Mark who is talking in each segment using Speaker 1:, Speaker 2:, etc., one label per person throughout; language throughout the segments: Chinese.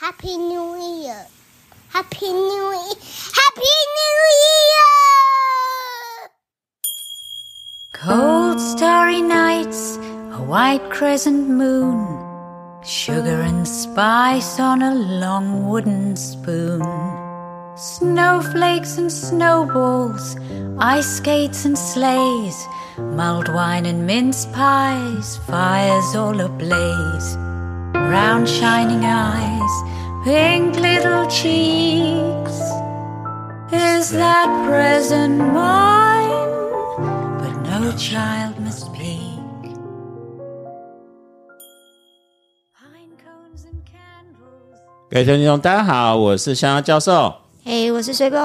Speaker 1: Happy New Year! Happy New Year! Happy New Year!
Speaker 2: Cold starry nights, a white crescent moon, sugar and spice on a long wooden spoon, snowflakes and snowballs, ice skates and sleighs, mulled wine and mince pies, fires all ablaze, round shining eyes, pink little cheeks. Is that present mine? But no child must peek. Pine cones and candles.
Speaker 3: 各位听众，大家好，我是香香教授。
Speaker 4: 嘿、我是水狗。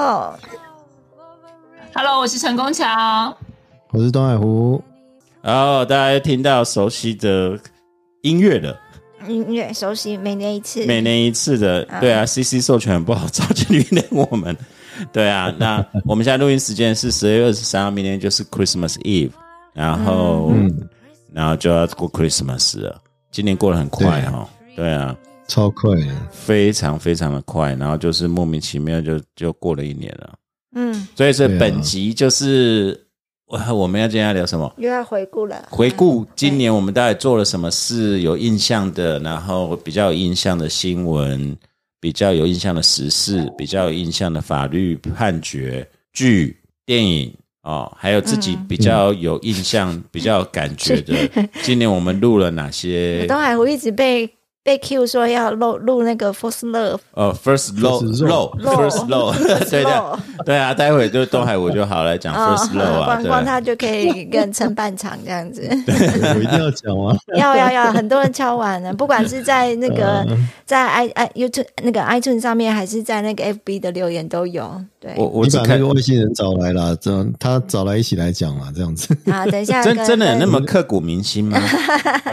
Speaker 5: Hello，我是陈功强。
Speaker 6: 我是东海湖，
Speaker 3: 然后哦大家又听到熟悉的音乐了，
Speaker 4: 音乐熟悉，每年一次。
Speaker 3: 每年一次的，对啊，CC 授权不好找就原谅我们。对啊， 那我们现在录音时间是十月二十三号，明天就是 Christmas Eve，然后，然后就要过 Christmas 了。今年过得很快
Speaker 6: 对
Speaker 3: 哦，对啊，
Speaker 6: 超快 的，
Speaker 3: 非常非常的快，然后就是莫名其妙就就过了一年了。
Speaker 4: 嗯，
Speaker 3: 所以说
Speaker 6: 对啊
Speaker 3: 本集就是、呃 我们要今天要聊什么？
Speaker 4: 又要回顾了。
Speaker 3: 回顾今年我们到底做了什么事有印象的，然后比较有印象的新闻，比较有印象的时事，比较有印象的法律判决、剧、电影哦，还有自己比较有印象、比较有感觉的，今年我们录了哪些？
Speaker 4: 东海湖一直被被 Q 说要录录那个 First Love，
Speaker 3: 呃，first low
Speaker 6: First
Speaker 3: low
Speaker 6: row
Speaker 3: first low，对 的，对啊，待会就东海我就好来讲 first low 啊，
Speaker 4: 嗯哦光
Speaker 3: 对
Speaker 4: 光
Speaker 3: 啊，
Speaker 4: 他就可以跟撑半场这样子。
Speaker 6: 我一定要讲完。
Speaker 4: 要要要，很多人敲完了，不管是在那个
Speaker 3: 嗯
Speaker 4: 在 i i YouTube 那个 iTunes 上面，还是在那个 FB 的留言都有。对
Speaker 3: 我我
Speaker 6: 你
Speaker 3: 只
Speaker 6: 把那
Speaker 3: 看
Speaker 6: 个外星人找来啦，这样他找来一起来讲啦，这 样子，
Speaker 4: 啊，等一下
Speaker 3: 真
Speaker 4: 跟
Speaker 3: 真的有那么刻骨铭心 吗？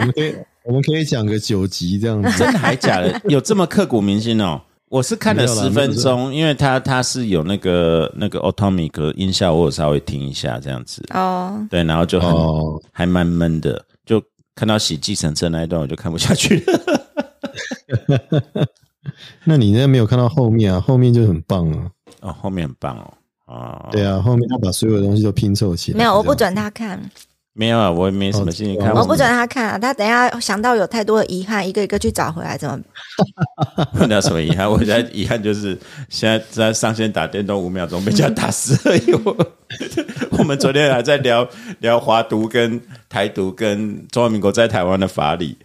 Speaker 6: 我们可以我们可以讲个九集这样子
Speaker 3: 真。的还假的？有这么刻骨铭心哦？我是看了十分钟，因为它它是有那个那个 atomic 的音效，我有稍微听一下这样子，
Speaker 4: 哦，
Speaker 3: 对，然后就很、
Speaker 6: 哦，
Speaker 3: 还蛮闷的，就看到洗计程车那一段我就看不下去了。
Speaker 6: 那你那没有看到后面啊？后面就很棒啊。
Speaker 3: 哦，后面很棒哦，哦，
Speaker 6: 对啊，后面他把所有的东西都拼凑起来。
Speaker 4: 没有，我不
Speaker 6: 这样。
Speaker 4: 准他看，
Speaker 3: 没有啊，我也没什么心情看，
Speaker 6: 哦
Speaker 4: 我不准他看啊，他等一下想到有太多的遗憾，一个一个去找回来怎么办？
Speaker 3: 问到什么遗憾，我现在遗憾就是现在在上线打电动五秒钟被人家打死而已。 我我们昨天还在聊聊华独跟台独跟中华民国在台湾的法理，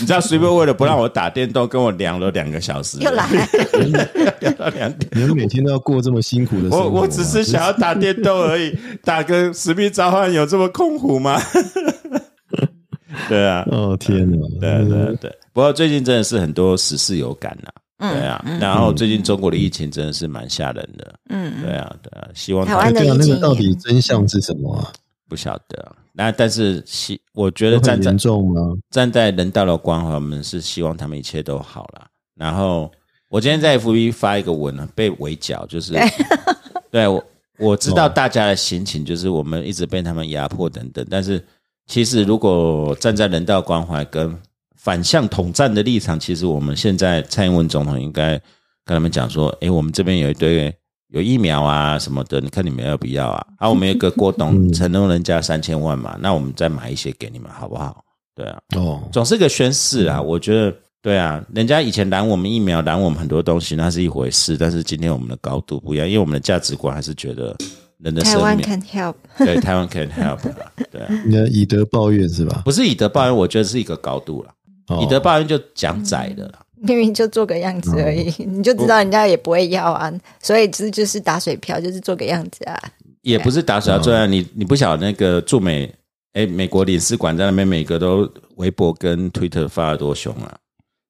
Speaker 3: 你知道随便为了不让我打电动，跟我量了两个小时，
Speaker 4: 又来。
Speaker 3: 聊到两点。
Speaker 6: 你们每天都要过这么辛苦的生活啊、
Speaker 3: 我我只是想要打电动而已，打个使命召唤有这么空胡吗？ 对啊，
Speaker 6: 哦天哪！
Speaker 3: 对
Speaker 6: 嗯
Speaker 3: 对对，啊不过最近真的是很多时事有感呐、
Speaker 4: 嗯
Speaker 3: 对啊，然后最近中国的疫情真的是蛮吓人的，嗯，对啊，对啊，希望
Speaker 4: 台
Speaker 3: 大家
Speaker 4: 湾的
Speaker 6: 对啊，
Speaker 4: 疫
Speaker 6: 那
Speaker 4: 情
Speaker 6: 个
Speaker 4: 也
Speaker 6: 到底真相是什么啊？
Speaker 3: 不晓得啊，那但是希我觉得
Speaker 6: 都
Speaker 3: 站
Speaker 6: 很
Speaker 3: 在
Speaker 6: 严重啊吗？
Speaker 3: 站在人道的关怀，我们是希望他们一切都好啦。然后我今天在 FB 发一个文啊，被围剿，就是对我我知道大家的心情，就是我们一直被他们压迫等等。但是其实如果站在人道关怀跟反向统战的立场，其实我们现在蔡英文总统应该跟他们讲说，诶，我们这边有一堆。有疫苗啊什么的，你看你们要不要啊？啊，我们有个郭董承诺人家三千万嘛，那我们再买一些给你们好不好？对啊，
Speaker 6: 哦，
Speaker 3: 总是个宣誓
Speaker 4: 嗯
Speaker 3: 啊。我觉得，对啊，人家以前拦我们疫苗，拦我们很多东西，那是一回事。但是今天我们的高度不一样，因为我们的价值观还是觉得人的
Speaker 4: 台
Speaker 3: 生
Speaker 4: 湾
Speaker 3: 命，
Speaker 4: can help，
Speaker 3: 对台湾 can help，啊对啊，
Speaker 6: 你的以德报怨是吧？
Speaker 3: 不是以德报怨，我觉得是一个高度啦。
Speaker 6: 哦
Speaker 3: 以德报怨就讲窄的啦。
Speaker 4: 明明就做个样子而已，
Speaker 3: 嗯
Speaker 4: 你就知道人家也不会要啊，所以这就是打水漂，就是做个样子啊。
Speaker 3: 也不是打水漂，虽啊然你你不晓得那个驻美哎美国领事馆在那边每个都微博跟 Twitter 发的多凶啊。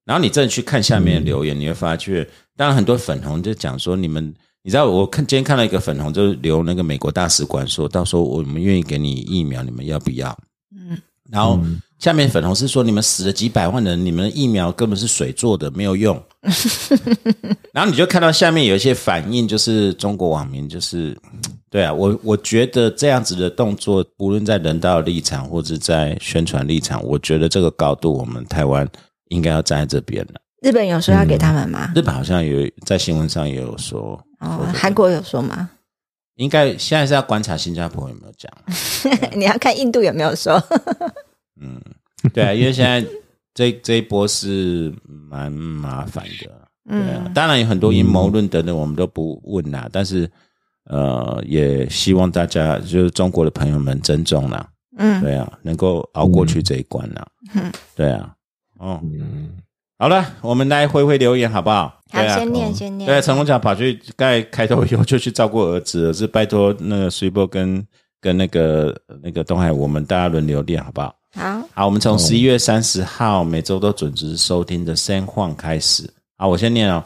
Speaker 3: 然后你真的去看下面的留言，你会发觉，当然很多粉红就讲说你们，你知道我看今天看到一个粉红就是留那个美国大使馆说，到时候我们愿意给你疫苗，你们要不要？嗯，然后下面粉红是说你们死了几百万人，你们的疫苗根本是水做的，没有用。然后你就看到下面有一些反应，就是中国网民，就是对啊，我我觉得这样子的动作，无论在人道立场或者在宣传立场，我觉得这个高度，我们台湾应该要站在这边了。
Speaker 4: 日本有说要给他们吗？
Speaker 3: 日本好像有在新闻上也有说，
Speaker 4: 哦，韩国有说吗？
Speaker 3: 应该现在是要观察新加坡有没有讲。
Speaker 4: 你要看印度有没有说。
Speaker 3: 嗯，对啊，因为现在这这一波是蛮麻烦的。 对啊，
Speaker 4: 嗯，
Speaker 3: 当然有很多阴谋论等等，我们都不问啦。但是呃，也希望大家就是中国的朋友们珍重啦。
Speaker 4: 嗯，
Speaker 3: 对啊，能够熬过去这一关啦。
Speaker 4: 嗯
Speaker 3: 对啊，哦，
Speaker 6: 嗯，
Speaker 3: 好了，我们来回回留言好不好？
Speaker 4: 好
Speaker 3: 对，啊，
Speaker 4: 先念先念。
Speaker 3: 对，陈宏强跑去盖开头以后就去照顾儿子，儿子拜托那个 s u p e 跟跟那个那个东海，我们大家轮流练好不好？
Speaker 4: 好，
Speaker 3: 好，我们从十一月三十号每周都准时收听的三晃开始。好，我先念哦。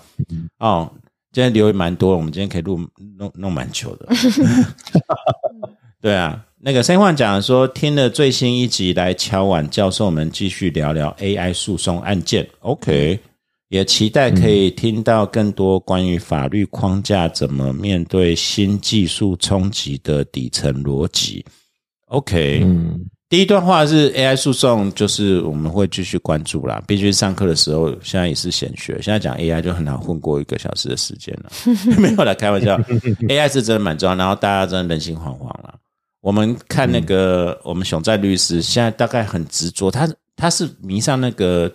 Speaker 3: 哦，今天留言蛮多，我们今天可以录弄弄蛮久的。对啊，那个三晃讲说，听了最新一集来敲碗，教授们继续聊聊 AI 诉讼案件。OK，也期待可以听到更多关于法律框架怎么面对新技术冲击的底层逻辑。OK，
Speaker 6: 嗯
Speaker 3: 第一段话是 AI 诉讼，就是我们会继续关注啦。毕竟上课的时候，现在也是显学，现在讲 AI 就很难混过一个小时的时间了。 没有啦，开 玩笑，AI 是真的蛮重要，然后大家真的人心惶惶啦。我们看那个、
Speaker 6: 嗯
Speaker 3: 我们熊在律师，现在大概很执着，他他是迷上那个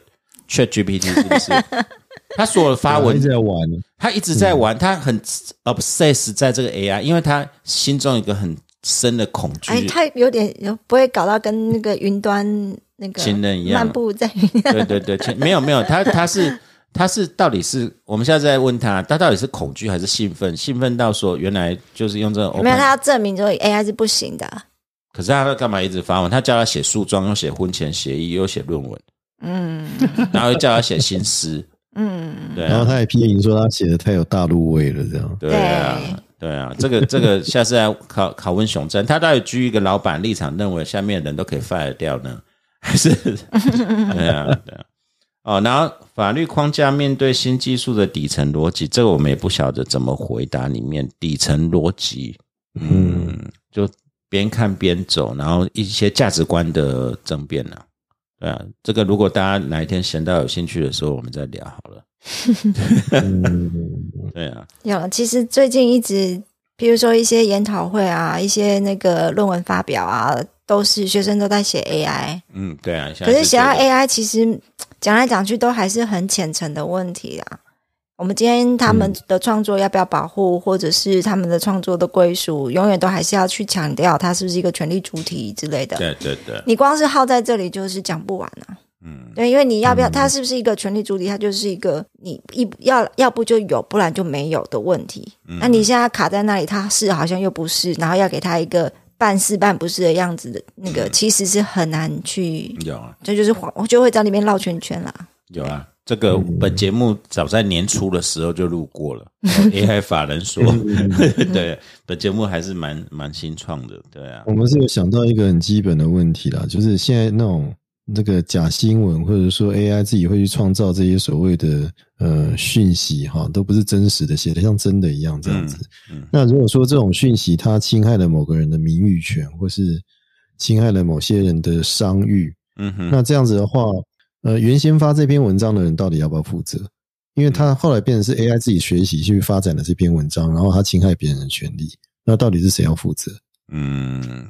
Speaker 3: ChatGPT 是 不是？他所有的发
Speaker 6: 我一
Speaker 3: 文
Speaker 6: 直在嗯玩，
Speaker 3: 他一直在玩，他很 obsess 在这个 AI，因为他心中有一个很深的恐惧。
Speaker 4: 哎，他有点有不会搞到跟那个云端那个
Speaker 3: 情人一样
Speaker 4: 漫步在云端。
Speaker 3: 对对对，前没有没有，他他是他是到底是我们现在在问他，他到底是恐惧还是兴奋？兴奋到说原来就是用这种 open，
Speaker 4: 没有，他要证明说 AI 是不行的。
Speaker 3: 可是他干嘛一直发文？他叫他写诉状，又写婚前协议，又写论文，
Speaker 4: 嗯
Speaker 3: 然后又叫他写新诗，
Speaker 4: 嗯，
Speaker 3: 对
Speaker 6: 然后
Speaker 3: 啊，
Speaker 6: 他也批评说他写的太有大陆味了，这样。
Speaker 3: 对啊。对啊，这个这个，下次来考考问熊真，他到底居一个老板立场，认为下面的人都可以 fire 掉呢， 还 是对啊对啊？哦，然后法律框架面对新技术的底层逻辑，这个我们也不晓得怎么回答。里面底层逻辑，嗯，就边看边走，然后一些价值观的争辩呢、对啊，这个如果大家哪一天闲到有兴趣的时候，我们再聊好了。
Speaker 6: 嗯
Speaker 3: 对啊，
Speaker 4: 有。其实最近一直，比如说一些研讨会啊，一些那个论文发表啊，都是学生都在写 AI。
Speaker 3: 嗯，对啊。现在
Speaker 4: 可是写到
Speaker 3: 这个
Speaker 4: AI，其实讲来讲去都还是很浅层的问题啊。我们今天他
Speaker 3: 嗯
Speaker 4: 们的创作要不要保护，或者是他们的创作的归属，永远都还是要去强调它是不是一个权利主体之类的。
Speaker 3: 对对对，
Speaker 4: 你光是耗在这里就是讲不完啊。
Speaker 3: 嗯，
Speaker 4: 对，因为你要不要，它是不是一个权利主体，它就是一个你一要要不就有，不然就没有的问题。
Speaker 3: 嗯
Speaker 4: 那你现在卡在那里，它是好像又不是，然后要给它一个半是半不是的样子的那
Speaker 3: 嗯
Speaker 4: 个，其实是很难去
Speaker 3: 有啊。
Speaker 4: 这就是黄，我就会在里面绕圈圈啦。
Speaker 3: 有啊，这个本节目早在年初的时候就录过了。AI
Speaker 6: 嗯
Speaker 3: 法人说， 对，本节目还是蛮蛮新创的，对啊
Speaker 6: 我，们是有想到一个很基本的问题啦，就是现在那种那个假新闻，或者说 AI 自己会去创造这些所谓的呃讯息哈，都不是真实的，写的像真的一样这样子。
Speaker 3: 嗯嗯
Speaker 6: 那如果说这种讯息它侵害了某个人的名誉权，或是侵害了某些人的商誉，
Speaker 3: 嗯哼，
Speaker 6: 那这样子的话，呃，原先发这篇文章的人到底要不要负责？因为
Speaker 3: 嗯
Speaker 6: 他后来变成是 AI 自己学习去发展了这篇文章，然后他侵害别人的权利，那到底是谁要负责？
Speaker 3: 嗯，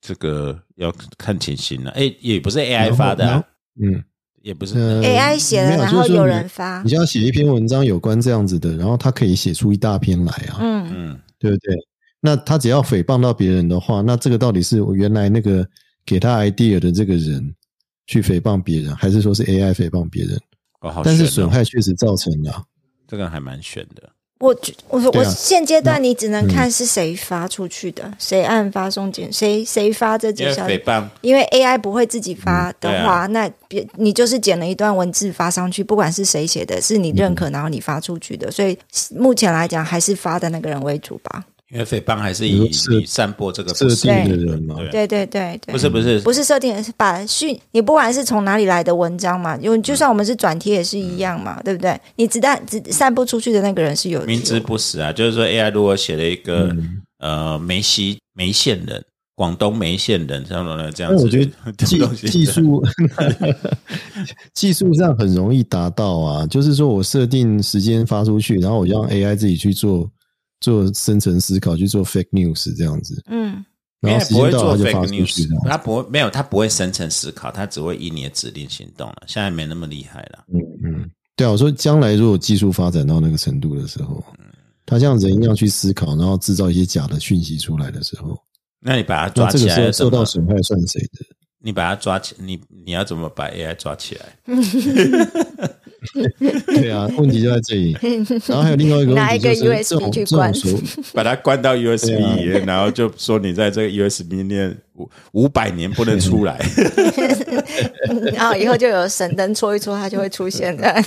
Speaker 3: 这个要看情形了。哎，也不是 AI 发的
Speaker 6: 然后
Speaker 3: 啊，
Speaker 6: 嗯，
Speaker 3: 也不是，
Speaker 6: 呃
Speaker 4: AI 写了，
Speaker 6: 没有
Speaker 4: 然
Speaker 6: 就是
Speaker 4: 后
Speaker 6: 说
Speaker 4: 有
Speaker 6: 你
Speaker 4: 人发
Speaker 3: 啊
Speaker 6: 你，就要写一篇文章有关这样子的，然后他可以写出一大篇来啊，
Speaker 4: 嗯，
Speaker 3: 嗯
Speaker 6: 对不对？那他只要诽谤到别人的话，那这个到底是原来那个给他 idea 的这个人去诽谤别人，还是说是 AI 诽谤别人？
Speaker 3: 哦，好悬哦，
Speaker 6: 但是损害确实造成了啊、
Speaker 3: 这个还蛮悬的，
Speaker 4: 我觉我说我
Speaker 6: 对啊嗯
Speaker 4: 现阶段你只能看是谁发出去的，谁按发送件，谁谁发这
Speaker 3: 因
Speaker 4: 件
Speaker 3: 为
Speaker 4: 消
Speaker 3: 诽
Speaker 4: 息。
Speaker 3: 谤，
Speaker 4: 因为 AI 不会自己
Speaker 6: 嗯
Speaker 4: 发的
Speaker 3: 对啊
Speaker 4: 话，那别你就是剪了一段文字发上去，不管是谁写的，是你认
Speaker 6: 嗯
Speaker 4: 可，然后你发出去的，所以目前来讲还是发的那个人为主吧。
Speaker 3: 因为诽谤还是
Speaker 6: 比
Speaker 3: 以
Speaker 6: 如设
Speaker 3: 你散播这个
Speaker 6: 设
Speaker 3: 不是
Speaker 6: 定的人嘛，
Speaker 3: 对
Speaker 4: 对对对对，
Speaker 3: 不是不是
Speaker 4: 不是设定，是把讯，你不管是从哪里来的文章嘛，
Speaker 6: 嗯
Speaker 4: 因为就算我们是转贴也是一样嘛，对不对？你子弹只散布出去的那个人是有
Speaker 6: 嗯
Speaker 3: 明知不实啊，就是说 AI 如果写了一个、呃梅西梅县人广东梅县人，像这样
Speaker 6: 但
Speaker 3: 子，
Speaker 6: 我觉得
Speaker 3: 这
Speaker 6: 技
Speaker 3: 种东西
Speaker 6: 技术 技术上很容易达到啊，就是说我设定时间发出去，然后我让 AI 自己去做做深层思考，去做 fake news 这样子，
Speaker 4: 嗯，
Speaker 6: 然后时
Speaker 3: 不会
Speaker 6: 间到
Speaker 3: 做
Speaker 6: 了它就发
Speaker 3: fake
Speaker 6: 出去
Speaker 3: news，
Speaker 6: 这样子
Speaker 3: 他不会没有，他不会深层思考，他只会依你的指令行动了。现在没那么厉害了，
Speaker 6: 嗯，对啊，我说将来如果技术发展到那个程度的时候，
Speaker 3: 嗯
Speaker 6: 它像人一样去思考，然后制造一些假的讯息出来的时候，
Speaker 3: 那你把它抓
Speaker 6: 那这
Speaker 3: 起
Speaker 6: 个
Speaker 3: 来
Speaker 6: 时
Speaker 3: 要怎么
Speaker 6: 候受到损害算谁的？
Speaker 3: 你把它抓起，你你要怎么把 AI 抓起来？
Speaker 6: 对啊，问题就在这 里。然后还有另外一个问
Speaker 4: 拿
Speaker 6: 题
Speaker 4: 一
Speaker 6: 就
Speaker 4: 个
Speaker 6: 是这
Speaker 4: USB
Speaker 6: 种
Speaker 4: 去
Speaker 6: 这种
Speaker 4: 关
Speaker 6: 所
Speaker 3: 把它关到 USB
Speaker 6: 对啊
Speaker 3: 里面，然后就说你在这个 USB 链五五百年不能出来。
Speaker 4: 然后以后就有神灯戳一戳，它就会出现的。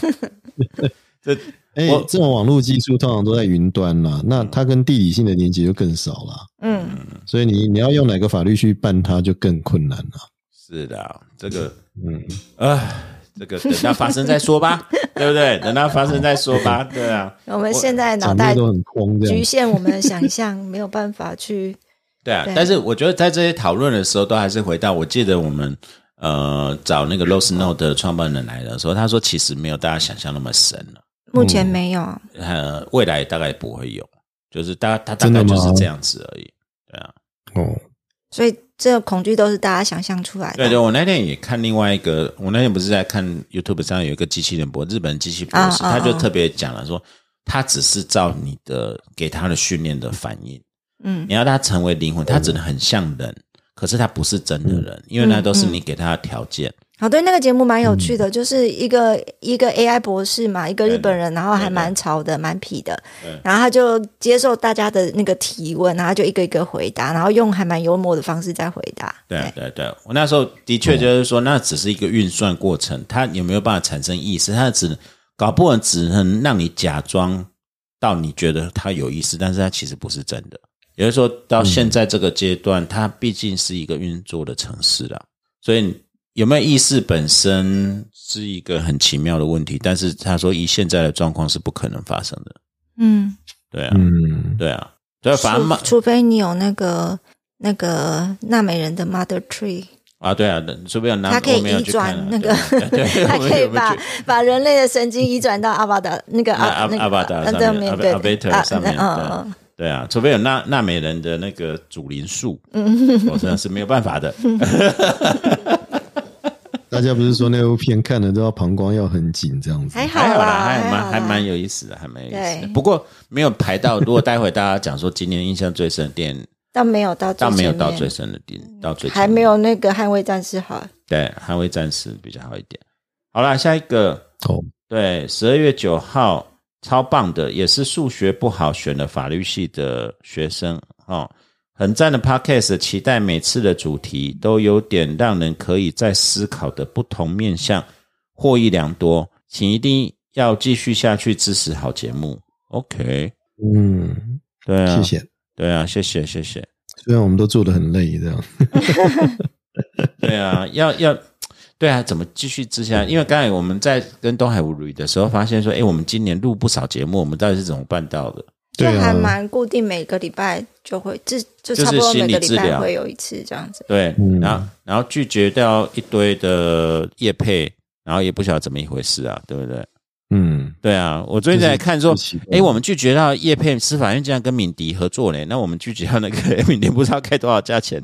Speaker 3: 这
Speaker 6: 哎、
Speaker 3: 我嗯
Speaker 6: 这种网络技术通常都在云端啦，那它跟地理性的连接就更少啦。
Speaker 4: 嗯，
Speaker 6: 所以你你要用哪个法律去办它就更困难了。
Speaker 3: 是的啊，这个
Speaker 6: 嗯，
Speaker 3: 啊，这个等它发生再说吧，对不对？等它发生再说吧，对啊，
Speaker 4: 我们现在脑
Speaker 6: 场
Speaker 4: 袋
Speaker 6: 面都很空这
Speaker 4: 局
Speaker 6: 样。
Speaker 4: 限我们的想象，没有办法去。
Speaker 3: 对啊
Speaker 4: 对。
Speaker 3: 但是我觉得在这些讨论的时候，都还是回到我记得我们呃找那个 Rose Note 的创办人来的时候，他说其实没有大家想象那么深了。
Speaker 4: 目
Speaker 6: 嗯
Speaker 4: 前没有，
Speaker 3: 呃，未来大概不会有，就是大他大
Speaker 6: 真的
Speaker 3: 概就
Speaker 6: 吗
Speaker 3: 是这样子而已。对啊，
Speaker 6: 哦，
Speaker 4: 所以这个恐惧都是大家想象出来的。
Speaker 3: 对对，我那天也看另外一个，我那天不是在看 YouTube 上有一个机器人博，日本机器博士，
Speaker 4: 啊啊
Speaker 3: 他就
Speaker 4: 啊
Speaker 3: 特别讲了说，他只是照你的给他的训练的反应，
Speaker 4: 嗯
Speaker 3: 你要他成为灵魂，他只能很像人，可是他不是真的
Speaker 4: 嗯
Speaker 3: 人，因为那都是你给他的条件。
Speaker 4: 好，对那个节目蛮有
Speaker 3: 嗯
Speaker 4: 趣的，就是一个一个 AI 博士嘛，一个日本人，然后还蛮潮的，蛮痞的，然后他就接受大家的那个提问，然后就一个一个回答，然后用还蛮幽默的方式在回答。
Speaker 3: 对啊对啊对啊，我那时候的确就是说，那只是一个运算过程，它有没有办法产生意识？它只能搞不能只能让你假装到你觉得它有意思，但是它其实不是真的。也就是说，到现在这个阶段，它毕竟是一个运作的城市了，所以有没有意识本身是一个很奇妙的问题。但是他说，以现在的状况是不可能发生的。
Speaker 4: 嗯，
Speaker 3: 对啊，
Speaker 6: 嗯，
Speaker 3: 对啊，对啊，反而慢
Speaker 4: 除除非你有那个那个纳美人的 Mother Tree，
Speaker 3: 啊，对啊，除非有拿，
Speaker 4: 它可以
Speaker 3: 我没有
Speaker 4: 移
Speaker 3: 去看
Speaker 4: 转
Speaker 3: 啊
Speaker 4: 那个
Speaker 3: 对啊对啊， 对啊
Speaker 4: 它
Speaker 3: 我
Speaker 4: 可以
Speaker 3: 有没有
Speaker 4: 把
Speaker 3: 去
Speaker 4: 把人类的神经移转到阿巴达那个
Speaker 3: 那阿
Speaker 4: 那个
Speaker 3: 阿巴达
Speaker 4: 呃
Speaker 3: 上
Speaker 4: 对
Speaker 3: 面，阿
Speaker 4: 对
Speaker 3: 阿贝特
Speaker 4: 啊
Speaker 3: 上面，
Speaker 4: 嗯
Speaker 3: 对
Speaker 4: 嗯嗯
Speaker 3: 啊对啊，除非有纳纳美人的那个主灵术，
Speaker 4: 嗯
Speaker 3: 我真的是没有办法的。
Speaker 6: 大家不是说那部片看了都要膀胱要很紧这样子？
Speaker 4: 还好
Speaker 3: 还好
Speaker 4: 啦，
Speaker 3: 啦，还
Speaker 4: 好
Speaker 3: 蛮
Speaker 4: 啦
Speaker 3: 还蛮有意思的，还蛮有意思的
Speaker 4: 对。
Speaker 3: 不过没有排到，如果待会大家讲说今年印象最深的电影，
Speaker 4: 倒没有到最
Speaker 3: 倒没有到
Speaker 4: 前面
Speaker 3: 最深的电影，到最前
Speaker 4: 还没
Speaker 3: 面
Speaker 4: 有那个捍卫战士好。
Speaker 3: 对捍卫战士比较好一点。好啦，下一个
Speaker 6: 哦，
Speaker 3: 对十二月九号超棒的，也是数学不好选了法律系的学生哦。很赞的 podcast，期待每次的主题都有点让人可以在思考的不同面向，获益良多。请一定要继续下去支持好节目。OK，
Speaker 6: 嗯，
Speaker 3: 对啊，
Speaker 6: 谢，谢。
Speaker 3: 对啊，谢谢，谢谢，
Speaker 6: 虽然我们都做的很累，这样
Speaker 3: 对啊，要要，对啊，怎么继续支持下来？因为刚才我们在跟东海无旅的时候，发现说，哎，我们今年录不少节目，我们到底是怎么办到的？
Speaker 4: 就
Speaker 6: 对啊
Speaker 4: 还蛮固定，每个礼拜就会，这
Speaker 3: 就
Speaker 4: 就
Speaker 3: 是
Speaker 4: 差不多
Speaker 3: 心
Speaker 4: 每
Speaker 3: 理
Speaker 4: 个礼
Speaker 3: 治
Speaker 4: 拜
Speaker 3: 疗
Speaker 4: 会有一次这样子。
Speaker 3: 对，
Speaker 6: 嗯
Speaker 3: 然后然后拒绝掉一堆的业配，然后也不晓得怎么一回事啊，对不对？
Speaker 6: 嗯，
Speaker 3: 对啊，我最近在看说
Speaker 6: 就是奇，怪
Speaker 3: 哎，我们拒绝到叶配司法院竟然跟敏迪合作嘞，那我们拒绝到那 个敏迪不知道开多少价钱，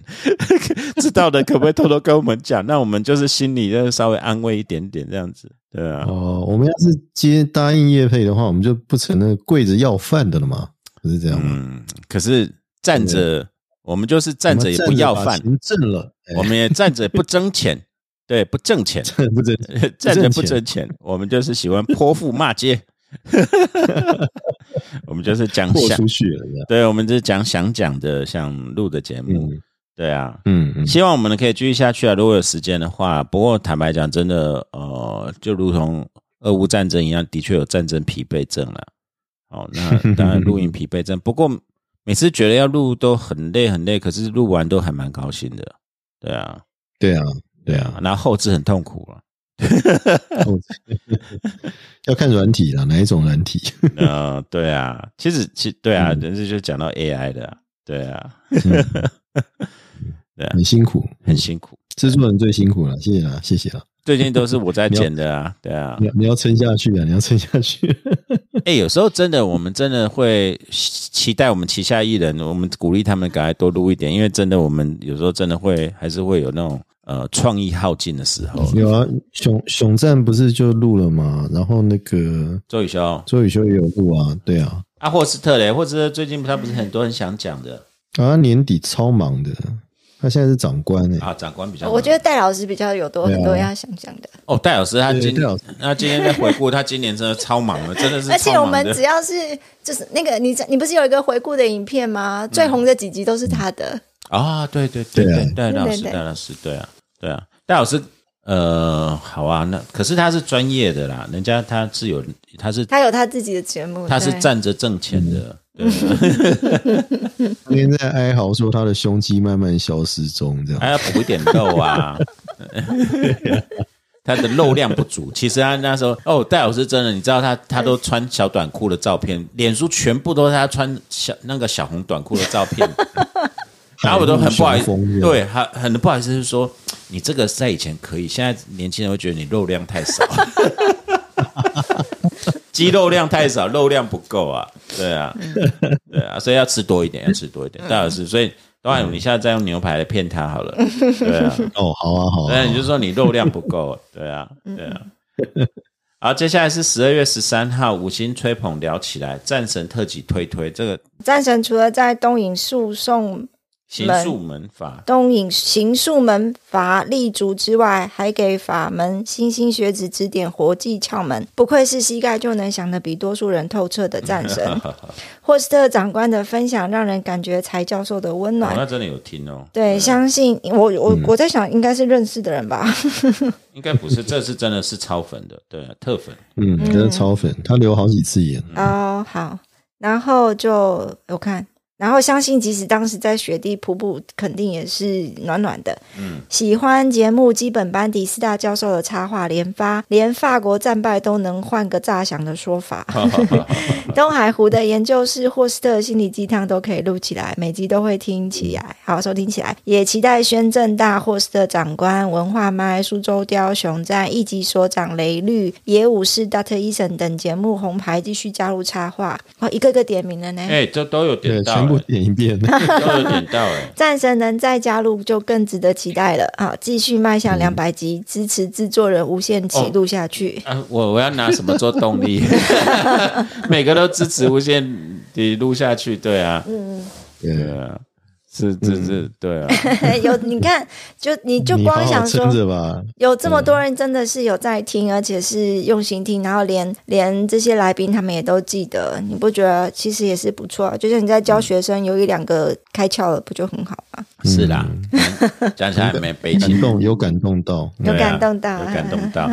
Speaker 3: 知道的可不可以偷偷跟我们讲？那我们就是心里就是稍微安慰一点点这样子，对啊，
Speaker 6: 哦，我们要是接答应叶配的话，我们就不成那个跪着要饭的了嘛，不是这样吗？
Speaker 3: 嗯，可是站着，我们就是站着也
Speaker 6: 我
Speaker 3: 不
Speaker 6: 们
Speaker 3: 要
Speaker 6: 把
Speaker 3: 饭，
Speaker 6: 钱挣了， 哎
Speaker 3: 我们也站着也不争钱，对，不挣钱，
Speaker 6: 不挣，
Speaker 3: 站着不
Speaker 6: 不挣钱
Speaker 3: 挣钱，我们就是喜欢泼妇骂街， 我们就是讲
Speaker 6: 豁
Speaker 3: 想，
Speaker 6: 出去了，这样
Speaker 3: 对，我们就是讲想讲的，想录的节目，
Speaker 6: 嗯
Speaker 3: 对啊。
Speaker 6: 嗯嗯，
Speaker 3: 希望我们可以继续下去啊！如果有时间的话，不过坦白讲，真的，呃，就如同俄乌战争一样，的确有战争疲惫症了。哦， 那当然录音疲惫症，不过每次觉得要录都很累很累，可是录完都还蛮高兴的。对啊，
Speaker 6: 对啊，对啊，，
Speaker 3: 然后后置很痛苦了、
Speaker 6: 哦要看软体啦，哪一种软 体？
Speaker 3: 呃，对啊，其实其对啊，
Speaker 6: 嗯
Speaker 3: 人家就讲到 AI 的啊、对啊，对啊
Speaker 6: 很辛苦，
Speaker 3: 很辛苦。
Speaker 6: 制作人最辛苦了，谢谢啦，谢谢啦，
Speaker 3: 最近都是我在剪的啊，对啊
Speaker 6: 你。要你要撑下去啊，你要撑下去。
Speaker 3: 哎、有时候真的，我们真的会期待我们旗下艺人，我们鼓励他们赶快多录一点，因为真的，我们有时候真的会还是会有那种呃创意耗尽的时候。
Speaker 6: 有啊，熊熊赞不是就录了嘛，然后那个
Speaker 3: 周宇修、
Speaker 6: 周宇修也有录啊，对啊，
Speaker 3: 阿霍斯特雷，或者是最近他不是很多人想讲的
Speaker 6: 啊年底超忙的，他现在是长官哎、
Speaker 3: 啊，长官比较忙。
Speaker 4: 我觉得戴老师比较有
Speaker 3: 啊
Speaker 4: 多很多要想讲的，
Speaker 3: 哦，戴老师他今
Speaker 6: 对戴老师
Speaker 3: 他今天在回顾，他今年真的超忙的，真的是
Speaker 4: 而且
Speaker 3: 超
Speaker 4: 我
Speaker 3: 忙的
Speaker 4: 们只要是就是那个你你不是有一个回顾的影片吗？最
Speaker 3: 嗯
Speaker 4: 红的几集都是他的，
Speaker 3: 啊，对对对
Speaker 6: 对啊
Speaker 3: 对，戴老师，
Speaker 4: 对对
Speaker 3: 戴老师，对啊，对啊，戴老师，呃，好啊，那可是他是专业的啦，人家他是有，他是
Speaker 4: 他有他自己的节目，
Speaker 3: 他是
Speaker 4: 对
Speaker 3: 站着挣钱的，对啊，
Speaker 6: 今天在哀嚎说他的胸肌慢慢消失中，这样。
Speaker 3: 还要补一点肉啊。 他的肉量不足，其实他那时候哦，戴老师真的，你知道他他都穿小短裤的照片，脸书全部都是他穿小那个小红短裤的照片，然后我都很不好意
Speaker 6: 海陆雄
Speaker 3: 思，
Speaker 6: 风
Speaker 3: 对，很很不好意思是说，你这个在以前可以，现在年轻人会觉得你肉量太 少，肌肉量太少，肉量不够啊，对啊，
Speaker 4: 嗯
Speaker 3: 对啊，所以要吃多一点，要吃多一点，戴老师，所以当然你下次再用牛排来骗他好了，对 啊。
Speaker 6: 哦，好啊，好啊，
Speaker 3: 对，你就说你肉量不够，对啊，
Speaker 4: 嗯
Speaker 3: 对啊。好，接下来是十二月十三号，五星吹捧聊起来，战神特辑推推这个
Speaker 4: 战神除了在东影诉讼
Speaker 3: 刑诉门法，。
Speaker 4: 东引刑术门阀立足之外，还给法门莘莘学子指点活计窍门。不愧是膝盖就能想得比多数人透彻的战神
Speaker 3: 哦
Speaker 4: 霍斯特长官的分享让人感觉才教授的温
Speaker 3: 那
Speaker 4: 暖。
Speaker 3: 真的有听哦，
Speaker 4: 对，相信我，我我在想，应该是认识的人吧。
Speaker 3: 应该不是，这次真的是超粉的，对啊，特粉。
Speaker 6: 嗯，真的超粉，他流好几次眼，
Speaker 4: 哦，好，然后就我看，然后相信即使当时在雪地瀑布，肯定也是暖暖的。嗯，喜欢节目基本班迪斯大教授的插画连发，连法国战败都能换个炸响的说法。东海湖的研究室、霍斯特心理鸡汤都可以录起来，每集都会听起来，好收听起来。也期待宣政大、霍斯特长官、文化麦、苏州雕、熊战、一级所长雷律、野武士、Dr. Eason 等节目红牌继续加入插画，哦，一个个点名了呢。
Speaker 3: 哎，这都有点
Speaker 6: 对，
Speaker 3: 到，
Speaker 6: 全部点一 遍。
Speaker 3: 哎都有点到哎。
Speaker 4: 战神能再加入就更值得期待了好，继续迈向
Speaker 3: 嗯
Speaker 4: 两百集，支持制作人无限期
Speaker 3: 哦
Speaker 4: 录 下去。
Speaker 3: 啊，我我要拿什么做动 力？每个都支持无限地录下去，对啊，对
Speaker 6: 对，
Speaker 3: 啊，是这这
Speaker 6: 嗯
Speaker 3: 对啊，
Speaker 4: 有你看，就你就
Speaker 6: 你好
Speaker 4: 光
Speaker 6: 好
Speaker 4: 想说，
Speaker 6: 撑着 吧。
Speaker 4: 有这么多人真的是有在听，而且是用心听，然后连连这些来宾他们也都记得，你不觉得其实也是不错、啊？就像你在教学生，有一两个开窍了，不就很好吗？
Speaker 3: 是啦，
Speaker 6: 嗯
Speaker 3: 讲起来没悲情
Speaker 6: 感。动有感动到，
Speaker 4: 有
Speaker 3: 对啊
Speaker 4: 感动到
Speaker 3: 有感动到。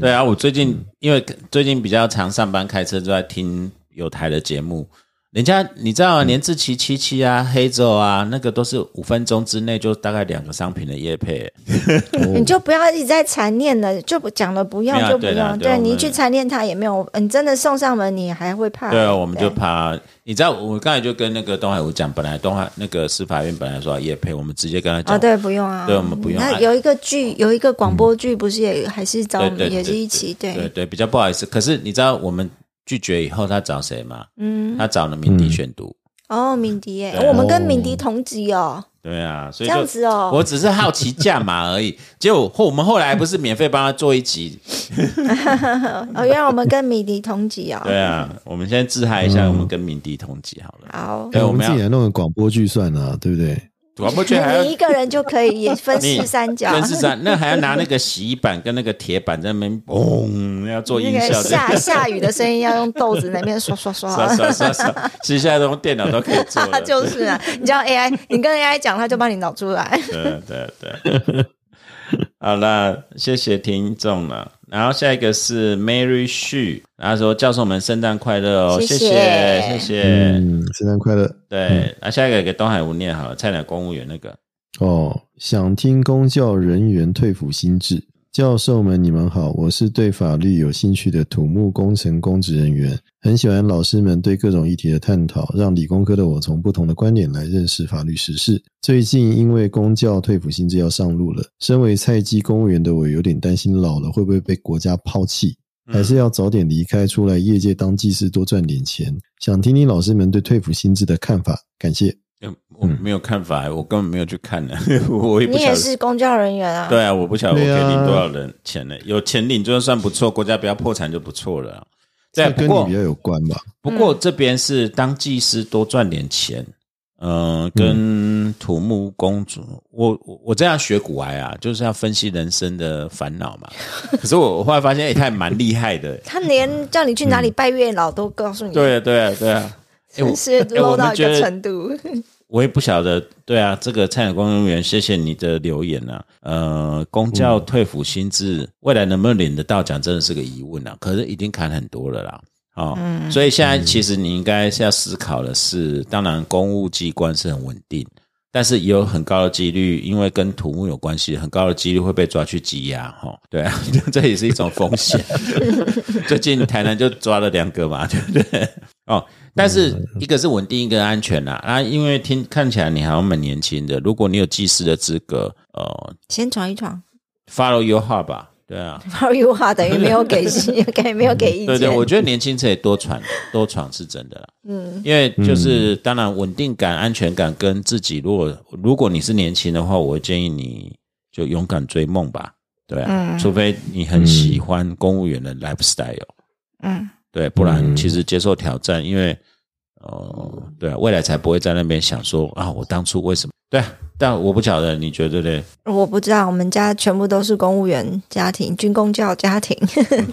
Speaker 3: 对啊，我最近因为最近比较常上班开车，就在听有台的节目。人家你知道、啊，连志奇七七啊、黑昼啊，那个都是五分钟之内就大概两个商品的业配。
Speaker 4: 你就不要一直在缠念了，就不讲了，不
Speaker 3: 没有
Speaker 4: 要
Speaker 3: 啊
Speaker 4: 就不
Speaker 3: 对啦对啊
Speaker 4: 要，对
Speaker 3: 我们
Speaker 4: 你一去缠念他也没有，你真的送上门你还会怕？
Speaker 3: 对啊，我们就怕。你知道，我刚才就跟那个东海吴讲，本来东海那个司法院本来说要业配，我们直接跟他讲，
Speaker 4: 啊，对，不用啊，
Speaker 3: 对我们不用
Speaker 4: 那
Speaker 3: 啊
Speaker 4: 有一个剧，有一个广播剧，不是也还是找我
Speaker 3: 对
Speaker 4: 们
Speaker 3: 对
Speaker 4: 也是
Speaker 3: 对
Speaker 4: 一起
Speaker 3: 对对，比较不好意思。可是你知道我们拒绝以后，他找谁吗？嗯，他找了鸣笛选读。
Speaker 4: 哦，敏迪耶，
Speaker 3: 对
Speaker 4: 我们跟敏迪同级哦，
Speaker 3: 对啊，所以
Speaker 4: 这样
Speaker 3: 就
Speaker 4: 子哦
Speaker 3: 我只是好奇价码而已。结果后我们后来不是免费帮他做一集？
Speaker 4: 哦，原来我们跟敏迪同级哦，
Speaker 3: 对啊，我们现在自嗨一下，我们跟鸣笛同集好了。
Speaker 4: 好，
Speaker 3: 对，
Speaker 6: 哎
Speaker 3: 我
Speaker 6: 我
Speaker 3: 们
Speaker 6: 们自己
Speaker 3: 要
Speaker 6: 来弄个广播剧算了，对不对？
Speaker 3: 广播剧还要
Speaker 4: 你一个人就可以也 分
Speaker 3: 你
Speaker 4: 饰三角，
Speaker 3: 真是三，那还要拿那个洗衣板跟那个铁板在那边嘣，要做
Speaker 4: 那
Speaker 3: 音效的。
Speaker 4: 个下下雨的声音要用豆子那边刷刷
Speaker 3: 刷
Speaker 4: 刷。
Speaker 3: 刷刷刷，其实现在都用电脑都可以做了。
Speaker 4: 就是啊，你知道 AI，你跟 AI 讲，他就帮你脑出来。
Speaker 3: 对对对。好了，谢谢听众了。然后下一个是 Mary Xu，然后说教授们圣诞快乐哦，
Speaker 4: 谢
Speaker 3: 谢
Speaker 4: 谢
Speaker 3: 谢谢谢。
Speaker 6: 嗯，圣诞快乐
Speaker 3: 对，那、下一个给东海无念好了，菜鸟公务员那个，
Speaker 6: 哦！想听公教人员退抚心智，教授们，你们好，我是对法律有兴趣的土木工程公职人员，很喜欢老师们对各种议题的探讨，让理工科的我从不同的观点来认识法律实事。最近因为公教退辅新制要上路了，身为菜鸡公务员的我有点担心，老了会不会被国家抛弃？
Speaker 3: 嗯
Speaker 6: 还是要早点离开，出来业界当技师多赚点钱。想听听老师们对退辅新制的看法，感谢。
Speaker 3: 嗯我没有看法，我根本没有去看呢， 我也不
Speaker 4: 你
Speaker 3: 晓
Speaker 4: 也
Speaker 3: 得。
Speaker 4: 是公教人员啊，
Speaker 3: 对啊，我不晓得我给
Speaker 6: 对啊
Speaker 3: 你多少人钱呢？有钱领就算不错，国家不要破产就不错了啊。对，
Speaker 6: 这
Speaker 3: 不
Speaker 6: 跟
Speaker 3: 过
Speaker 6: 你比较有关吧？
Speaker 3: 不过这边是当技师多赚点钱，呃，跟土木公主，我我我这样学古癌啊，就是要分析人生的烦恼嘛。可是我我后来发现，哎、他也蛮厉害的、
Speaker 4: 他连叫你去哪里拜月老都告诉你，
Speaker 3: 嗯对啊，对啊，对啊。哎我
Speaker 4: 真是
Speaker 3: 哎我
Speaker 4: low
Speaker 3: 们
Speaker 4: 到一
Speaker 3: 觉
Speaker 4: 个
Speaker 3: 得
Speaker 4: 程度。
Speaker 3: 我也不晓得，对啊，这个菜鸟公务员，谢谢你的留言啊。呃，公教退抚薪资未来能不能领得到，讲真的是个疑问啊。可是已经砍很多了啦，哦，所以现在其实你应该是要思考的是，当然公务机关是很稳定，但是也有很高的几率，因为跟土木有关系，很高的几率会被抓去羁押，哈、哦，对啊， 这也是一种风险。最近台南就抓了两个嘛，对不对？哦，但是一个是稳定，一个安全啦、啊。因为听看起来你好像蛮年轻的，如果你有技师的资格，呃
Speaker 4: 先闯一闯
Speaker 3: ，follow your heart 吧，对啊，
Speaker 4: ，How you are 等于没有给信， 给没有给意见。
Speaker 3: 对对，我觉得年轻可以多闯多闯是真的啦。嗯，因为就是当然稳定感、安全感跟自己，如果如果你是年轻的话，我会建议你就勇敢追梦吧。对啊，除非你很喜欢公务员的 lifestyle，
Speaker 4: 嗯，
Speaker 3: 对，不然
Speaker 6: 嗯
Speaker 3: 其实接受挑战，因为哦、呃对啊，未来才不会在那边想说啊，我当初为什么？对啊，但我不晓得，你觉得对
Speaker 4: 我不知道，我们家全部都是公务员家庭、军工教 家庭。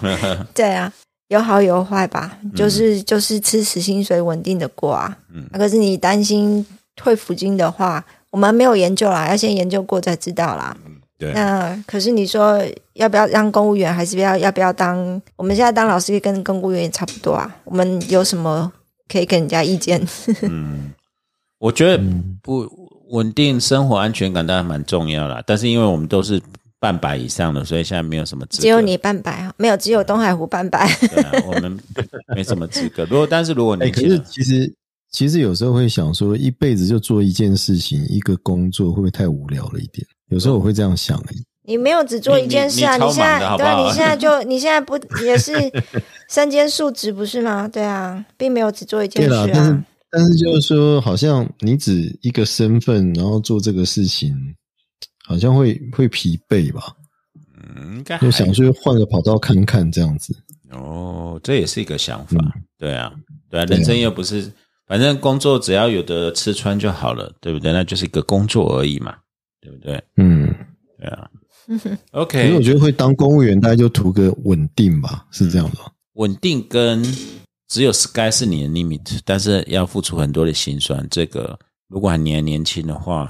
Speaker 3: 不对？
Speaker 4: 对啊，有好有坏吧，就是、就是吃死薪水稳定的过啊。
Speaker 3: 嗯
Speaker 4: 可是你担心退抚金的话，我们没有研究啦，要先研究过再知道啦。
Speaker 3: 对啊，
Speaker 4: 那可是你说要不要当公务员，还是不要要不要当？我们现在当老师跟公务员也差不多啊。我们有什么可以给人家意见？
Speaker 3: 我觉得
Speaker 6: 嗯
Speaker 3: 不稳定生活安全感当然蛮重要啦，但是因为我们都是半百以上的，所以现在没有什么资格。
Speaker 4: 只有你半白啊，没有，只有东海湖半白。
Speaker 3: 对啊，我们 没什么资格。如果但是如果
Speaker 6: 哎、
Speaker 3: 你
Speaker 6: 可是其实其实有时候会想说，一辈子就做一件事情，一个工作会不会太无聊了一点？有时候我会这样想、哎，
Speaker 4: 你没有只做一件事啊！
Speaker 3: 你
Speaker 4: 你
Speaker 3: 你
Speaker 4: 现
Speaker 3: 你超忙的
Speaker 4: 在对
Speaker 3: 好
Speaker 4: 啊，
Speaker 3: 不好
Speaker 4: 你现在 就你现在不也是身兼数职不是吗？对啊，并没有只做一件
Speaker 6: 对
Speaker 4: 事
Speaker 6: 啦，但是
Speaker 4: 啊。
Speaker 6: 但是就是说，好像你只一个身份，然后做这个事情，好像会会疲惫吧？
Speaker 3: 嗯，应该还
Speaker 6: 就想说换个跑道看看这样子。
Speaker 3: 哦，这也是一个想法。
Speaker 6: 嗯
Speaker 3: 对啊，对啊，人生又不是，反正工作只要有的吃穿就好了，对不对？那就是一个工作而已嘛，对不对？
Speaker 6: 嗯，
Speaker 3: 对啊。
Speaker 6: 可是我
Speaker 3: OK，
Speaker 6: 觉得会当公务员，大概就图个稳定吧，是这样吧？
Speaker 3: 稳定跟只有 sky 是你的 limit，但是要付出很多的辛酸。这个如果你还年轻的话，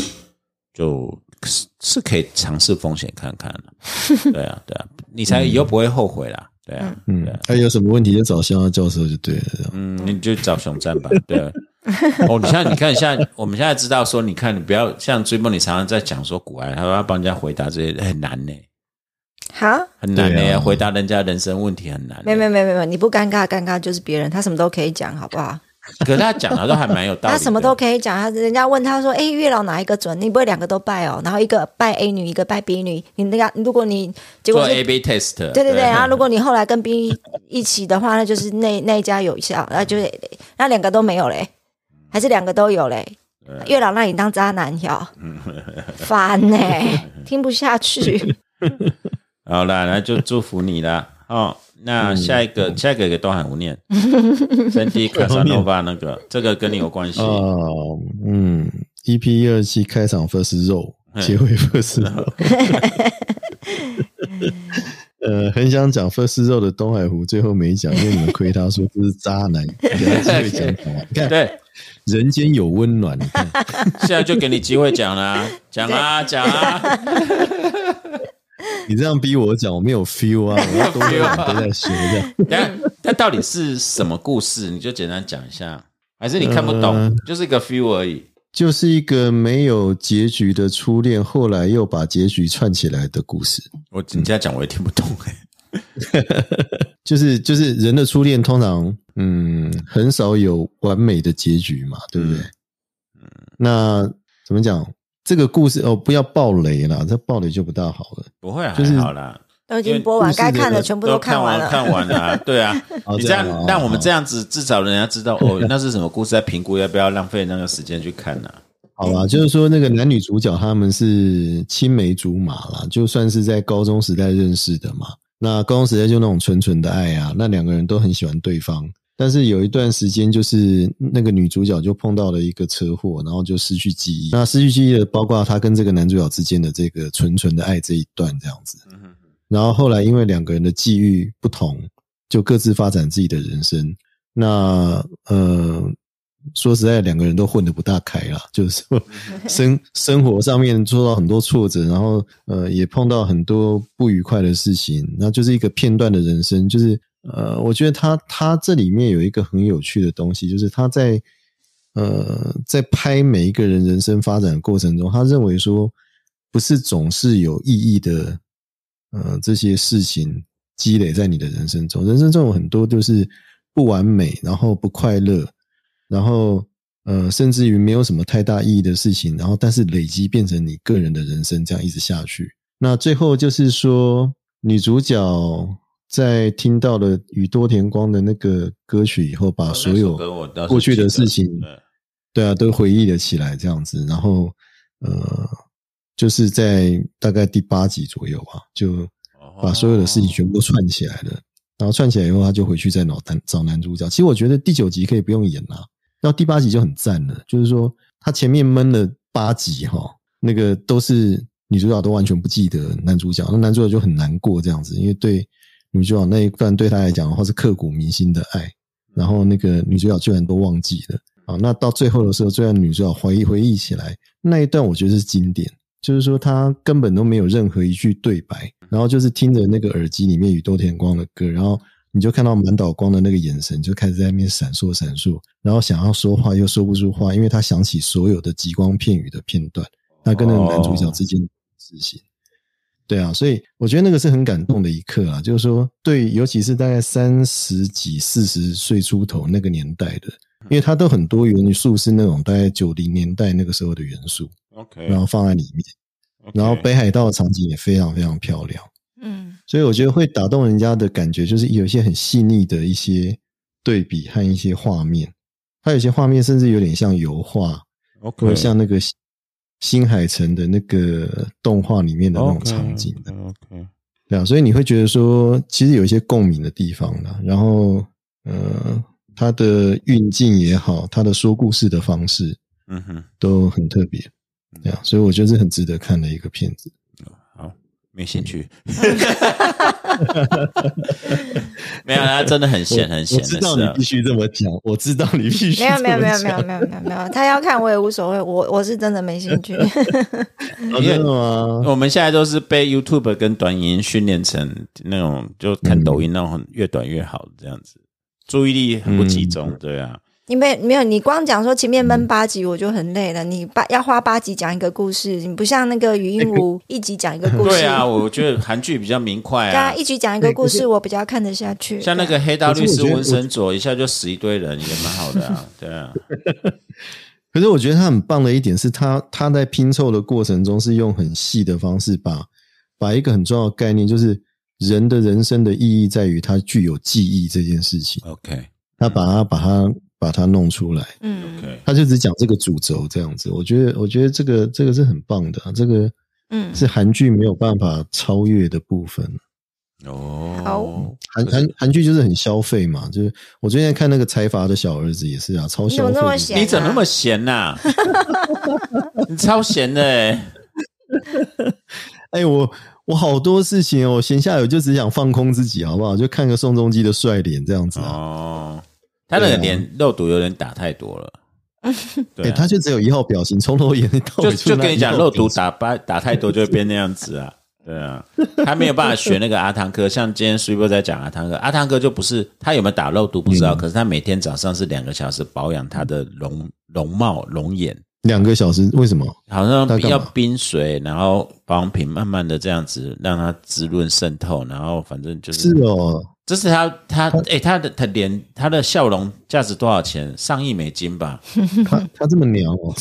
Speaker 3: 就是是可以尝试风险看看的。对啊，对啊，你才以后不会后悔啦。对啊，
Speaker 6: 嗯
Speaker 3: 对啊，
Speaker 6: 还、有什么问题就找香蕉教授就对了。这样
Speaker 3: 嗯，你就找熊战吧。 对啊，哦，你像你看，像我们现在知道说，你看你不要像追梦，你常常在讲说古埃，他说要帮人家回答这些很难呢、
Speaker 4: 好，
Speaker 3: 很难呢、
Speaker 6: 对啊
Speaker 3: 回答人家人生问题很难、
Speaker 4: 没有没有没有没有，你不尴尬，尴尬就是别人，他什么都可以讲，好不好？
Speaker 3: 可是他讲的都还蛮有道理的，
Speaker 4: 他什么都可以讲，他人家问他说：“哎，月老哪一个准？你不会两个都拜哦？然后一个拜 A 女，一个拜 B 女，你那个如果你结
Speaker 3: 做
Speaker 4: 果是
Speaker 3: A B test，对
Speaker 4: 对对对，然后如果你后来跟 B 一起的话，那就是那那一家有效，那就是那两个都没有嘞，还是两个都有嘞。月老让你当渣男哟，烦呢、听不下去。
Speaker 3: 好啦，那就祝福你啦。哦，那下一
Speaker 4: 嗯
Speaker 3: 个，下一个给东海湖 念，真的卡萨诺巴那个，这个跟你有关系。
Speaker 4: 哦
Speaker 6: 啊，嗯，EP 一二七开场 first row，结尾 first row。呃，很想讲 first row 的东海湖，最后没讲，因为你们亏他说这是渣男，给他机会讲讲完。你看，
Speaker 3: 对，
Speaker 6: 人间有温暖，你看，
Speaker 3: 现在就给你机会讲啦，讲啊讲啊，
Speaker 6: 你这样逼我讲，我没有 feel 啊，我要多都在学这样。
Speaker 3: 等下它到底是什么故事？你就简单讲一下，还是你看不懂，
Speaker 6: 嗯
Speaker 3: 就是一个 feel 而已。
Speaker 6: 就是一个没有结局的初恋，后来又把结局串起来的故事。
Speaker 3: 我你这样讲我也听不懂哎、
Speaker 6: 就是就是人的初恋通常嗯很少有完美的结局嘛，对不对？
Speaker 3: 嗯
Speaker 6: 那怎么讲这个故事哦？不要爆雷啦，这爆雷就不大好了。
Speaker 3: 不会啊
Speaker 6: 就
Speaker 3: 还
Speaker 6: 是
Speaker 3: 好啦，
Speaker 4: 都已经播完，
Speaker 6: 因为故事
Speaker 4: 该
Speaker 6: 的
Speaker 4: 看的全部
Speaker 3: 都
Speaker 4: 看
Speaker 3: 完
Speaker 4: 了。
Speaker 3: 看完了 啊，对啊
Speaker 6: 哦，
Speaker 3: 你
Speaker 6: 这
Speaker 3: 这样
Speaker 6: 样哦
Speaker 3: 让我们
Speaker 6: 哦
Speaker 3: 这样子，至少人家知道哦，那是什么故事，在评估要不要浪费那个时间去看啊呢、
Speaker 6: 好啦，就是说那个男女主角他们是青梅竹马啦，就算是在高中时代认识的嘛。那高中时代就那种纯纯的爱啊，那两个人都很喜欢对方。但是有一段时间，就是那个女主角就碰到了一个车祸，然后就失去记忆。那失去记忆的，包括她跟这个男主角之间的这个纯纯的爱这一段这样子。
Speaker 3: 嗯
Speaker 6: 然后后来因为两个人的际遇不同，就各自发展自己的人生。那呃，说实在，两个人都混得不大开啦，就是说生生活上面受到很多挫折，然后呃也碰到很多不愉快的事情，那就是一个片段的人生。就是呃，我觉得他他这里面有一个很有趣的东西，就是他在呃在拍每一个人人生发展的过程中，他认为说不是总是有意义的呃这些事情积累在你的人生中，人生中有很多就是不完美，然后不快乐，然后呃甚至于没有什么太大意义的事情，然后但是累积变成你个人的人生，这样一直下去。那最后就是说，女主角在听到了宇多田光的那个歌曲以后，把所有
Speaker 3: 哦嗯那首歌我倒是
Speaker 6: 过去的事情
Speaker 3: 记得对
Speaker 6: 对啊，都回忆了起来，这样子。然后，呃，就是在大概第八集左右吧，就
Speaker 3: 哦
Speaker 6: 把所有的事情全部都串起来了。然后串起来以后，他就回去再找男找男主角。其实我觉得第九集可以不用演啦、到第八集就很赞了。就是说，他前面闷了八集哈，那个都是女主角都完全不记得男主角，那男主角就很难过这样子，因为对女主角那一段对他来讲的话是刻骨铭心的爱，然后那个女主角居然都忘记了。啊，那到最后的时候，最后女主角回忆回忆起来那一段，我觉得是经典，就是说她根本都没有任何一句对白，然后就是听着那个耳机里面宇多田光的歌，然后你就看到满岛光的那个眼神就开始在那边闪烁闪烁，然后想要说话又说不出话，因为他想起所有的极光片语的片段，那跟那个男主角之间的事情。对啊，所以我觉得那个是很感动的一刻啊，就是说，对，尤其是大概三十几、四十岁出头那个年代的，因为它都很多元素是那种大概九零年代那个时候的元素，
Speaker 3: 哦 OK，
Speaker 6: 然后放在里面，然后北海道的场景也非常非常漂亮，
Speaker 4: 嗯，
Speaker 6: 所以我觉得会打动人家的感觉就是有一些很细腻的一些对比和一些画面，它有些画面甚至有点像油画，或
Speaker 3: OK，
Speaker 6: 者像那个新新海诚的那个动画里面的那种场景。
Speaker 3: 嗯 OK，
Speaker 6: 对啊，所以你会觉得说，其实有一些共鸣的地方啦。然后，呃，他的运镜也好，他的说故事的方式
Speaker 3: 嗯哼，
Speaker 6: 都很特别，对啊，所以我觉得是很值得看的一个片子。
Speaker 3: 好，没兴趣。没有，他真的很闲，很闲
Speaker 6: 我
Speaker 3: 的
Speaker 6: 知
Speaker 3: 事
Speaker 6: 道你
Speaker 3: 啊。
Speaker 6: 必须这么讲，我知道你必须
Speaker 4: 没有没有没有
Speaker 6: 这
Speaker 4: 没
Speaker 6: 么
Speaker 4: 有没有没有没有，他要看我也无所谓，我我是真的没兴趣。
Speaker 6: 讲哦真的吗？
Speaker 3: 我们现在都是被 YouTube 跟短音训练成那种，就看抖音那种很越短越好这样子，注意力很不集中。对啊，
Speaker 4: 你没没有，你光讲说前面闷八集我就很累了，你八要花八集讲一个故事，你不像那个语音舞一集讲一个故事，
Speaker 3: 对啊，我觉得韩剧比较明快
Speaker 4: 对
Speaker 3: 啊
Speaker 4: 啊，。一集讲一个故事，我比较看得下去。啊
Speaker 3: 像那个黑道
Speaker 6: 可是
Speaker 3: 律
Speaker 6: 我
Speaker 3: 师
Speaker 6: 觉得
Speaker 3: 文森佐，一下就死一堆人，也蛮好的 啊。对啊，
Speaker 6: 可是我觉得他很棒的一点是他，他在拼凑的过程中是用很细的方式把把一个很重要的概念，就是人的人生的意义在于他具有记忆这件事情。
Speaker 3: OK
Speaker 6: 他把它把它把它弄出来，
Speaker 4: 嗯
Speaker 3: OK，
Speaker 6: 他就只讲这个主轴这样子。我觉得我觉得这个这个是很棒的啊、这个
Speaker 4: 嗯
Speaker 6: 是韩剧没有办法超越的部分。啊
Speaker 3: 哦
Speaker 4: 好，
Speaker 6: 韩
Speaker 3: 可是
Speaker 6: 韩韩剧就是很消费嘛，就是我最近在看那个财阀的小儿子也是啊，超消费
Speaker 4: 嗯你怎么那么
Speaker 6: 的
Speaker 4: 闲
Speaker 3: 你怎么那么闲 呐？你超闲的欸。
Speaker 6: 哎、我我好多事情哦，我闲下来我就只想放空自己，好不好？就看个宋仲基的帅脸这样子啊。
Speaker 3: 哦，他那个脸肉毒有点打太多了。
Speaker 6: 哎、
Speaker 3: 对啊，
Speaker 6: 他就只有一号表情，从头演到
Speaker 3: 就
Speaker 6: 尾
Speaker 3: 就
Speaker 6: 那
Speaker 3: 跟你讲，
Speaker 6: 一号
Speaker 3: 肉
Speaker 6: 表
Speaker 3: 毒
Speaker 6: 情
Speaker 3: 打八打太多就会变那样子啊。对啊，他没有办法学那个阿汤哥，像今天 Super 在讲阿汤哥，阿汤哥就不是他有没有打嗯肉毒不知道，可是他每天早上是两个小时保养他的容容貌容颜，
Speaker 6: 两个小时，为什么？
Speaker 3: 好像
Speaker 6: 那干
Speaker 3: 要
Speaker 6: 嘛
Speaker 3: 冰水，然后保养品慢慢的这样子让它滋润渗透，然后反正就是
Speaker 6: 是哦，
Speaker 3: 这是他他哎、他的他脸他的笑容价值多少钱？上亿美金吧？
Speaker 6: 他他这么娘哦，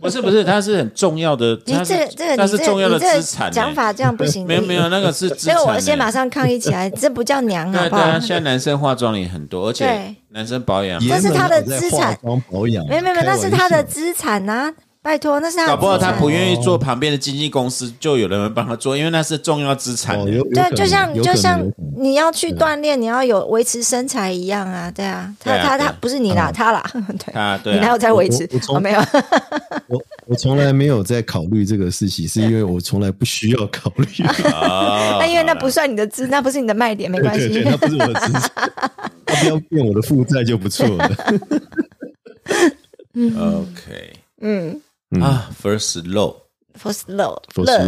Speaker 3: 不是不是，它是很重要的，
Speaker 4: 啊你
Speaker 3: 它是
Speaker 4: 这个这个
Speaker 3: 它
Speaker 4: 你
Speaker 3: 是
Speaker 4: 这
Speaker 3: 重
Speaker 4: 个
Speaker 3: 要
Speaker 4: 你
Speaker 3: 的
Speaker 4: 这
Speaker 3: 资
Speaker 4: 个
Speaker 3: 产、欸。
Speaker 4: 讲法这样不行，
Speaker 3: 没有没有，
Speaker 4: 你
Speaker 3: 那个是资产、
Speaker 4: 所以
Speaker 3: 欸。
Speaker 4: 我先马上抗议起来，这不叫娘，好
Speaker 3: 对
Speaker 4: 不
Speaker 3: 对
Speaker 4: 好
Speaker 3: 啊，？现在男生化妆也很多，而且
Speaker 4: 对
Speaker 3: 男生保养，
Speaker 4: 这是他的资产
Speaker 6: 原本我在化妆保养，
Speaker 4: 没有没有，没有那是
Speaker 6: 开
Speaker 4: 他的
Speaker 6: 玩笑哦
Speaker 4: 资产呐、拜托，那是他的
Speaker 3: 搞
Speaker 4: 资产。
Speaker 3: 不好他不愿意做旁边的经纪公司，就有人帮他做，因为那是重要资产、欸
Speaker 6: 哦，有有可
Speaker 4: 对，
Speaker 6: 能
Speaker 4: 就像
Speaker 6: 有可
Speaker 4: 就
Speaker 6: 能
Speaker 4: 像
Speaker 6: 有可能
Speaker 4: 你要去锻炼，你要有维持身材一样啊，对啊，他
Speaker 3: 对啊
Speaker 4: 他
Speaker 3: 对啊
Speaker 4: 他不是你啦，他啦， 对，
Speaker 3: 他对
Speaker 4: 你哪
Speaker 3: 啊
Speaker 4: 有，在维持
Speaker 6: 嗯我我？从
Speaker 4: 哦，没有，
Speaker 6: 我我从来没有在考虑这个事情，是因为我从来不需要考 虑，
Speaker 3: 哦
Speaker 4: 那因为那不算你的资，那不是你的卖 点，没关
Speaker 6: 对对，
Speaker 4: 系。
Speaker 6: 那不是我的资 产，他不要变我的负债就不错了。
Speaker 3: OK
Speaker 4: 嗯
Speaker 3: 啊，First Low
Speaker 4: ，first low，
Speaker 6: First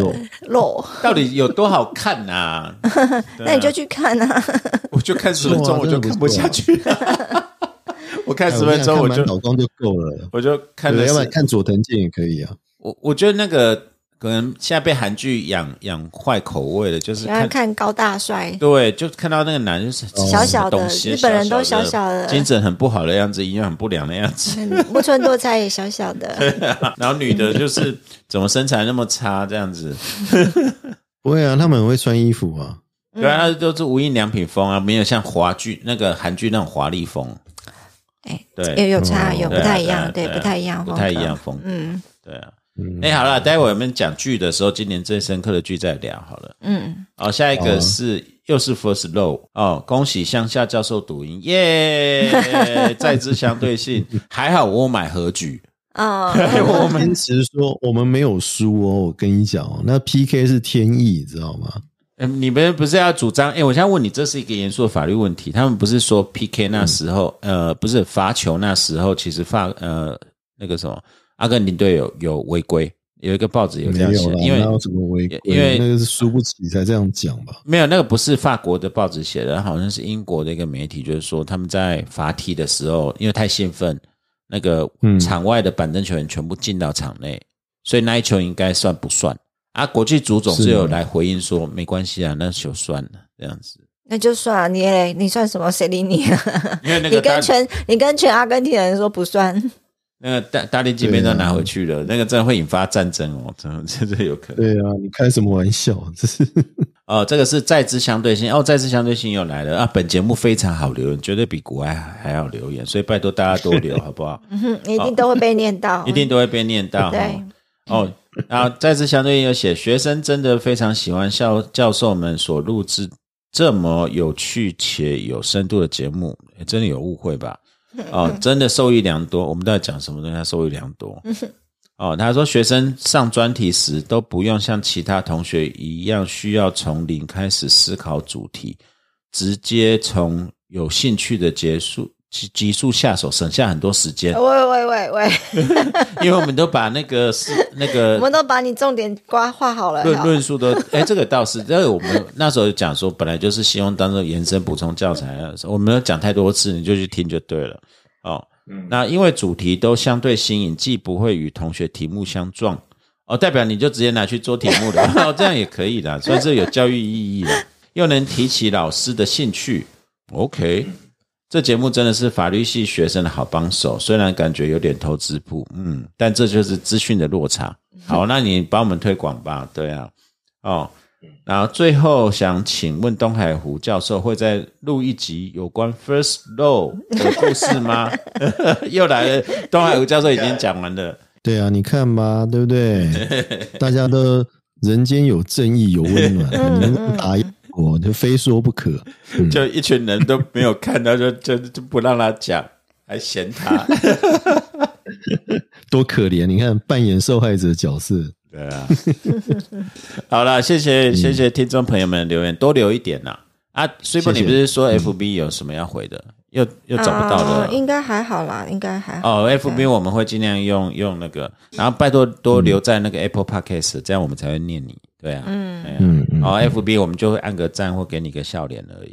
Speaker 4: low，
Speaker 3: 到底有多好看呐、对啊
Speaker 4: 那你就去看啊。
Speaker 3: 我就看十分
Speaker 6: 是
Speaker 3: 钟，
Speaker 6: 吗
Speaker 3: 我就看不下去 了。我 看十
Speaker 6: 哎
Speaker 3: 分钟，我
Speaker 6: 我跟你讲看满
Speaker 3: 就
Speaker 6: 脑光就够了。
Speaker 3: 我就看了
Speaker 6: 对，要不然
Speaker 3: 十。
Speaker 6: 看佐藤健也可以啊。
Speaker 3: 我我觉得那个可能现在被韩剧养养坏口味了， 就是
Speaker 4: 喜欢
Speaker 3: 看
Speaker 4: 看高大帅，
Speaker 3: 对，就看到那个男就是
Speaker 4: 小小的
Speaker 3: 东西
Speaker 4: 日本人都
Speaker 3: 小
Speaker 4: 小小的
Speaker 3: 精神很不好的样子，营养很不良的样子，啊
Speaker 4: 嗯木村拓哉也小小的，
Speaker 3: 然后女的就是怎么身材那么差这样子，
Speaker 6: 不会啊，他们很会穿衣服 啊。
Speaker 4: 嗯
Speaker 3: 对啊，那都是无印良品风啊，没有像华剧那个韩剧那种华丽风，
Speaker 4: 哎，
Speaker 3: 对
Speaker 4: 也 有差，有不
Speaker 3: 对啊
Speaker 4: 太一
Speaker 3: 对啊
Speaker 4: 样，对，
Speaker 3: 对啊
Speaker 4: 不太一样，
Speaker 3: 不太一样。风格，
Speaker 4: 嗯
Speaker 3: 对啊。
Speaker 6: 嗯，
Speaker 3: 哎、好了，待会我们讲剧的时候，今年最深刻的剧再聊好了。
Speaker 4: 嗯，
Speaker 3: 好，下一
Speaker 6: 好啊
Speaker 3: 个是、又是 First Row 哦，恭喜向下教授赌赢， 耶、再知相对性，还好我买和局，
Speaker 4: 哦，
Speaker 3: 哎
Speaker 6: 我们坚持说我们没有输哦。我跟你讲哦，那 PK 是天意，知道吗？
Speaker 3: 嗯，你们不是要主张？哎、我现在问你，这是一个严肃的法律问题。他们不是说 PK
Speaker 6: 嗯
Speaker 3: 那时候，呃，不是罚球那时候，其实法呃那个什么，阿根廷队有有违规，有一个报纸有
Speaker 6: 没
Speaker 3: 这样写
Speaker 6: 有，啦，
Speaker 3: 因为
Speaker 6: 哪有什么违规？
Speaker 3: 因为
Speaker 6: 那个是输不起才这样讲吧？
Speaker 3: 没有那个不是法国的报纸写的，好像是英国的一个媒体，就是说他们在罚踢的时候，因为太兴奋，那个
Speaker 6: 嗯
Speaker 3: 场外的板凳球员全部进到场内，所以那一球应该算不算？啊，国际足总
Speaker 6: 是
Speaker 3: 是有
Speaker 6: 吗
Speaker 3: 来回应说没关系啊，那球算了这样子。
Speaker 4: 那就算了，你嘞，你算什么？谁理你、啊？
Speaker 3: 因为 那个
Speaker 4: 你
Speaker 3: 大
Speaker 4: 跟全你跟全阿根廷人说不算，
Speaker 3: 那个大大力金杯都拿回去
Speaker 6: 啊
Speaker 3: 了，那个真的会引发战争哦，真的真的有可能。
Speaker 6: 对啊，你开什么玩笑？啊这是
Speaker 3: 哦，这个是在知相对性哦，在知相对性又来了啊！本节目非常好留言，绝对比国外还要留言，所以拜托大家多 留好不好？
Speaker 4: 嗯你一定都会被念到，
Speaker 3: 哦 一定都会被念到。
Speaker 4: 对
Speaker 3: 哦，然后在知相对性有写，学生真的非常喜欢教教授们所录制这么有趣且有深度的节目，诶真的有误会吧？哦，真的受益良多。我们到底讲什么东西？他受益良多。哦，他说学生上专题时都不用像其他同学一样需要从零开始思考主题，直接从有兴趣的结束集集数下手，省下很多时间。
Speaker 4: 喂喂喂喂，
Speaker 3: 因为我们都把那个 是那
Speaker 4: 我
Speaker 3: 个
Speaker 4: 们都把你重点刮画好了。
Speaker 3: 呃论
Speaker 4: 好
Speaker 3: 论述都，哎，这个倒是，这个我们那时候讲说，本来就是希望当做延伸补充教材啊，我没有讲太多次，你就去听就对了。哦，那因为主题都相对新颖，既不会与同学题目相撞，哦，代表你就直接拿去做题目 了，哦，这样也可以啦，算是有教育意义了，又能提起老师的兴趣。OK，这节目真的是法律系学生的好帮手，虽然感觉有点投资部，嗯，但这就是资讯的落差。好，那你帮我们推广吧，对啊，哦，然后最后想请问东海湖教授会再录一集有关 First Row 的故事吗？又来了，东海湖教授已经讲完了，
Speaker 6: 对啊，你看吧，对不对？大家都人间有正义，有温暖， 你们打压我，就非说不可。
Speaker 3: 就一群人都没有看到，就就就不让他讲，还嫌他，
Speaker 6: 多可怜！你看，扮演受害者角色，
Speaker 3: 对啊。好了，谢
Speaker 6: 嗯
Speaker 3: 谢谢谢听众朋友们的留言，多留一点啦。啊，所以不，你
Speaker 6: 谢嗯谢
Speaker 3: 不是说 FB 有什么要回的，又又找不到
Speaker 4: 啊
Speaker 3: 了。
Speaker 4: 应该还好啦，应该还好。
Speaker 3: 哦，FB 我们会尽量用用那个，然后拜托多留在那个 Apple Podcast，、这样我们才会念你。对啊，
Speaker 4: 嗯，
Speaker 3: 嗯
Speaker 6: 嗯
Speaker 3: 嗯，
Speaker 6: 嗯
Speaker 3: 好，FB 我们就会按个赞或给你个笑脸而已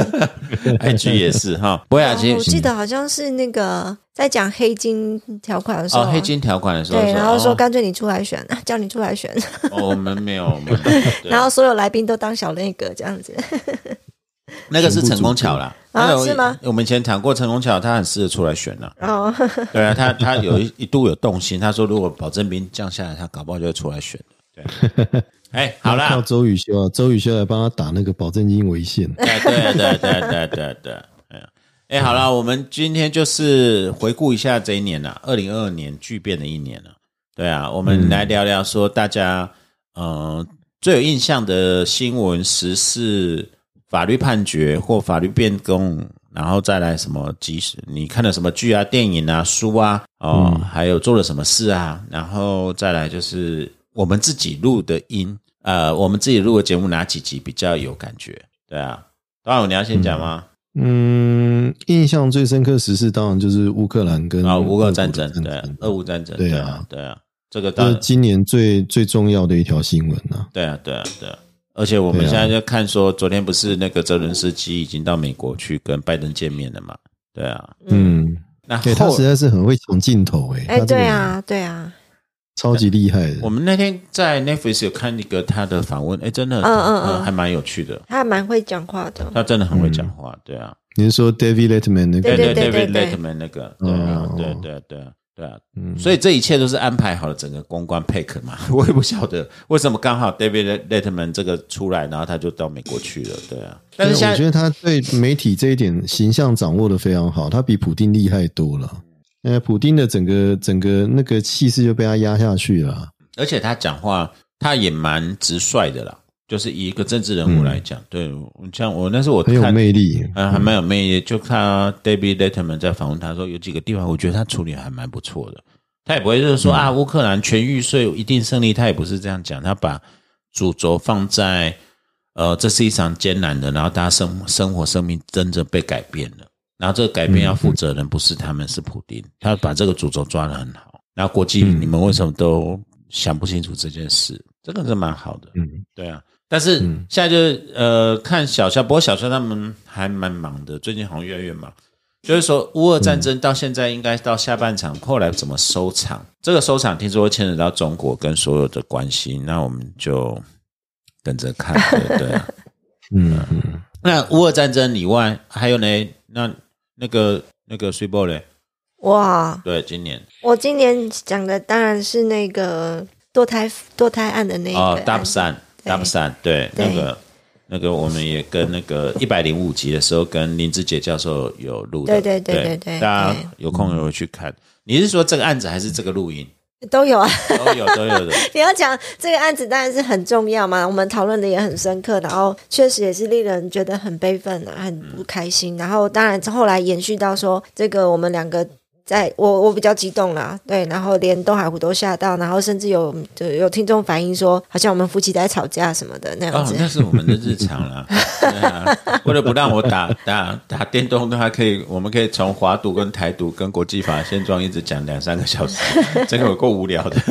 Speaker 3: ，IG 也是哈，不会啊，其
Speaker 4: 哦我
Speaker 3: 实
Speaker 4: 记得好像是那个在讲黑金条款的时候，
Speaker 3: 哦，黑金条款的时候
Speaker 4: 对，然后说
Speaker 3: 哦
Speaker 4: 干脆你出来选，啊叫你出来选，
Speaker 3: 哦，我们没有，我 们没有对
Speaker 4: 然后所有来宾都当小内阁这样子。
Speaker 3: 那个是陈功桥啦，那
Speaker 4: 啊
Speaker 3: 个我
Speaker 4: 是吗？
Speaker 3: 我们以前谈过陈功桥，他很适合出来选 呐、
Speaker 4: 然后
Speaker 3: 对啊，他他有一一度有动心，他说如果保证兵降下来，他搞不好就会出来选。对， 哎，好啦，
Speaker 6: 靠周宇修啊，周宇修来帮他打那个保证金为限。
Speaker 3: 对对对对对对对，哎呀，哎，好了，我们今天就是回顾一下这一年啦，二零二二年巨变的一年了。对啊，我们来聊聊说大家嗯、呃最有印象的新闻、时事、法律判决或法律变更，然后再来什么即时你看了什么剧啊、电影啊、书啊，哦，还有做了什么事啊，然后再来就是我们自己录的音，呃，我们自己录的节目哪几集比较有感觉？对啊，当然你要先讲吗？
Speaker 6: 嗯，印象最深刻时事当然就是乌克兰跟
Speaker 3: 啊，乌
Speaker 6: 乌
Speaker 3: 克
Speaker 6: 克
Speaker 3: 兰
Speaker 6: 兰
Speaker 3: 战争，对啊，俄乌战争，
Speaker 6: 对啊
Speaker 3: 对啊，对啊，这个当
Speaker 6: 这是
Speaker 3: 然，
Speaker 6: 今年最最重要的一条新闻啊。
Speaker 3: 对啊，对啊，对啊。而且我们
Speaker 6: 对啊
Speaker 3: 现在就看说，昨天不是那个泽伦斯基已经到美国去跟拜登见面了嘛？对啊，
Speaker 6: 嗯，
Speaker 3: 那
Speaker 6: 对他
Speaker 3: 后
Speaker 6: 实在是很会抢镜头诶、
Speaker 4: 哎，
Speaker 6: 他这个
Speaker 4: 对
Speaker 6: 人
Speaker 4: 啊，对啊，
Speaker 6: 超级厉害的
Speaker 3: 我。们那天在 Netflix 有看一个他的访问，哎，真的，
Speaker 4: 嗯嗯
Speaker 3: 呃
Speaker 4: 嗯
Speaker 3: 还蛮有趣的。
Speaker 4: 他还蛮会讲话的。
Speaker 3: 他真的很会讲
Speaker 6: 嗯
Speaker 3: 话，对啊，
Speaker 6: 你是说 David Letterman 那个？
Speaker 4: 对
Speaker 3: 对
Speaker 4: 对
Speaker 3: ，David
Speaker 4: 对对
Speaker 3: Letterman 那个，对啊
Speaker 6: 哦，
Speaker 3: 对对对啊对啊，
Speaker 6: 嗯
Speaker 3: 所以这一切都是安排好了整个公关 pick 嘛，我也不晓得为什么刚好 David Letterman 这个出来，然后他就到美国去了，对啊。但是
Speaker 6: 对
Speaker 3: 现
Speaker 6: 我觉
Speaker 3: 在
Speaker 6: 得他对媒体这一点形象掌握的非常好，他比普丁厉害多了。呃，普丁的整个整个那个气势就被他压下去了啊。
Speaker 3: 而且他讲话他也蛮直率的啦，就是以一个政治人物来讲，对，我像我那是我
Speaker 6: 很有
Speaker 3: 看
Speaker 6: 魅力。
Speaker 3: 啊，还蛮有魅力。就看啊 David Letterman 在访问他说，有几个地方我觉得他处理还蛮不错的。他也不会就是说、啊，乌克兰全域税一定胜利，他也不是这样讲。他把主轴放在呃，这是一场艰难的，然后大家生生活生命真正被改变了，然后这个改变要负责人不是他们，是普丁。他把这个主轴抓得很好。然后国际，你们为什么都想不清楚这件事？这个是蛮好的。对啊，但是现在就是、呃，看小夏，不过小夏他们还蛮忙的，最近好像越来越忙。就是说，乌俄战争到现在应该到下半场，后来怎么收场？这个收场听说会牵扯到中国跟所有的关系，那我们就跟着看，对对、啊。
Speaker 6: 嗯嗯，
Speaker 3: 那乌俄战争以外，还有呢？那那个那个 s u p e 嘞？
Speaker 4: 哇，
Speaker 3: 对，今年
Speaker 4: 我今年讲的当然是那个堕胎堕胎案的那一个
Speaker 3: 哦
Speaker 4: 案
Speaker 3: d u b s a n d
Speaker 4: 对
Speaker 3: u b s a n 对，
Speaker 4: 对
Speaker 3: 那个那个我们也跟那个一百零五集的时候，跟林志杰教授有录的，
Speaker 4: 对对对对对
Speaker 3: 大家
Speaker 4: 对
Speaker 3: 有空也会去看。你是说这个案子还是这个录 音？
Speaker 4: 都有啊。
Speaker 3: 都有都有的，
Speaker 4: 你要讲这个案子当然是很重要嘛，我们讨论的也很深刻，然后确实也是令人觉得很悲愤啊，很不开心。然后当然后来延续到说，这个我们两个在我我比较激动啦，对，然后连东海湖都吓到，然后甚至有就有听众反映说，好像我们夫妻在吵架什么的那样
Speaker 3: 哦
Speaker 4: 子。，
Speaker 3: 那是我们的日常 啦。对啊，为了不让我打打打电动的话，可以我们可以从华独跟台独跟国际法现状一直讲两三个小时，这个有够无聊的。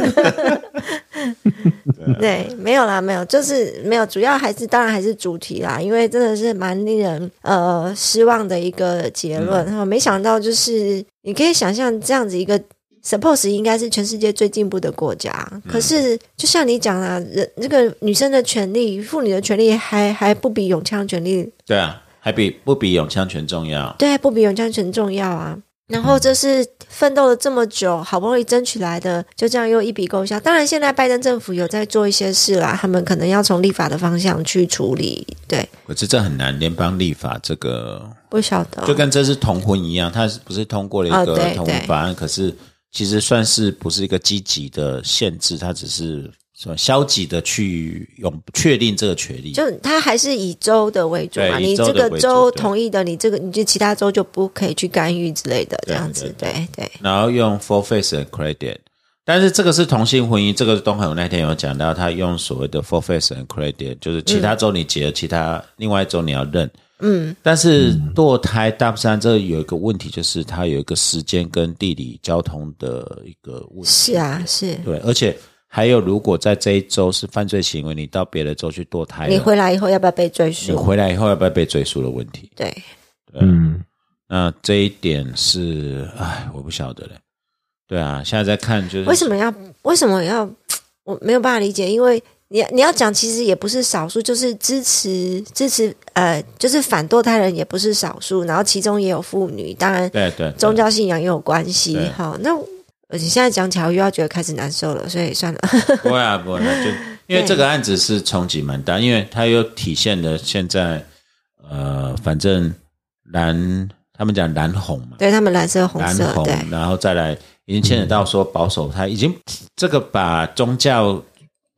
Speaker 4: 对，没有啦，没有，就是没有，主要还是当然还是主题啦，因为真的是蛮令人呃失望的一个结论。然后没想到就是你可以想象这样子一个。Suppose 应该是全世界最进步的国家，可是就像你讲啊，人这个女生的权利、妇女的权利还还不比永枪权利
Speaker 3: 对啊，还比不比永枪拳重要？
Speaker 4: 对，不比永江城重要啊。然
Speaker 3: 嗯
Speaker 4: 后这是奋斗了这么久，好不容易争取来的，就这样又一笔勾销。当然，现在拜登政府有在做一些事啦，他们可能要从立法的方向去处理。对，
Speaker 3: 可是这很难，联邦立法这个
Speaker 4: 不晓得
Speaker 3: 就跟这次同婚一样，它是不是通过了一
Speaker 4: 哦
Speaker 3: 个
Speaker 4: 对
Speaker 3: 同婚法案？可是其实算是不是一个积极的限制，它只是说消极的去用确定这个权利。
Speaker 4: 就他还是以州的为主嘛，
Speaker 3: 对以
Speaker 4: 你
Speaker 3: 州
Speaker 4: 这
Speaker 3: 的
Speaker 4: 个
Speaker 3: 为主
Speaker 4: 州
Speaker 3: 对
Speaker 4: 同意的，你这个你就其他州就不可以去干预之类的，这
Speaker 3: 对
Speaker 4: 样
Speaker 3: 对
Speaker 4: 子。对对，
Speaker 3: 然后用 full face and credit，但是这个是同性婚姻，这个东海我那天有讲到，他用所谓的 full face and credit，就是其他州你结，其他另外一州你要认。嗯，但是堕胎大不山这个有一个问题，就是它有一个时间跟地理交通的一个问题。
Speaker 4: 是啊，是
Speaker 3: 对，而且还有，如果在这一周是犯罪行为，你到别的州去堕胎了，
Speaker 4: 你回来以后要不要被追
Speaker 3: 你
Speaker 4: 溯？
Speaker 3: 回来以后要不要被追诉的问题？
Speaker 4: 对，
Speaker 6: 嗯，
Speaker 3: 啊那这一点是，哎，我不晓得嘞。对啊，现在在看就是
Speaker 4: 为什么要为什么要我没有办法理解，因为你你要讲，其实也不是少数，就是支持支持呃，就是反堕胎人也不是少数，然后其中也有妇女，当然
Speaker 3: 对对对
Speaker 4: 宗教信仰也有关系
Speaker 3: 对。
Speaker 4: 好，那而且现在讲起来我又要觉得开始难受了，所以算了。
Speaker 3: 不会啊，不会、啊，就因为这个案子是冲击蛮大，因为它又体现了现在呃，反正蓝他们讲蓝红嘛，
Speaker 4: 对他们蓝色红
Speaker 3: 蓝
Speaker 4: 色，
Speaker 3: 红
Speaker 4: 对，
Speaker 3: 然后再来已经牵扯到说保守派，已经这个把宗教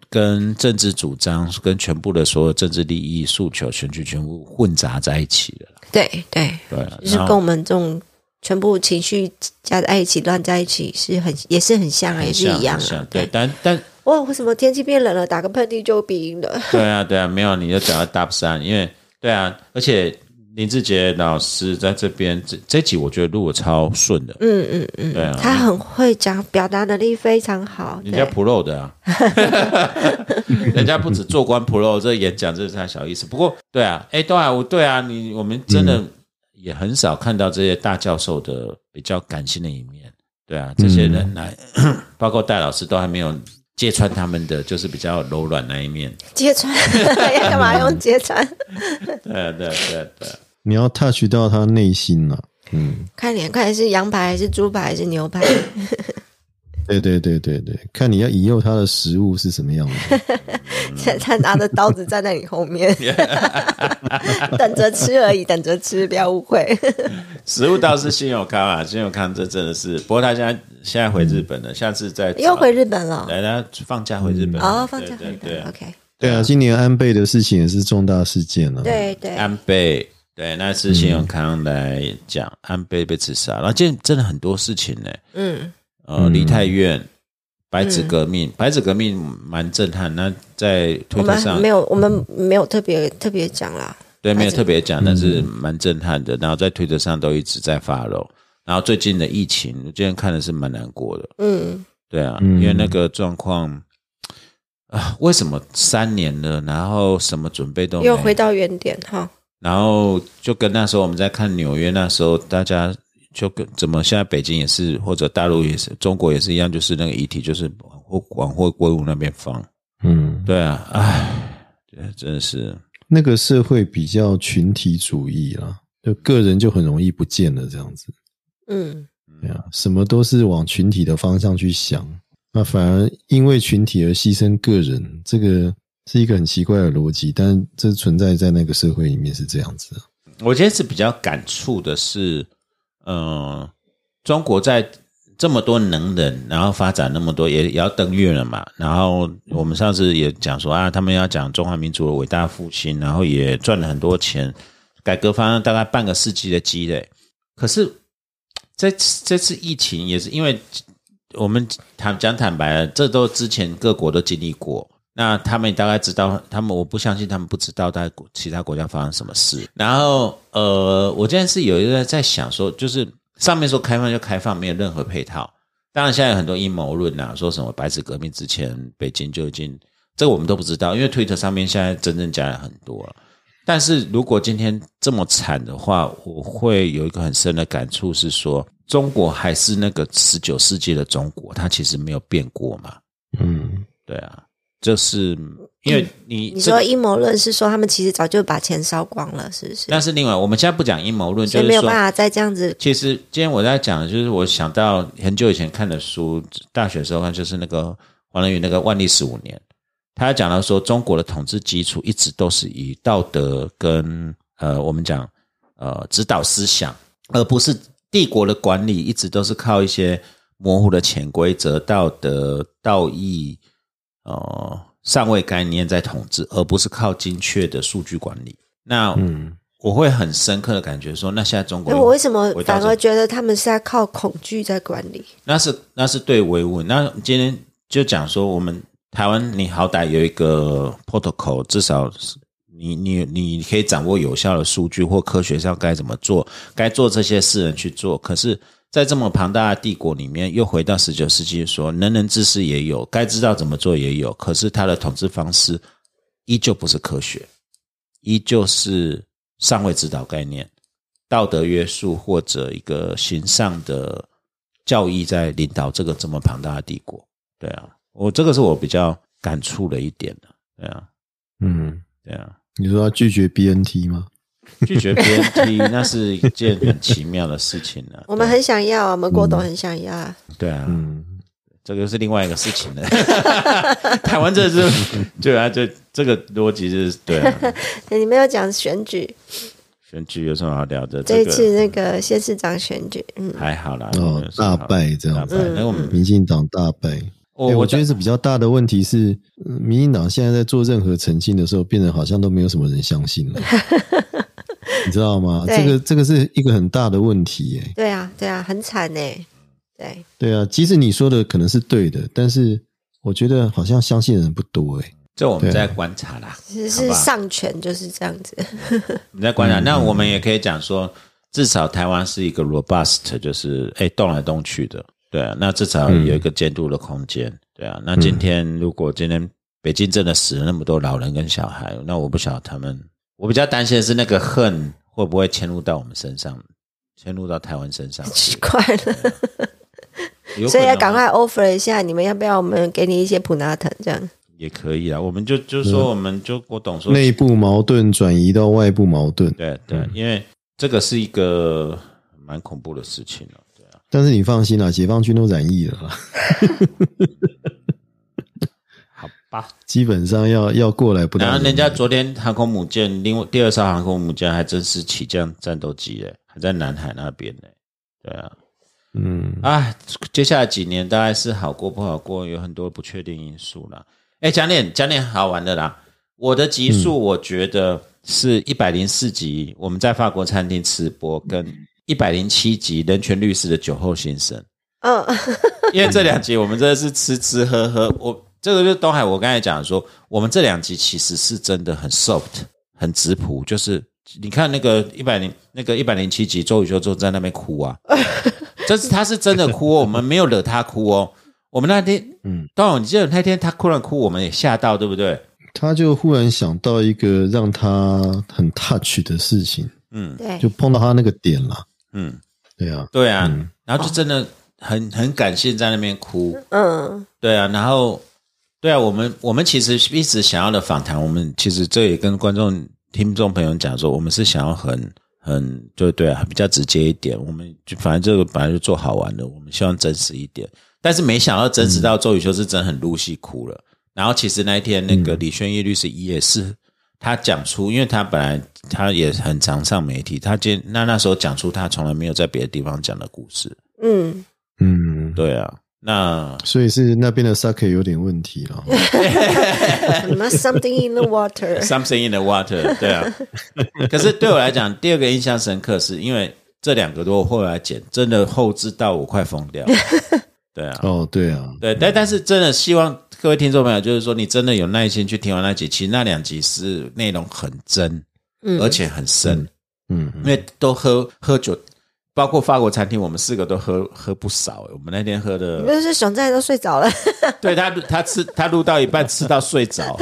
Speaker 3: 跟政治主张跟全部的所有政治利益诉求选举全部混杂在一起了啦，
Speaker 4: 对对，
Speaker 3: 对啊，
Speaker 4: 就是
Speaker 3: 然
Speaker 4: 跟
Speaker 3: 后
Speaker 4: 我们这种全部情绪加在一起乱在一起是很也是很像啊，也
Speaker 3: 很
Speaker 4: 是
Speaker 3: 像
Speaker 4: 一样
Speaker 3: 很像
Speaker 4: 啊。
Speaker 3: 对，，但但
Speaker 4: 哇，为什么天气变冷了，打个喷嚏就鼻音了？
Speaker 3: 对啊，对啊，没有你就讲到 Top 三，因为对啊，而且林志杰老师在这边这这集我觉得录的超顺的，
Speaker 4: 嗯嗯嗯，
Speaker 3: 对啊
Speaker 4: 他很会讲，表达能力非常好。
Speaker 3: 人家
Speaker 4: 对
Speaker 3: Pro 的 啊，人家不止做官 Pro，这演讲这是他小意思。不过对啊，哎，对啊，我对啊，你我们真的也很少看到这些大教授的比较感性的一面，对啊，这些人来， 包括戴老师都还没有揭穿他们的就是比较柔软那一面，
Speaker 4: 揭穿 要干嘛用揭 穿？
Speaker 3: 对啊对啊对啊对啊。
Speaker 6: 你要 touch 到他内心了。嗯，
Speaker 4: 快点，快点，是羊排还是猪排还是牛排？
Speaker 3: 嗯
Speaker 6: 对对对对对，看你要引诱他的食物是什 么样的。
Speaker 4: 他拿着刀子站在你后面， 等着吃而已，等着吃，不要 误会。
Speaker 3: 食物倒是新友康 啊，新友康这真的是，不过他现在现在回日本了，下次再找
Speaker 4: 嗯又回，日本了，
Speaker 3: 来他放假回日本
Speaker 4: 哦，放假
Speaker 3: 对
Speaker 4: 回
Speaker 3: 对
Speaker 4: 本
Speaker 3: 对
Speaker 4: ，OK，
Speaker 6: 对啊，今年安倍的事情也是重大事件了、啊。，
Speaker 4: 对对，
Speaker 3: 安倍对，那是新友康来讲，安倍被刺杀，然后今天真的很多事情呢、
Speaker 4: 嗯，
Speaker 3: 呃，梨泰院、白纸革命，白纸革命蛮震撼，那在推特
Speaker 4: 我们
Speaker 3: 上
Speaker 4: 没有，我们没有特别特别讲啦。
Speaker 3: 对，没有
Speaker 4: 白纸
Speaker 3: 特别讲，但是蛮震撼的。然后在推特上都一直在发漏，然后最近的疫情，我今天看的是蛮难过的。
Speaker 4: 嗯，
Speaker 3: 对啊，
Speaker 6: 嗯
Speaker 3: 因为那个状况啊，为什么三年了，然后什么准备都没
Speaker 4: 又
Speaker 3: 有，
Speaker 4: 回到原点哈。
Speaker 3: 然后就跟那时候我们在看纽约那时候，大家就跟怎么现在北京也是，或者大陆也是，中国也是一样，就是那个遗体就是往后往后归路那边放。
Speaker 6: 嗯，
Speaker 3: 对啊，唉，这真的是
Speaker 6: 那个社会比较群体主义啦，就个人就很容易不见了这样子。
Speaker 4: 嗯，
Speaker 6: 对啊，什么都是往群体的方向去想，那反而因为群体而牺牲个人，这个是一个很奇怪的逻辑，但这存在在那个社会里面是这样子的。
Speaker 3: 我今天是比较感触的是，呃，中国在这么多能人，然后发展那么多，也也要登月了嘛。然后我们上次也讲说啊，他们要讲中华民族的伟大复兴，然后也赚了很多钱，改革方案大概半个世纪的积累。可是这次这次疫情也是因为我们坦讲坦白了，这都之前各国都经历过。那他们大概知道，他们我不相信他们不知道在其他国家发生什么事。然后呃，我今天是有一个在想说，就是上面说开放就开放，没有任何配套。当然现在有很多阴谋论啊，说什么白纸革命之前北京就已经这个我们都不知道，因为推特上面现在真正加了很多了。但是如果今天这么惨的话，我会有一个很深的感触是说，中国还是那个十九世纪的中国，它其实没有变过嘛。
Speaker 6: 嗯，
Speaker 3: 对啊，就是因为你、
Speaker 4: 嗯你
Speaker 3: 这个
Speaker 4: 说阴谋论是说他们其实早就把钱烧光了，是不是？
Speaker 3: 但是另外，我们现在不讲阴谋论，
Speaker 4: 所
Speaker 3: 就
Speaker 4: 以没
Speaker 3: 是
Speaker 4: 有
Speaker 3: 说
Speaker 4: 办，法再这样子。
Speaker 3: 其实今天我在讲，的就是我想到很久以前看的书，大学时候看，就是那个黄仁宇那个《万历十五年》，他讲到说，中国的统治基础一直都是以道德跟呃，我们讲呃指导思想，而不是帝国的管理一直都是靠一些模糊的潜规则、道德、道义、呃上位概念在统治，而不是靠精确的数据管理。那嗯。我会很深刻的感觉说，那现在中国
Speaker 4: 那我为什么
Speaker 3: 回到
Speaker 4: 反
Speaker 3: 这
Speaker 4: 而觉得他们是在靠恐惧在管理？
Speaker 3: 那是那是对维稳。那今天就讲说，我们台湾你好歹有一个 protocol，至少是你你你可以掌握有效的数据或科学上该怎么做，该做这些事人去做。可是，在这么庞大的帝国里面，又回到十九世纪说，人人自私也有，该知道怎么做也有，可是他的统治方式依旧不是科学，依旧是上位指导概念、道德约束或者一个形上的教义在领导这个这么庞大的帝国。对啊，我这个是我比较感触的一点的。对啊，
Speaker 6: 嗯，
Speaker 3: 对啊。
Speaker 6: 你说要拒绝 BNT 吗？
Speaker 3: 拒绝 BNT 那是一件很奇妙的事情呢、
Speaker 7: 我们很想
Speaker 3: 嗯
Speaker 7: 要啊，我们郭董很想要啊。
Speaker 3: 对啊，
Speaker 6: 嗯，
Speaker 3: 这个是另外一个事情了。 台湾这是 对啊，这这个逻辑是对啊。
Speaker 7: 你们要讲选举，
Speaker 3: 选举有什么好聊的？
Speaker 7: 这
Speaker 3: 这
Speaker 7: 一
Speaker 3: 个
Speaker 7: 次那个县市长选举，嗯，
Speaker 3: 还好啦，
Speaker 6: 哦
Speaker 3: 没有什么好
Speaker 6: 大败这样
Speaker 3: 大
Speaker 6: 子
Speaker 3: 败。那我们
Speaker 6: 民进党大败。
Speaker 3: 我
Speaker 6: 欸我
Speaker 3: 我
Speaker 6: 觉
Speaker 3: 觉
Speaker 6: 得
Speaker 3: 得
Speaker 6: 是比较大的问题是，呃民进党现在在做任何澄清的时候，变得好像都没有什么人相 信了，你知道吗？
Speaker 7: 对
Speaker 6: 这个这个是一个很大的问题耶、
Speaker 7: 对啊，对啊，很惨呢。对，
Speaker 6: 对啊，即使你说的可能是对的，但是我觉得好像相信的人不多哎、
Speaker 3: 这我们
Speaker 6: 对
Speaker 3: 在
Speaker 6: 啊
Speaker 3: 观察啦，
Speaker 7: 只
Speaker 3: 好
Speaker 7: 是
Speaker 3: 吧
Speaker 7: 上权就是这样子。
Speaker 3: 我们在观察。那我们也可以讲说，至少台湾是一个 robust，就是哎动来动去的。对啊，那至少有一个监督的空间。对啊，那今天如果今天北京真的死了那么多老人跟小孩，那我不晓得他们，我比较担心的是那个恨会不会迁入到我们身上，迁入到台湾身上去
Speaker 7: 奇。怪了，
Speaker 3: 有可能
Speaker 7: 所以要
Speaker 3: 哦
Speaker 7: 赶快 offer 一下，你们要不要我们给你一些普拿疼这样？
Speaker 3: 也可以啊，我们就就说，我们就我懂说
Speaker 6: 内部矛盾转移到外部矛盾，
Speaker 3: 对对，因为这个是一个蛮恐怖的事情哦。对啊，
Speaker 6: 但是你放心啦，解放军都染疫了 啦，
Speaker 3: 好吧。
Speaker 6: 基本上要要过来不
Speaker 3: 然
Speaker 6: 大
Speaker 3: 后
Speaker 6: 容易。
Speaker 3: 人家昨天航空母舰，另外第二艘航空母舰还真是起降战斗机嘞，还在南海那边嘞。对啊，
Speaker 6: 嗯，
Speaker 3: 啊，接下来几年大概是好过不好过，有很多不确定因素啦。哎，讲点讲点好玩的啦。我的集
Speaker 6: 嗯
Speaker 3: 数我觉得是一百零四集，我们在法国餐厅吃播，跟
Speaker 6: 嗯
Speaker 3: 一百零七集人权律师的酒后心声。
Speaker 7: 嗯，
Speaker 3: 因为这两集我们真的是吃吃喝喝，我这个就是东海，我刚才讲说，我们这两集其实是真的很 soft，很直朴，就是你看那个一百零那个一百零七集，周宇修就在那边哭啊，这是他是真的哭哦，我们没有惹他哭哦，我们那天嗯
Speaker 6: 嗯，
Speaker 3: 东海，你记得那天他突然哭，我们也吓到，对不对？
Speaker 6: 他就忽然想到一个让他很 touch 的事情，
Speaker 3: 嗯
Speaker 7: 对
Speaker 6: 就，碰到他那个点了。
Speaker 3: 嗯，
Speaker 6: 对啊，
Speaker 3: 对啊，
Speaker 6: 嗯
Speaker 3: 然后就真的很很感性在那边哭，
Speaker 7: 嗯，
Speaker 3: 对啊，然后对啊，我们我们其实一直想要的访谈，我们其实这也跟观众、听众朋友讲说，我们是想要很很就对啊，比较直接一点。我们就反正这个本来就做好玩的，我们希望真实一点。但是没想到真实到周宇修是真的很入戏哭了。然后其实那一天那个李轩义律师也是他讲出，因为他本来他也很常上媒体，他今那那时候讲出他从来没有在别的地方讲的故事。
Speaker 7: 嗯，
Speaker 6: 嗯，
Speaker 3: 对啊，那
Speaker 6: 所以是那边的 sake 有点问题了。
Speaker 7: 什么 something in the water，
Speaker 3: Something in the water，对啊。可是对我来讲，第二个印象深刻是因为这两个多我后来剪，真的后置到我快疯掉了。对啊，
Speaker 6: 哦，对啊，
Speaker 3: 对，但但是真的希望各位听众朋友，就是说你真的有耐心去听完那几期，那两集是内容很真，而且很深，
Speaker 6: 嗯，
Speaker 3: 因为都喝喝酒。包括法国餐厅，我们四个都喝喝不少、欸我们那天喝
Speaker 7: 你
Speaker 3: 的，
Speaker 7: 们是熊在都睡着了，
Speaker 3: 对他他吃他录到一半吃到睡着，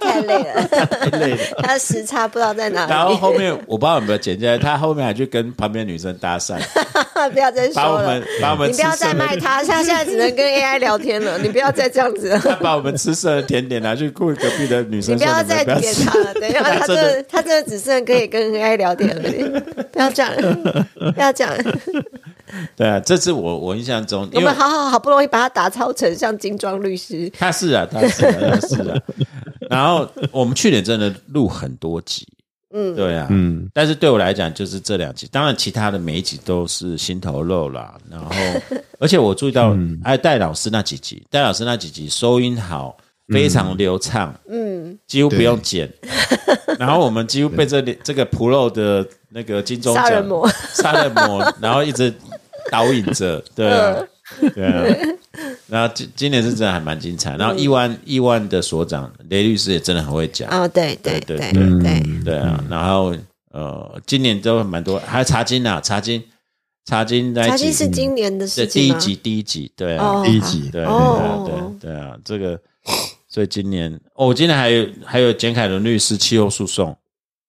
Speaker 7: 太累了，
Speaker 3: 太 累了。
Speaker 7: 他时差不知道在哪
Speaker 3: 然后
Speaker 7: 里，
Speaker 3: 后面我不知道有没有剪进来，他后面还去跟旁边女生 搭讪，
Speaker 7: 不要再说
Speaker 3: 把我
Speaker 7: 了
Speaker 3: 们。把我们
Speaker 7: 你
Speaker 3: 吃
Speaker 7: 不要再
Speaker 3: 剩的
Speaker 7: 卖，他，他现在只能跟 AI 聊天 了。你不要再这样子了，
Speaker 3: 他把我们吃剩的甜点拿去雇隔壁的女
Speaker 7: 你
Speaker 3: 生
Speaker 7: 不
Speaker 3: 说，
Speaker 7: 要
Speaker 3: 你们
Speaker 7: 再
Speaker 3: 不要
Speaker 7: 点
Speaker 3: 吃
Speaker 7: 他。 了。等一下，
Speaker 3: 他
Speaker 7: 他真
Speaker 3: 真的
Speaker 7: 的他真的只剩可以跟 AI 聊天 了。不要这样，不要这样。
Speaker 3: 对啊，这是我我印象中，
Speaker 7: 我
Speaker 3: 因为
Speaker 7: 们好好好不容易把他打造成像精装律师，
Speaker 3: 他是 啊，他是啊，他是啊。然后我们去年真的录很多集，嗯，对啊，嗯。但是对我来讲，就是这两集，当然其他的每一集都是心头肉啦。然 后，而且我注意到，哎，戴老师那几集，戴老师那几集收音好，非常流畅，嗯，几乎不用剪。然后我们几乎被这里这个 Pro 的那个金钟奖
Speaker 7: 杀人魔
Speaker 3: 杀人魔，然后一直导引着，对
Speaker 7: 嗯
Speaker 3: 啊，对 啊。然后今今年是真的还蛮精彩。
Speaker 4: 嗯
Speaker 3: 然后亿万亿万的所长雷律师也真的很会讲，
Speaker 7: 哦，对对
Speaker 3: 对
Speaker 7: 对
Speaker 3: 对嗯
Speaker 7: 对
Speaker 4: 嗯
Speaker 6: 嗯
Speaker 3: 对啊。然后呃，今年都蛮多，还有茶金啊，茶金茶经那一集嗯
Speaker 4: 茶经是今年的
Speaker 3: 对
Speaker 7: 啊
Speaker 4: 事
Speaker 3: 第
Speaker 4: 情
Speaker 3: 一
Speaker 4: 吗？
Speaker 3: 集第一集对啊
Speaker 4: 哦，
Speaker 6: 第一集
Speaker 3: 对对啊
Speaker 4: 哦
Speaker 3: 对啊对啊，这个所以今年哦，我今年还有还有简凯伦律师气候诉讼，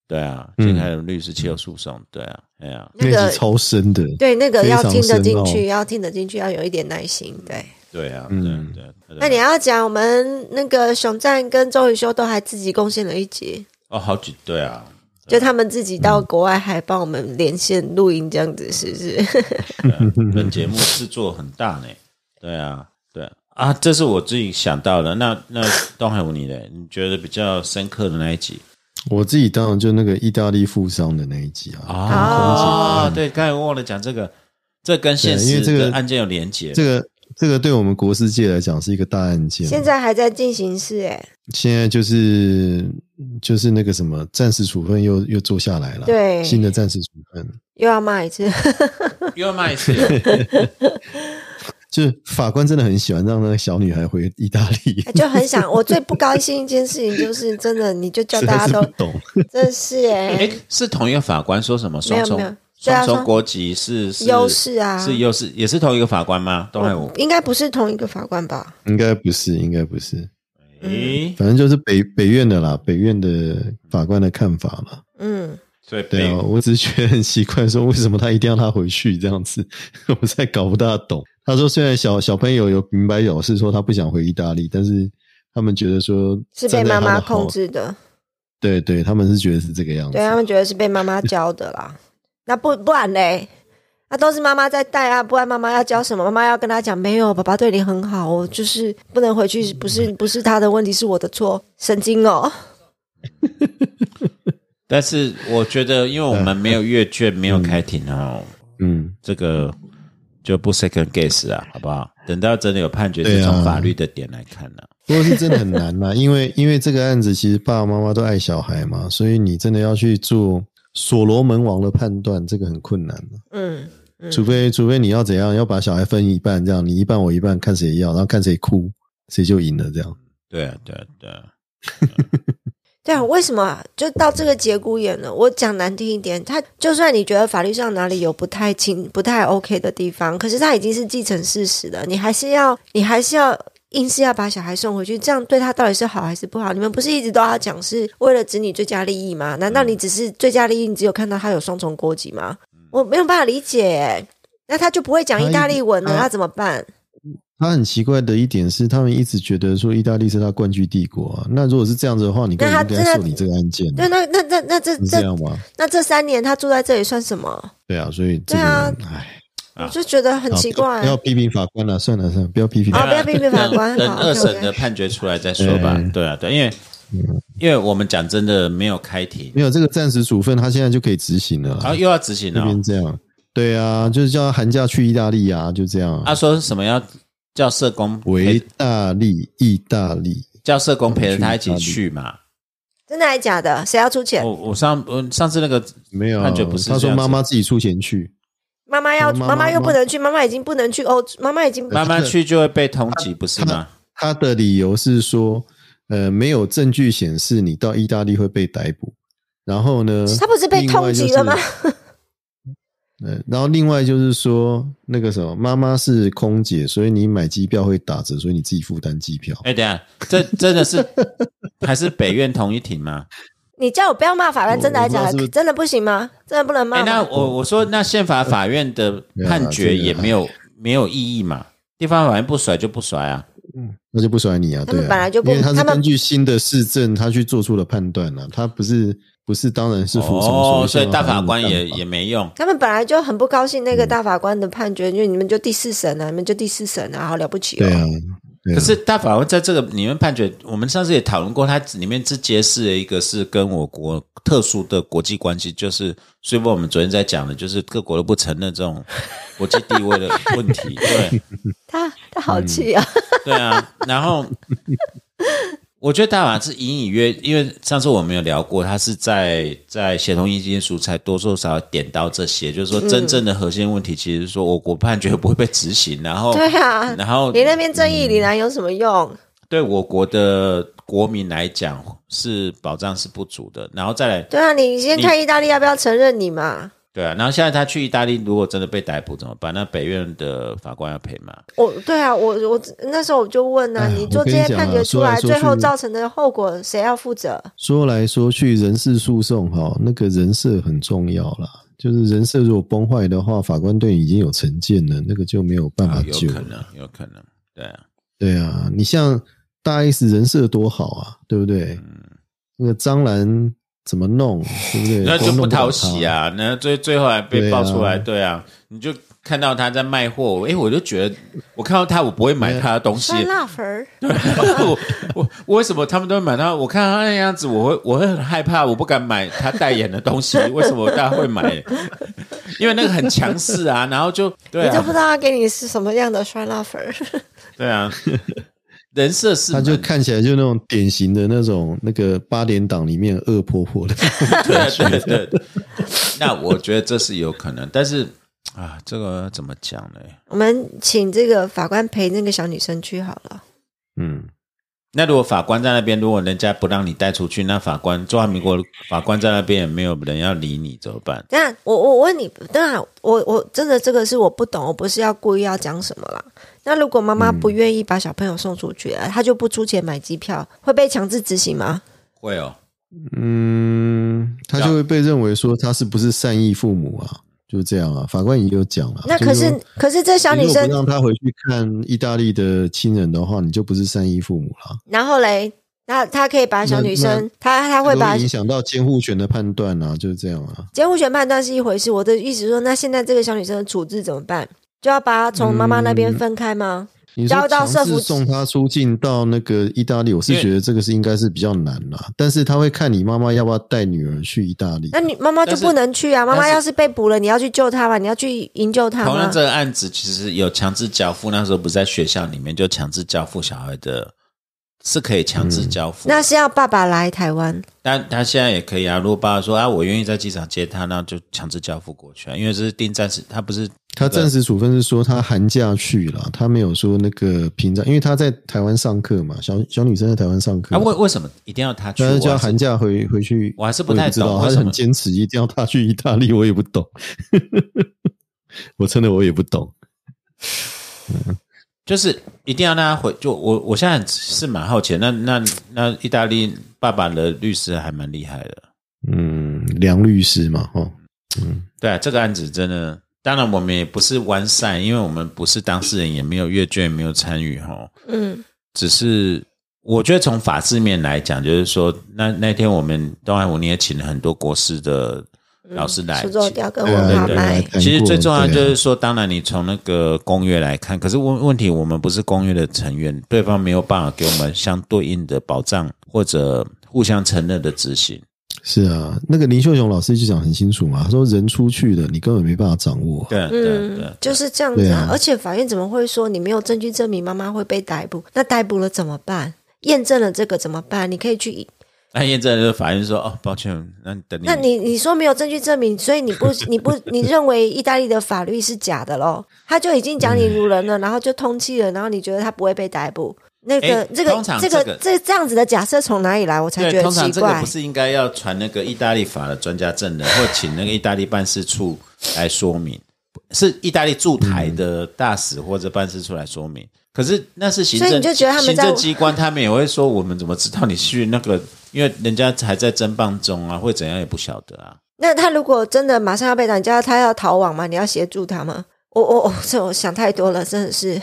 Speaker 3: 对啊，
Speaker 6: 嗯
Speaker 3: 简凯伦律师气候诉讼，对啊，哎呀，
Speaker 4: 那个
Speaker 6: 集超深的，
Speaker 4: 对，那个
Speaker 6: 非
Speaker 4: 要
Speaker 6: 常
Speaker 4: 听得
Speaker 6: 深
Speaker 4: 进
Speaker 6: 奥
Speaker 4: 去，要听得进去，要有一点耐心。对，
Speaker 3: 对啊，对
Speaker 6: 嗯
Speaker 3: 对。对
Speaker 4: 那你要讲我们那个熊赞跟周雨修都还自己贡献了一集，
Speaker 3: 哦，好几对啊，
Speaker 4: 就他们自己到国外还帮我们连线录音，这样子是不
Speaker 6: 嗯
Speaker 4: 是？
Speaker 3: 对啊本节目制作很大呢，对啊，对啊啊，这是我自己想到的。那那东海无你的，你觉得比较深刻的那一集
Speaker 6: 我自己当然就那个意大利富商的那一集啊，
Speaker 4: 哦
Speaker 3: 啊？对，刚才忘了讲这个，这跟现
Speaker 6: 对因
Speaker 3: 实
Speaker 6: 为这个
Speaker 3: 的案件有连结。
Speaker 6: 这个这个对我们国师界来讲是一个大案件。
Speaker 4: 现在还在进行式，哎，
Speaker 6: 现在就是就是那个什么战时处分又又做下来了，
Speaker 4: 对
Speaker 6: 新的战时处分，
Speaker 4: 又要骂一次，
Speaker 3: 又卖一 次，
Speaker 6: 就是法官真的很喜欢让那个小女孩回意大利，
Speaker 4: 就很想。我最不高兴一件事情就是，真的，你就叫
Speaker 6: 实在
Speaker 4: 大家
Speaker 6: 是
Speaker 4: 都
Speaker 6: 不，懂。
Speaker 4: 真的是
Speaker 3: 哎
Speaker 4: 哎，，
Speaker 3: 是同一个法官说什么
Speaker 4: 没
Speaker 3: 双
Speaker 4: 有
Speaker 3: 重
Speaker 4: 没有对啊
Speaker 3: 双重
Speaker 4: 双
Speaker 3: 国籍是是
Speaker 4: 优势啊哦
Speaker 3: 是优势，也是同一个法官吗？
Speaker 6: 哎
Speaker 3: 东海无，
Speaker 4: 应该不是同一个法官吧？
Speaker 6: 应该不是，应该不是，
Speaker 3: 诶，
Speaker 4: 嗯
Speaker 6: 反正就是北北院的啦，北院的法官的看法啦。
Speaker 4: 嗯，
Speaker 3: 所以
Speaker 6: 对
Speaker 3: 被
Speaker 6: 啊，我只是觉得很奇怪，说为什么他一定要他回去这样子， 我实在搞不大懂。他说虽然小小朋友有明白表示说他不想回意大利，但是他们觉得说
Speaker 4: 是被
Speaker 6: 站在
Speaker 4: 妈
Speaker 6: 他
Speaker 4: 妈
Speaker 6: 的好
Speaker 4: 控，制的。
Speaker 6: 对对，他们是觉得是这个样子
Speaker 4: 对。啊他们觉得是被妈妈教的啦。那不不然嘞，那都是妈妈在带啊，不然妈妈要教什么？妈妈要跟他讲，没有，爸爸对你很好，我就是不能回去，不是不是他的问题，是我的错，神经哦。
Speaker 3: 但是我觉得，因为我们没有阅卷，没有开庭哦，
Speaker 6: 嗯，
Speaker 3: 这个就不 second guess 啊，好不好？等到真的有判决，
Speaker 6: 对
Speaker 3: 是
Speaker 6: 啊
Speaker 3: 从法律的点来看呢、
Speaker 6: 不过是真的很难啦，因为因为这个案子其实爸爸妈妈都爱小孩嘛，所以你真的要去做所罗门王的判断，这个很困难的。
Speaker 4: 嗯，
Speaker 6: 除非除非你要怎样，要把小孩分一半，这样你一半我一半，看谁要，然后看谁哭，谁就赢了这样。
Speaker 3: 对啊，对啊，对啊，
Speaker 4: 对啊，为什么就到这个节骨眼了？我讲难听一点，他就算你觉得法律上哪里有不太清、不太 OK 的地方，可是他已经是既成事实了，你还是要，你还是要硬是要把小孩送回去，这样对他到底是好还是不好？你们不是一直都要讲是为了子女最佳利益吗？难道你只是最佳利益，你只有看到他有双重国籍吗？我没有办法理解耶，那他就不会讲意大利文了，
Speaker 6: 他
Speaker 4: 那怎么办？
Speaker 6: 他很奇怪的一点是，他们一直觉得说意大利是他冠军帝国啊。那如果是这样子的话，你根本
Speaker 4: 那
Speaker 6: 不
Speaker 4: 他
Speaker 6: 应该受
Speaker 4: 真的
Speaker 6: 理这个案件
Speaker 4: 对，
Speaker 6: 啊，
Speaker 4: 那那那那这
Speaker 6: 是这
Speaker 4: 这
Speaker 6: 样吗？
Speaker 4: 那这三年他住在这里算什么？
Speaker 6: 对啊，所以这个
Speaker 4: 对啊
Speaker 6: 人唉，
Speaker 3: 啊
Speaker 4: 我就觉得很
Speaker 6: 好
Speaker 4: 奇
Speaker 6: 不要
Speaker 4: 怪。
Speaker 6: 不要批评法官了，算了算了，不要批评
Speaker 4: 啊
Speaker 6: 他。
Speaker 4: 不要批评法官
Speaker 3: 等等
Speaker 4: 好
Speaker 3: 二审的
Speaker 4: OK，OK
Speaker 3: 判决出来再说吧。
Speaker 6: 嗯
Speaker 3: 对啊，对，因为因为我们讲真的没有开庭，
Speaker 6: 没有这个暂时处分，他现在就可以执行了啊。
Speaker 3: 然后又要执行哦
Speaker 6: 那
Speaker 3: 了、
Speaker 6: 边这样，对啊，就是叫他寒假去意大利啊，就这样啊。
Speaker 3: 他、说什么要叫社工
Speaker 6: 维
Speaker 3: 陪，
Speaker 6: 大利，意大利，
Speaker 3: 叫社工陪着他一起去嘛。
Speaker 4: 真的还假的？谁要出钱
Speaker 3: 我？我上我上次那个
Speaker 6: 没有
Speaker 3: 判决不是
Speaker 6: 他
Speaker 3: 这
Speaker 6: 说
Speaker 3: 样子
Speaker 6: 妈妈自己出钱去，
Speaker 4: 妈妈要，
Speaker 6: 妈妈
Speaker 4: 妈妈又
Speaker 6: 妈
Speaker 4: 不能去，哦妈妈已经不能去欧洲，妈妈已经
Speaker 3: 慢慢去就会被通缉，不是吗？
Speaker 6: 他的理由是说，呃，没有证据显示你到意大利会被逮捕。然后呢，
Speaker 4: 他不是被通缉了吗
Speaker 6: 另外就是？ 呃，然后另外就是说，那个什么，妈妈是空姐，所以你买机票会打折，所以你自己负担机票。
Speaker 3: 哎、等一下，这真的是还是北院同一庭吗？
Speaker 4: 你叫我不要骂法官，
Speaker 6: 我
Speaker 4: 真的还
Speaker 6: 我不知道
Speaker 4: 假
Speaker 6: 是不
Speaker 4: 的？
Speaker 6: 是
Speaker 4: 真的不行吗？真的不能
Speaker 3: 哎、
Speaker 4: 骂
Speaker 3: 那
Speaker 4: 吗？
Speaker 3: 我我说，那宪法法院的
Speaker 6: 啊
Speaker 3: 判决也没
Speaker 6: 哎
Speaker 3: 有没有意义嘛？地方法院不甩就不甩啊，
Speaker 6: 那就不甩你啊，
Speaker 4: 他们
Speaker 6: 对啊，
Speaker 4: 本来就不
Speaker 6: 因为他是
Speaker 4: 他们
Speaker 6: 根据新的市政，他去做出了判断啊，他不是不是当然是服从啊
Speaker 3: 哦，所
Speaker 6: 所谓
Speaker 3: 以大法
Speaker 6: 宪
Speaker 3: 官
Speaker 6: 的
Speaker 3: 也
Speaker 6: 看法
Speaker 3: 也没用。
Speaker 4: 他们本来就很不高兴那个大法官的判决，因为你们就第四审啊，你们就第四审啊，好了不起
Speaker 6: 对啊
Speaker 4: 哦。，
Speaker 6: 对啊
Speaker 3: 可是大法官在这个里面判决，我们上次也讨论过，它里面是揭示了一个是跟我国特殊的国际关系，就是所以我们昨天在讲的，就是各国都不承认这种国际地位的问题，对。
Speaker 4: 他他好气啊！
Speaker 6: 嗯
Speaker 3: 对啊，然后我觉得大马是隐隐约，因为上次我们有聊过，他是在在协同意见书才多多少少点到这些，就是说
Speaker 4: 嗯
Speaker 3: 真正的核心问题，其实是说我国判决不会被执行，然后
Speaker 4: 对啊
Speaker 3: 然后
Speaker 4: 你那边正义凛然有什么用？
Speaker 3: 对我国的国民来讲是保障是不足的，然后再来
Speaker 4: 对啊，你先看意大利要不要承认你嘛？
Speaker 3: 对啊，然后现在他去意大利，如果真的被逮捕怎么办？那北院的法官要赔吗？
Speaker 4: 我对啊，我我那时候我就问啊，
Speaker 6: 哎呀
Speaker 4: 你做这些判决出
Speaker 6: 我跟你讲啊说来说
Speaker 4: 来，
Speaker 6: 去
Speaker 4: 最后造成的后果谁要负责？
Speaker 6: 说来说去，人事诉讼哈，那个人设很重要啦。就是人设如果崩坏的话，法官对你已经有成见了，那个就没有办法
Speaker 3: 啊，有
Speaker 6: 救
Speaker 3: 可
Speaker 6: 了。
Speaker 3: 能，有可能，对啊，
Speaker 6: 对啊，你像大 S 人设多好啊，对不对？那个张兰怎么弄，对不对？
Speaker 3: 那就
Speaker 6: 光弄
Speaker 3: 不
Speaker 6: 倒
Speaker 3: 讨喜
Speaker 6: 她！
Speaker 3: 啊，那最最后还被爆出来，
Speaker 6: 对
Speaker 3: 对
Speaker 6: 啊
Speaker 3: 啊，你就看到他在卖货，诶，我就觉得我看到他，我不会买他的东西，
Speaker 4: 酸辣粉儿，
Speaker 3: 我我我为什么他们都会买到？我看他那样子，我会我会很害怕，我不敢买他代言的东西。为什么大家会买？因为那个很强势啊，然后就对
Speaker 4: 你就不
Speaker 3: 啊
Speaker 4: 知，道他给你是什么样的酸辣粉儿。
Speaker 3: 对啊，人设是
Speaker 6: 她就
Speaker 3: 蛮
Speaker 6: 看起来就那种典型的那种那个八点档里面恶婆婆 的，
Speaker 3: 对对对对。那我觉得这是有可能，但是啊，这个怎么讲呢？
Speaker 4: 我们请这个法官陪那个小女生去好了。
Speaker 6: 嗯，
Speaker 3: 那如果法官在那边，如果人家不让你带出去，那法官中华民国法官在那边也没有人要理你，怎么办？
Speaker 4: 当然，我我问你，当然，我我真的这个是我不懂，我不是要故意要讲什么啦。那如果妈妈不愿意把小朋友送出去，她就不出钱买机票，会被强制执行吗？
Speaker 3: 会哦，
Speaker 6: 嗯，他就会被认为说他是不是善意父母啊？就是这样啊，法官也有讲了。
Speaker 4: 那可
Speaker 6: 就是说
Speaker 4: 可是这小女
Speaker 6: 你如果
Speaker 4: 生
Speaker 6: 不，让他回去看意大利的亲人的话，你就不是善意父母啦。
Speaker 4: 然后嘞，那她可以把小女
Speaker 6: 那
Speaker 4: 生
Speaker 6: 那，
Speaker 4: 她她会把
Speaker 6: 都影响到监护权的判断啊，就是这样啊。
Speaker 4: 监护权判断是一回事，我的意思是说，那现在这个小女生的处置怎么办？就要把她从妈妈
Speaker 6: 嗯
Speaker 4: 那边分开吗？
Speaker 6: 你
Speaker 4: 交
Speaker 6: 说
Speaker 4: 到
Speaker 6: 强
Speaker 4: 社福
Speaker 6: 制送他出境到那个意大利，我是
Speaker 3: 因为
Speaker 6: 觉得这个是应该是比较难啦。但是他会看你妈妈要不要带女儿去意大利。啊
Speaker 4: 那你妈妈就
Speaker 3: 但是
Speaker 4: 不能去啊！妈
Speaker 3: 但
Speaker 4: 妈
Speaker 3: 是
Speaker 4: 要是被捕了，你要去救她嘛，你要去营救她
Speaker 3: 同
Speaker 4: 嘛
Speaker 3: 样这。个案子其实有强制交付，那时候不是在学校里面就强制交付小孩的，是可以强制交付。
Speaker 4: 嗯那是要爸爸来台湾，
Speaker 3: 但他现在也可以啊。如果爸爸说啊，我愿意在机场接他，那就强制交付过去啊，因为这是定暂时，他不是
Speaker 6: 他暂时处分是说他寒假去了，他没有说那个平常，因为他在台湾上课嘛，小小女生在台湾上课
Speaker 3: 啊，为为什么一定要他去？
Speaker 6: 但是叫
Speaker 3: 我还是
Speaker 6: 寒假回回去，
Speaker 3: 我还是不
Speaker 6: 也
Speaker 3: 太
Speaker 6: 知道
Speaker 3: 懂为
Speaker 6: 他
Speaker 3: 什么
Speaker 6: 很坚持一定要他去意大利，我也不懂， 我真的我也不懂。
Speaker 3: 就是一定要让他回。就我我现在是蛮好奇的，那那那意大利爸爸的律师还蛮厉害的。
Speaker 6: 嗯，梁律师嘛，哦，
Speaker 3: 对、啊，这个案子真的，当然我们也不是完善，因为我们不是当事人，也没有阅卷，也没有参与哈。
Speaker 4: 嗯，
Speaker 3: 只是我觉得从法制面来讲，就是说，那那天我们东海湖你也请了很多国师的老师来，
Speaker 4: 苏州雕跟
Speaker 6: 对啊
Speaker 4: 文化
Speaker 3: 对
Speaker 4: 脉，
Speaker 6: 对
Speaker 3: 其实最重要就
Speaker 6: 对
Speaker 3: 是
Speaker 6: 啊
Speaker 3: 说，当然你从那个公约来看，可是问问题，我们不是公约的成员，对方没有办法给我们相对应的保障或者互相承认的执行。
Speaker 6: 是啊，那个林秀雄老师就讲很清楚嘛，他说人出去的，你根本没办法掌握啊、
Speaker 3: 对啊对啊对
Speaker 4: 嗯
Speaker 3: 啊，，
Speaker 4: 就是这样子
Speaker 6: 对
Speaker 4: 啊
Speaker 6: 啊。
Speaker 4: 而且法院怎么会说你没有证据证明妈妈会被逮捕？那逮捕了怎么办？验证了这个怎么办？你可以去
Speaker 3: 那验证了，法院说哦，抱歉，那你等你
Speaker 4: 那你你说没有证据证明，所以你 不你不你认为意大利的法律是假的喽？他就已经讲你辱人
Speaker 3: 嗯
Speaker 4: 了，然后就通缉了，然后你觉得他不会被逮捕？那个、
Speaker 3: 诶
Speaker 4: 这个
Speaker 3: 通常
Speaker 4: 这
Speaker 3: 这
Speaker 4: 个
Speaker 3: 个
Speaker 4: 这这样子的假设从哪里来？我才觉
Speaker 3: 对，
Speaker 4: 得
Speaker 3: 通常
Speaker 4: 奇
Speaker 3: 这个
Speaker 4: 怪
Speaker 3: 不。是应该要传那个意大利法的专家证人，或请那个意大利办事处来说明，是意大利驻台的大使或者办事处来说明。可是那是行
Speaker 4: 所以
Speaker 3: 政，
Speaker 4: 你就觉得他们
Speaker 3: 行
Speaker 4: 在
Speaker 3: 政机关，他们也会说我们怎么知道你去那个？因为人家还在侦办中啊，会怎样也不晓得啊。
Speaker 4: 那他如果真的马上要被逮，你叫他要逃亡吗？你要协助他吗？我我我，这我想太多了，真 的是。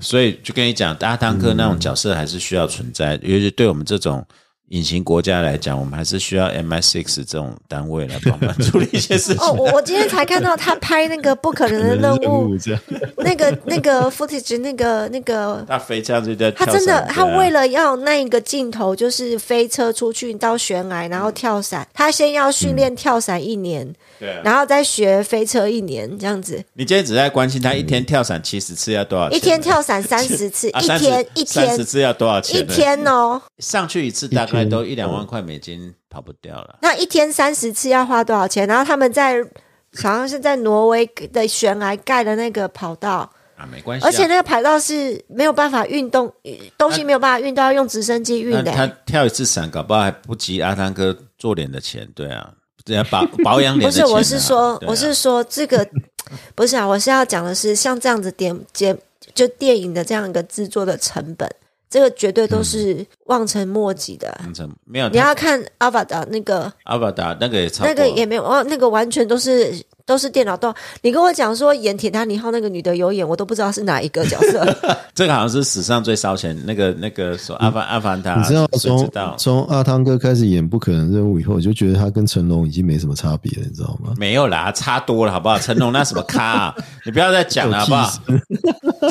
Speaker 3: 所以就跟你讲，阿汤哥那种角色还是需要存在，
Speaker 4: 嗯
Speaker 3: 尤其对我们这种隐形国家来讲，我们还是需要 MI6 这种单位来帮 忙处理一些事情。
Speaker 4: 哦，我我今天才看到他拍那个不可能的 任务，
Speaker 6: 这样，
Speaker 4: 那个那个 footage，那个那个
Speaker 3: 他飞这样就在
Speaker 4: 他
Speaker 3: 跳伞，
Speaker 4: 真的，
Speaker 3: 对啊
Speaker 4: 他为了要那一个镜头，就是飞车出去到悬崖，然后跳伞。他先要训练跳伞一年，
Speaker 3: 对啊
Speaker 4: 然后再学飞车一年，这样子，
Speaker 3: 你今天只在关心他一天跳伞七十次要多少钱？
Speaker 4: 一天跳伞三十 次，
Speaker 3: 啊
Speaker 4: 一天一
Speaker 3: 三十
Speaker 4: 天
Speaker 3: 次要多少钱？
Speaker 4: 一天哦，
Speaker 3: 上去一次大概都一两万块美金，跑不掉了。
Speaker 4: 那一天三十次要花多少钱？然后他们在好像是在挪威的悬崖盖的那个跑道，
Speaker 3: 啊，没关系啊、
Speaker 4: 而且那个跑道是没有办法运动，东西没有办法运动，要用直升机运
Speaker 3: 那
Speaker 4: 的、欸
Speaker 3: 他跳一次伞，搞不好还不及阿汤哥做脸的钱。对啊，人家保保养脸
Speaker 4: 不
Speaker 3: 的
Speaker 4: 是，
Speaker 3: 钱啊、
Speaker 4: 我是说，
Speaker 3: 对啊
Speaker 4: 我是说这个不是啊，我是要讲的是，像这样子点节就电影的这样一个制作的成本，这个绝对都是望尘莫及的。
Speaker 3: 嗯怎么没有
Speaker 4: 你要看《阿法达》那个，
Speaker 3: 阿巴达那个也超过
Speaker 4: 那个也没有，哦，那个完全都是都是电脑动。你跟我讲说演《铁达尼号》那个女的有演，我都不知道是哪一个角色。
Speaker 3: 这个好像是史上最烧钱那个那个说阿凡阿凡达，
Speaker 6: 嗯你知道
Speaker 3: 啊谁
Speaker 6: 从
Speaker 3: 知道
Speaker 6: 从阿汤哥开始演《不可能任务》以后，我就觉得他跟成龙已经没什么差别了，你知道吗？
Speaker 3: 没有啦，差多了好不好？成龙那什么咖、啊，你不要再 讲了好不好？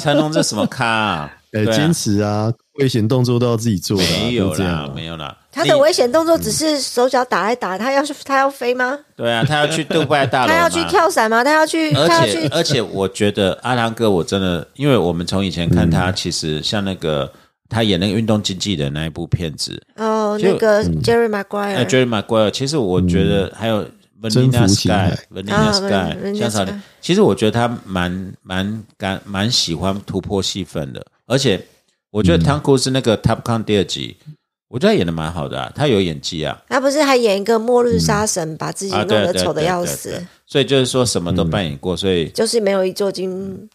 Speaker 3: 成龙这什么咖、啊？
Speaker 6: 呃，
Speaker 3: 对啊
Speaker 6: 坚持啊，危险动作都要自己做的啊、
Speaker 3: 没有
Speaker 6: 就这样
Speaker 3: 啦
Speaker 6: 啊，
Speaker 3: 没有啦。
Speaker 4: 她的
Speaker 3: 你嗯
Speaker 4: 危险动作只是手脚打来打，她要是她要飞吗？
Speaker 3: 对啊，他要 去杜拜大楼，
Speaker 4: 她要去。跳伞吗？她要去
Speaker 3: 而
Speaker 4: 她要
Speaker 3: 且
Speaker 4: 去
Speaker 3: 而且，我觉得阿汤哥，我真的，因为我们从以前看
Speaker 6: 嗯
Speaker 3: 他，其实像那个他演那个运动经纪人那一部片子，
Speaker 4: 哦
Speaker 3: 就嗯
Speaker 4: 那个 Jerry
Speaker 3: 那
Speaker 4: Maguire。
Speaker 3: 哎 Jerry Maguire，其实我觉得还有
Speaker 6: 嗯征
Speaker 3: Vanilla
Speaker 6: 服情海
Speaker 3: Sky，Vanilla
Speaker 4: 啊
Speaker 3: Sky，
Speaker 4: Vanilla
Speaker 3: 香草
Speaker 4: Sky
Speaker 3: 女，其实我觉得他蛮蛮敢蛮喜欢突破戏份的，而且我
Speaker 6: 嗯
Speaker 3: 觉得 Tom Cruise 那个 Top Gun 第二集，我觉得他演的蛮好的啊，他有演技啊，
Speaker 4: 她不是还演一个末日杀神，把自己
Speaker 3: 啊
Speaker 4: 弄
Speaker 3: 对
Speaker 4: 得
Speaker 3: 对
Speaker 4: 丑的
Speaker 3: 对
Speaker 4: 要
Speaker 3: 对
Speaker 4: 死
Speaker 3: 对，所以就是说什么都
Speaker 6: 嗯
Speaker 3: 扮演过，所以
Speaker 4: 就是没有一座金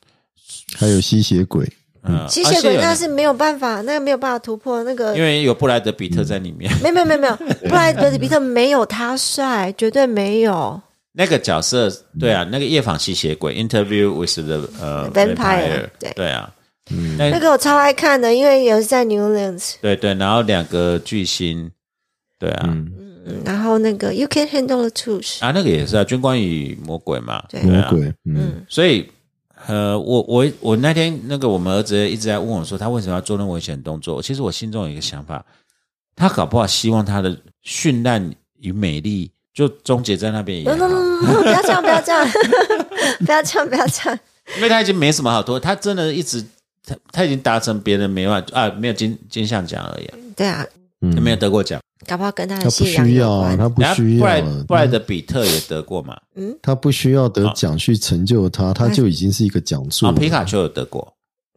Speaker 6: 还有吸血鬼，
Speaker 3: 嗯，
Speaker 4: 吸
Speaker 3: 而
Speaker 4: 血
Speaker 3: 且
Speaker 4: 鬼
Speaker 3: 有
Speaker 4: 那是没有办法，那个没有办法突破那个
Speaker 3: 因。为有布莱德比特在里
Speaker 6: 嗯
Speaker 3: 面，
Speaker 4: 没有没有没有没有，布莱德比特没有他帅，绝对没有。
Speaker 3: 那个角色，对啊，那个夜访吸血鬼 Interview with the 呃
Speaker 4: Vampire，对
Speaker 3: 对啊，
Speaker 4: 那
Speaker 6: 嗯
Speaker 3: 那
Speaker 4: 个我超爱看的，因为有是在 Newlands，
Speaker 3: 对对，然后两个巨星，对啊，
Speaker 6: 嗯，
Speaker 4: 嗯然后那个 You Can Handle the Truth，
Speaker 3: 啊，那个也是啊，军官与魔鬼嘛，
Speaker 4: 对
Speaker 6: 魔
Speaker 3: 啊，
Speaker 6: 鬼，嗯，
Speaker 3: 所以呃，我我我那天那个我们儿子一直在问我说，他为什么要做那危险动作？其实我心中有一个想法，他搞不好希望他的绚烂与美丽就终结在那边也
Speaker 4: No no
Speaker 3: 好
Speaker 4: no，no, no，不要这样，不要这样， 不要这样，不要这样。
Speaker 3: 因为他已经没什么好多，他真的一直。他他已经达成别人没办法啊，没有金金像奖而已啊，
Speaker 4: 对啊，
Speaker 3: 他
Speaker 6: 嗯
Speaker 3: 没有得过奖。
Speaker 4: 搞不好跟他
Speaker 6: 他
Speaker 4: 的
Speaker 6: 不
Speaker 4: 信仰
Speaker 6: 需要
Speaker 4: 有
Speaker 6: 啊，
Speaker 4: 关。
Speaker 6: 他不
Speaker 3: 然后
Speaker 6: 需要
Speaker 3: 布莱
Speaker 6: 啊，
Speaker 3: 布莱德比特也得过嘛，
Speaker 6: 他不需要得奖去成就
Speaker 4: 啊
Speaker 6: 他，他就已经是一个奖助
Speaker 3: 啊，
Speaker 6: 了。
Speaker 3: 皮卡丘有得过，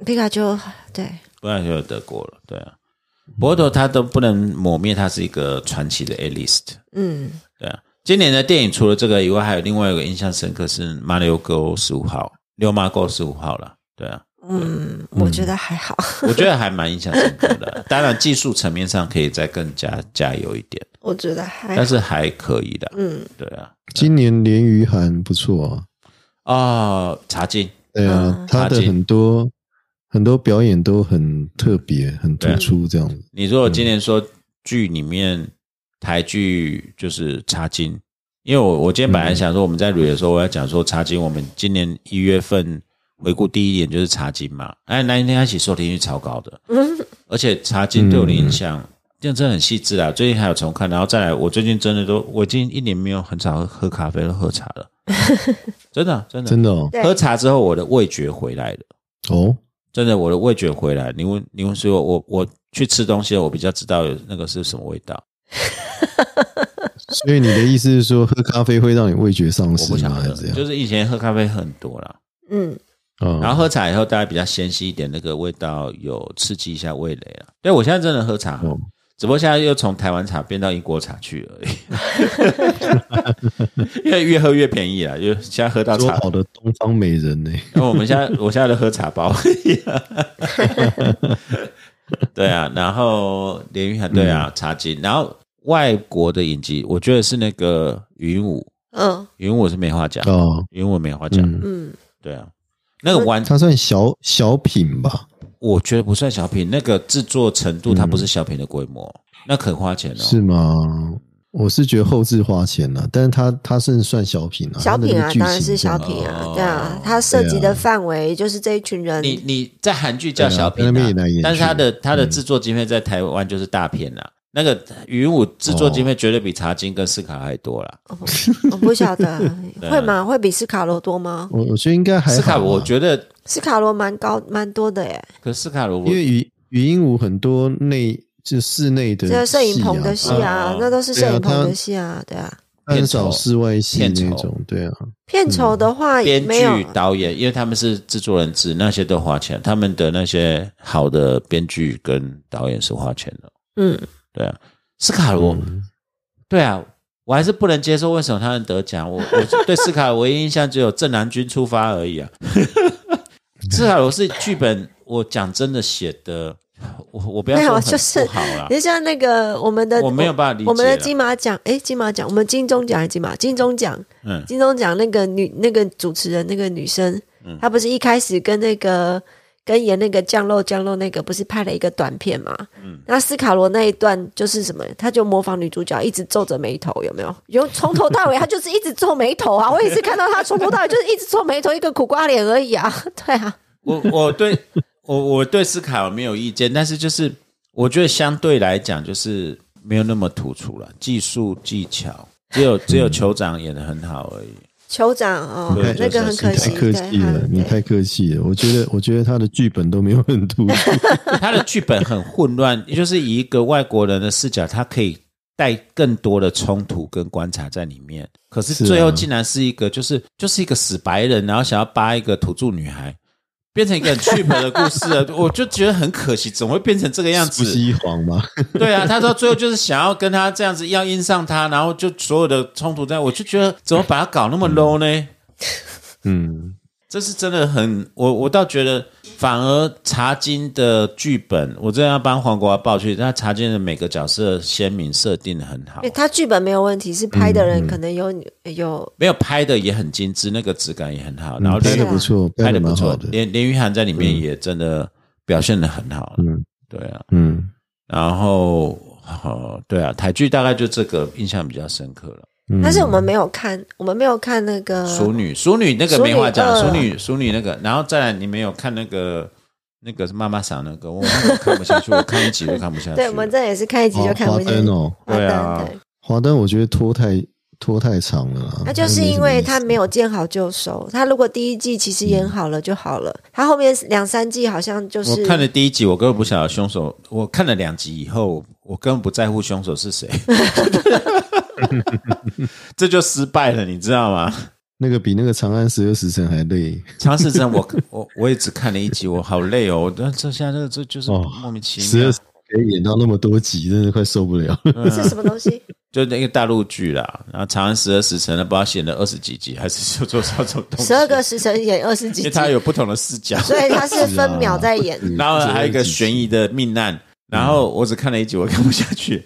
Speaker 4: 皮卡丘，对，
Speaker 3: 布莱就得过了，对啊。博头他都不能抹灭，他是一个传奇的 A list，
Speaker 4: 嗯，
Speaker 3: 对啊。今年的电影除了这个以外，还有另外一个印象深刻是《马里奥 Go 十五号》，六马 Go 十五号了，对啊，
Speaker 4: 嗯，我觉得还好。
Speaker 3: 我觉得还蛮印象深刻的。啊当然技术层面上可以再更加加油一点，
Speaker 4: 我觉得还
Speaker 3: 但是还可以的，
Speaker 4: 嗯，
Speaker 3: 对啊。
Speaker 6: 今年连俞涵不错啊，
Speaker 3: 哦，茶经，
Speaker 6: 对啊，他的
Speaker 3: 他进
Speaker 6: 很多很多表演都很特别，很突出这样子。
Speaker 3: 你如果今年说剧里面台剧就是茶金，因为我我今天本来想说我们在捋的时候，我要讲说茶金，我们今年一月份回顾第一点就是茶金嘛，哎，那一天开始收听率超高的，
Speaker 4: 嗯
Speaker 3: 而且茶金对我的影响。这样真的很细致啊！最近还有重看，然后再来。我最近真的都，我已经一年没有很少喝咖啡，都喝茶了。 真的，啊真的，
Speaker 6: 真的哦，
Speaker 4: 对
Speaker 3: 喝茶之后，我的味觉回来了。
Speaker 6: 哦，
Speaker 3: 真的，我的味觉回来。你问，你问说我，我去吃东西，我比较知道有那个是什么味道。
Speaker 6: 所以你的意思是说，喝咖啡会让你味觉丧
Speaker 3: 我
Speaker 6: 失
Speaker 3: 不想
Speaker 6: 吗？还
Speaker 3: 喝
Speaker 6: 是这，样？
Speaker 3: 就是以前喝咖啡很多啦，
Speaker 4: 嗯，
Speaker 6: 嗯
Speaker 3: 然后喝茶以后，大家比较纤细一点，那个味道有刺激一下味蕾了。对我现在真的喝茶
Speaker 6: 哦，
Speaker 3: 只不过现在又从台湾茶变到英国茶去而已， 因为越喝越便宜啦，就现在喝到
Speaker 6: 说
Speaker 3: 茶
Speaker 6: 好的东方美人呢、
Speaker 3: 因为我们现在我现在都喝茶包， 对啊，然后连云海对啊，茶几，然后外国的影集，我觉得是那个云舞，
Speaker 4: 嗯，
Speaker 3: 云舞是没话讲，
Speaker 6: 哦，
Speaker 3: 云舞没话讲，
Speaker 6: 嗯
Speaker 4: 嗯，
Speaker 3: 对啊，那个完，
Speaker 6: 它算小小品吧？
Speaker 3: 我觉得不算小品，那个制作程度它不是小品的规模，那肯花钱哦，
Speaker 6: 嗯是吗？我是觉得后置花钱了、但是它它是算小品啊，
Speaker 4: 小品
Speaker 6: 它的那，
Speaker 4: 啊
Speaker 6: 个剧情
Speaker 4: 当然是小
Speaker 6: 这样
Speaker 4: 品啊
Speaker 3: 哦，
Speaker 4: 对啊，它涉及的范围就是这一群人，
Speaker 3: 你你在韩剧叫小品、
Speaker 6: 对啊在那边演来演去
Speaker 3: 但是它的它的
Speaker 6: 嗯
Speaker 3: 制作经费在台湾就是大片啦、那个云舞制
Speaker 6: 哦
Speaker 3: 作经费绝对比茶金跟斯卡还多啦。
Speaker 4: 我不 晓得会吗？会比斯卡罗多吗？
Speaker 6: 我我觉得应该还好啊
Speaker 3: 斯卡，我觉得，
Speaker 4: 斯卡罗蛮高蛮多的耶，
Speaker 3: 可斯卡罗，
Speaker 6: 因为语语音舞很多内就室内的、
Speaker 4: 这
Speaker 6: 啊、
Speaker 4: 个摄影棚的戏啊
Speaker 3: 嗯，
Speaker 4: 那都是
Speaker 6: 对
Speaker 4: 摄
Speaker 6: 啊
Speaker 4: 影棚
Speaker 6: 它
Speaker 4: 的戏啊，对啊。
Speaker 6: 很少室外戏
Speaker 3: 片酬
Speaker 6: 那种，对啊，
Speaker 4: 片酬的
Speaker 6: 嗯
Speaker 4: 话
Speaker 3: 编
Speaker 4: 没有
Speaker 3: 剧、导演，因为他们是制作人制，那些都花钱，他们的那些好的编剧跟导演是花钱的，
Speaker 4: 嗯，
Speaker 6: 嗯
Speaker 3: 对啊，斯卡罗，对啊，我还是不能接受为什么他能得奖。我我对斯卡罗 唯一印象只有正南君出发而已啊。 斯卡罗是剧本，我讲真的写的，我我不要
Speaker 4: 没有
Speaker 3: 说
Speaker 4: 就是
Speaker 3: 很不好啦。
Speaker 4: 就像那个我们的，
Speaker 3: 啊我没有办法理解
Speaker 4: 我们的
Speaker 3: 啦
Speaker 4: 金马奖，诶，金马奖，我们金钟奖还是金马？金钟奖，
Speaker 3: 嗯
Speaker 4: 金钟奖那个女那个主持人那个女生，
Speaker 3: 嗯
Speaker 4: 她不是一开始跟那个跟演那个降肉降肉那个不是拍了一个短片嘛？嗯，那斯卡罗那一段就是什么？她就模仿女主角一直皱着眉头，有没有？有从头到尾她就是一直皱眉头啊！我也是看到她从头到尾就是一直皱眉头，一个苦瓜脸而已啊！ 对啊，
Speaker 3: 我我对我我对斯卡罗没有意见，但是就是我觉得相对来讲就是没有那么突出了，技术技巧只有只
Speaker 6: 嗯
Speaker 3: 有酋长演的很好而已。
Speaker 6: 啊
Speaker 4: 酋长哦
Speaker 3: 对，
Speaker 4: 那个很可
Speaker 6: 太
Speaker 4: 惜，
Speaker 6: 客气了，
Speaker 4: 对
Speaker 6: 你太客气了。我觉得，我觉得他的剧本都没有很 突出。
Speaker 3: 他的剧本很混乱，也就是以一个外国人的视角，他可以带更多的冲突跟观察在里面。可是
Speaker 6: 是啊
Speaker 3: 最后竟然是一个，就是就是一个死白人，然后想要扒一个土著女孩，变成一个很剧本的故事了。 我就觉得很可惜，怎么会变成这个样
Speaker 6: 不是
Speaker 3: 子？
Speaker 6: 一黄吗？
Speaker 3: 对啊，他到最后就是想要跟他这样子，要印上他，然后就所有的冲突在，我就觉得怎么把他搞那么 low 呢？
Speaker 6: 嗯，
Speaker 3: 这是真的很，我我倒觉得，反而茶金的剧本，我真的要帮黄国华报去，他茶金的每个角色鲜明设定的很好
Speaker 4: 因为，他剧本没有问题，是拍的
Speaker 3: 嗯
Speaker 4: 人可能有、有
Speaker 3: 没有拍的也很精致，那个质感也很好，然后
Speaker 6: 嗯拍
Speaker 3: 连
Speaker 6: 的不错，
Speaker 3: 拍
Speaker 6: 的
Speaker 3: 的不
Speaker 6: 蛮好
Speaker 3: 错
Speaker 6: 的，。
Speaker 3: 连连于涵在里面也真的表现的很好，
Speaker 6: 嗯
Speaker 3: 对啊，
Speaker 6: 嗯
Speaker 3: 然后哦对啊，台剧大概就这个印象比较深刻了。
Speaker 6: 嗯，
Speaker 4: 但是我们没有看，我们没有看那个
Speaker 3: 熟女，熟女那个没话讲，
Speaker 4: 熟
Speaker 3: 熟
Speaker 4: 呃女呃
Speaker 3: 女熟女那个，然后再来你们有看那个那个是妈妈桑那个，我我看不下去，我看一集就看不下去了。
Speaker 4: 对，我们这也是看一集就
Speaker 6: 哦
Speaker 4: 看
Speaker 6: 华
Speaker 4: 不下去。
Speaker 6: 灯哦，
Speaker 4: 华灯
Speaker 3: 对啊
Speaker 4: 对
Speaker 6: 华灯，我觉得拖太拖太长了啦。
Speaker 4: 那就是因为他没有见好就收。他如果第一季其实演好了就好了，他后面两三季好像就
Speaker 3: 我
Speaker 4: 是
Speaker 3: 看了第一集，我根本不晓得凶手。我看了两集以后，我根本不在乎凶手是谁，这就失败了，你知道吗？
Speaker 6: 那个比那个《长安十二时辰》还累。
Speaker 3: 长时辰我我我也只看了一集，我好累哦。那这现在这这就是
Speaker 6: 哦
Speaker 3: 莫名其
Speaker 6: 十
Speaker 3: 妙，
Speaker 6: 二可以演到那么多集，真的快受不 了。
Speaker 4: 是什么东 西？
Speaker 3: 就那个大陆剧啦。然后《长安十二时辰》呢，不知道演了二十几集，还是就 做少种东西。
Speaker 4: 十二个，时辰演二十
Speaker 3: 因
Speaker 4: 几
Speaker 3: 为
Speaker 4: 集，
Speaker 3: 它有啊不同的视角。
Speaker 4: 所以他是分秒在演。
Speaker 3: 然后还有一个悬疑的命案，然后我只看了一集，我看不下 去。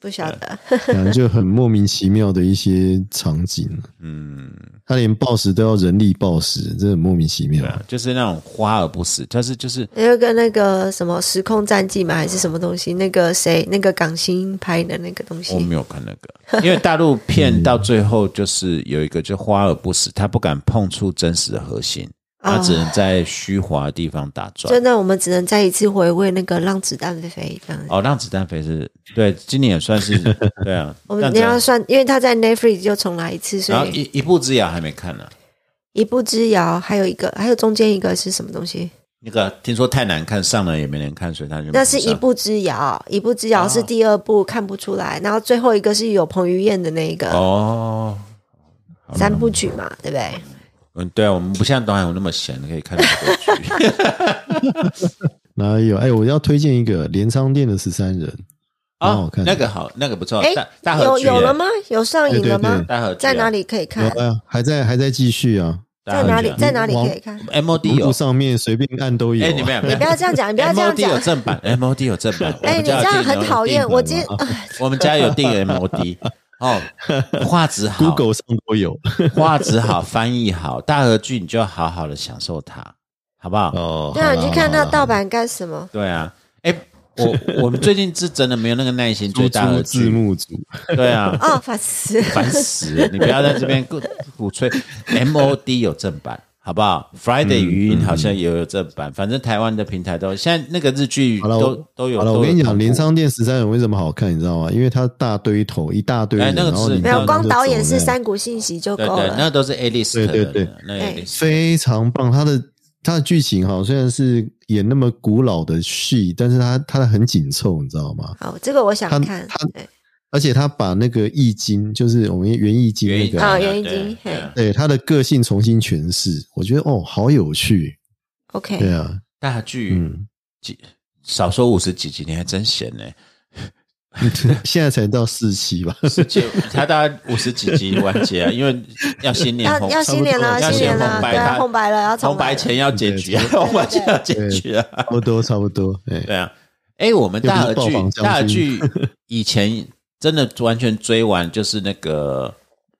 Speaker 4: 不晓得
Speaker 6: 反正就很莫名其妙的一些场景。
Speaker 3: 嗯。
Speaker 6: 他连暴食都要人力暴食，真的很莫名其妙
Speaker 3: 对。啊，就是那种花而不实，但是就是
Speaker 4: 有一个那个什么时空战记嘛，还是什么东西？那个谁，那个港星拍的那个东
Speaker 3: 我
Speaker 4: 西，
Speaker 3: 没有看那个，因为大陆
Speaker 4: 嗯
Speaker 3: 片到最后就是有一个就花而不实，他不敢碰触真实的核心，他只能在虚华的地方打转
Speaker 4: 啊真。的，我们只能再一次回味那个《让子弹飞飞》这样子。
Speaker 3: 哦，让子弹飞是对，今年也算 是对啊。
Speaker 4: 我们
Speaker 3: 让
Speaker 4: 你
Speaker 3: 子弹
Speaker 4: 要算，因为他在 Netflix 就重来一次，所
Speaker 3: 然后
Speaker 4: 以
Speaker 3: 一一步之遥还没看呢、
Speaker 4: 一步之遥，还有一个，还有中间一个是什么东西？
Speaker 3: 那个听说太难看，上了也没人看，所以他就
Speaker 4: 那是
Speaker 3: 没上
Speaker 4: 一步之遥，一步之遥
Speaker 3: 啊
Speaker 4: 是第二部看不出来，然后最后一个是有彭于晏的那一个
Speaker 3: 哦。
Speaker 4: 三部曲嘛，对不对？
Speaker 3: 嗯，对啊，我们不像导演有那么闲，可以看很多剧。
Speaker 6: 哪有？哎，我要推荐一个镰仓店的十三人，蛮好
Speaker 3: 哦，
Speaker 6: 看的。
Speaker 3: 那个好，那个不错。
Speaker 4: 哎
Speaker 3: 大大，
Speaker 4: 有
Speaker 3: 哦河剧
Speaker 4: 有
Speaker 3: 耶
Speaker 4: 了吗？？有上映了吗
Speaker 6: 对对？
Speaker 3: 大河剧
Speaker 4: 在
Speaker 3: 啊
Speaker 4: 哪？里可以看？
Speaker 6: 有啊，还在还在继续啊，
Speaker 4: 在哪里？在哪里
Speaker 6: 王
Speaker 4: 可以看？
Speaker 3: 嗯 M O D 有
Speaker 6: 路上面随便按都有、啊。
Speaker 3: 哎，你们
Speaker 4: 你不要这样讲，你不要这样
Speaker 3: MOD 有
Speaker 4: 讲。
Speaker 3: 正版，MOD 有正版。 我
Speaker 4: 哎，
Speaker 3: 们
Speaker 4: 你
Speaker 3: 家有
Speaker 4: 这样
Speaker 3: 订
Speaker 4: 很讨厌。
Speaker 6: 定
Speaker 4: 我
Speaker 6: 版
Speaker 4: 今
Speaker 6: 吗
Speaker 4: 哎
Speaker 3: 我们家有订 MOD 哦，画质好
Speaker 6: Google 上都有
Speaker 3: 画质好，翻译好，大合剧你就好好的享受它，好不好？
Speaker 6: 哦。
Speaker 4: 对啊，你去看那
Speaker 6: 到
Speaker 4: 盗版干什么？
Speaker 3: 对啊，哎，我 我们最近是真的没有那个耐心追大合
Speaker 6: 出字
Speaker 3: 剧，
Speaker 6: 幕组，
Speaker 3: 对啊，
Speaker 4: 哦，法师，
Speaker 3: 烦死了！你不要在这边鼓鼓吹 MOD 有正版。好不好？Friday
Speaker 6: 嗯
Speaker 3: 语音好像也有正版，反正台湾的平台都现在那个日剧
Speaker 6: 好了
Speaker 3: 都
Speaker 6: 我
Speaker 3: 都有。
Speaker 6: 好了，
Speaker 3: 都
Speaker 6: 我
Speaker 3: 有
Speaker 6: 跟你
Speaker 3: 同
Speaker 6: 讲，
Speaker 3: 步
Speaker 6: 镰仓店十三人为什么好看，你知道吗？因为它大堆头，一大堆
Speaker 3: 哎
Speaker 6: 人，
Speaker 3: 那个
Speaker 6: 然后
Speaker 3: 是
Speaker 6: 里面
Speaker 4: 没
Speaker 3: 那
Speaker 4: 有
Speaker 6: 都
Speaker 4: 光导演
Speaker 6: 走
Speaker 4: 是
Speaker 6: 那样
Speaker 4: 三谷幸喜就够
Speaker 3: 对对，那
Speaker 4: 了。
Speaker 3: 个都是 A list
Speaker 6: 对对
Speaker 3: 的
Speaker 6: 对
Speaker 3: 那个 A
Speaker 4: 哎
Speaker 3: list
Speaker 6: 非常棒。他的他的剧情哈，虽然是演那么古老的戏，但是他他很紧凑，你知道吗？
Speaker 4: 好，这个我想
Speaker 6: 他
Speaker 4: 看。哎
Speaker 6: 他
Speaker 4: 对
Speaker 6: 而且他把那个易经，就是我们元易经那
Speaker 3: 原
Speaker 6: 个，
Speaker 4: 啊
Speaker 3: 啊，
Speaker 4: 原因
Speaker 3: 对
Speaker 4: 经
Speaker 3: 对
Speaker 4: 嘿
Speaker 3: 啊
Speaker 6: 对他的个性重新诠释，我觉得哦，好有趣。对
Speaker 4: OK，
Speaker 6: 啊，
Speaker 3: 大剧
Speaker 6: 嗯，
Speaker 3: 几少说五十几集，你还真闲呢。
Speaker 6: 嗯 现在才到四 期吧？
Speaker 3: 十九，他大概五十几集完结啊，因为要新年
Speaker 4: 要
Speaker 3: 红，
Speaker 4: 要新年了，
Speaker 3: 要
Speaker 4: 新
Speaker 3: 先
Speaker 4: 年了，
Speaker 3: 红白
Speaker 4: 对啊，
Speaker 3: 他
Speaker 4: 红白了，要重
Speaker 3: 红
Speaker 4: 来
Speaker 3: 白
Speaker 4: 了
Speaker 3: 前要解决，
Speaker 6: 对
Speaker 3: 红白前要解决啊
Speaker 6: 差，不多，差不多。哎，
Speaker 3: 对啊。哎，我们大
Speaker 6: 又
Speaker 3: 耳
Speaker 6: 不是
Speaker 3: 剧
Speaker 6: 爆房，将军
Speaker 3: 大耳剧 以前真的完全追完，就是那个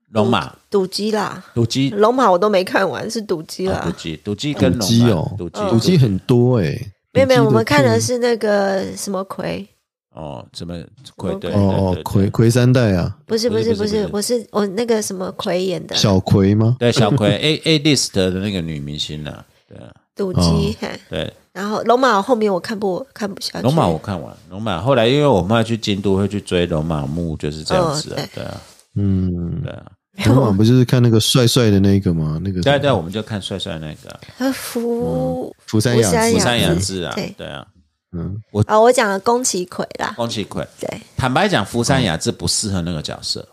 Speaker 3: 龙马
Speaker 4: 赌鸡啦，
Speaker 3: 嗯赌鸡，
Speaker 4: 龙马我都没看完，是赌鸡
Speaker 3: 啊赌嗯
Speaker 4: 啦。
Speaker 3: 鸡，赌鸡跟
Speaker 6: 赌
Speaker 3: 龙
Speaker 6: 鸡
Speaker 3: 马
Speaker 6: 哦，
Speaker 3: 赌鸡，
Speaker 6: 赌鸡很多哎。
Speaker 4: 嗯没有没有，我们看的
Speaker 6: 的
Speaker 4: 是那个什么葵，
Speaker 3: 哦，什么葵对
Speaker 4: 哦
Speaker 6: 哦哦，葵葵三代啊，
Speaker 4: 不是
Speaker 3: 不
Speaker 4: 不
Speaker 3: 是
Speaker 4: 是
Speaker 3: 不
Speaker 4: 不
Speaker 3: 是
Speaker 4: 是，我是我那个什么葵演的
Speaker 6: 小葵吗？
Speaker 3: 对小葵 A A list 的那个女明星呢？对啊
Speaker 4: 赌
Speaker 6: 哦
Speaker 4: 鸡，嘿
Speaker 3: 对，
Speaker 4: 然后龙马后面我看不看不下去，
Speaker 3: 龙马我看完，龙马后来因为我妈去京都会去追龙马墓，就是这样子啊
Speaker 4: 哦，
Speaker 3: 对啊
Speaker 6: 嗯，
Speaker 3: 对啊，
Speaker 6: 昨晚不就是看那个帅帅的那个吗？那个
Speaker 3: 对啊对啊，我们就看帅帅那个啊
Speaker 4: 呃福
Speaker 6: 哦福山雅
Speaker 4: 福
Speaker 6: 治
Speaker 3: 釜
Speaker 4: 雅
Speaker 3: 山雅治
Speaker 4: 治
Speaker 3: 啊，
Speaker 4: 对
Speaker 3: 对啊，
Speaker 6: 嗯，
Speaker 4: 啊，我讲了宫崎葵啦，
Speaker 3: 宫崎葵。
Speaker 4: 对，
Speaker 3: 坦白讲，福山雅治不适合那个角色，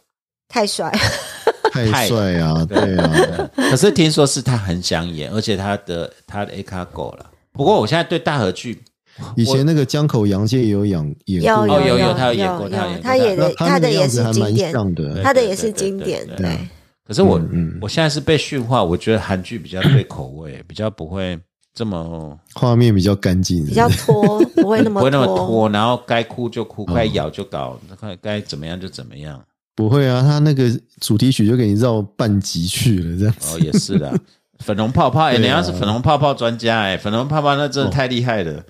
Speaker 4: 太帅了，
Speaker 6: 太帅啊，对啊，
Speaker 3: 可是听说是他很想演，而且他的他的 A 卡狗了。不过我现在对大河剧
Speaker 6: 以前那个江口洋介也有演演
Speaker 4: 有
Speaker 6: 过，
Speaker 3: 哦有有
Speaker 4: 有
Speaker 3: 他有演过他有演过
Speaker 4: 他演的
Speaker 6: 那他那
Speaker 4: 的
Speaker 6: 个
Speaker 4: 也
Speaker 6: 样子
Speaker 4: 是
Speaker 6: 还
Speaker 4: 经
Speaker 6: 蛮
Speaker 4: 典，
Speaker 6: 像的，
Speaker 4: 他的
Speaker 3: 对对
Speaker 4: 也是
Speaker 3: 对
Speaker 4: 经
Speaker 3: 对
Speaker 4: 典，
Speaker 3: 对
Speaker 4: 对。
Speaker 3: 可是我、
Speaker 6: 嗯嗯
Speaker 3: 我现在是被驯化，我觉得韩剧比较对口味， 比较不会这么
Speaker 6: 画面比较干净，
Speaker 4: 比 较拖，不会那
Speaker 3: 不
Speaker 4: 么
Speaker 3: 会那么
Speaker 4: 拖。
Speaker 3: 拖，然后该哭就哭，该咬就搞，该该怎么样就怎么样。
Speaker 6: 不会啊，他那个主题曲就给你绕半集去了，这样
Speaker 3: 哦，也是的，粉红泡泡，哎、人
Speaker 6: 对啊
Speaker 3: 家是粉红泡泡专家、哎，粉红泡泡那真的太厉害了，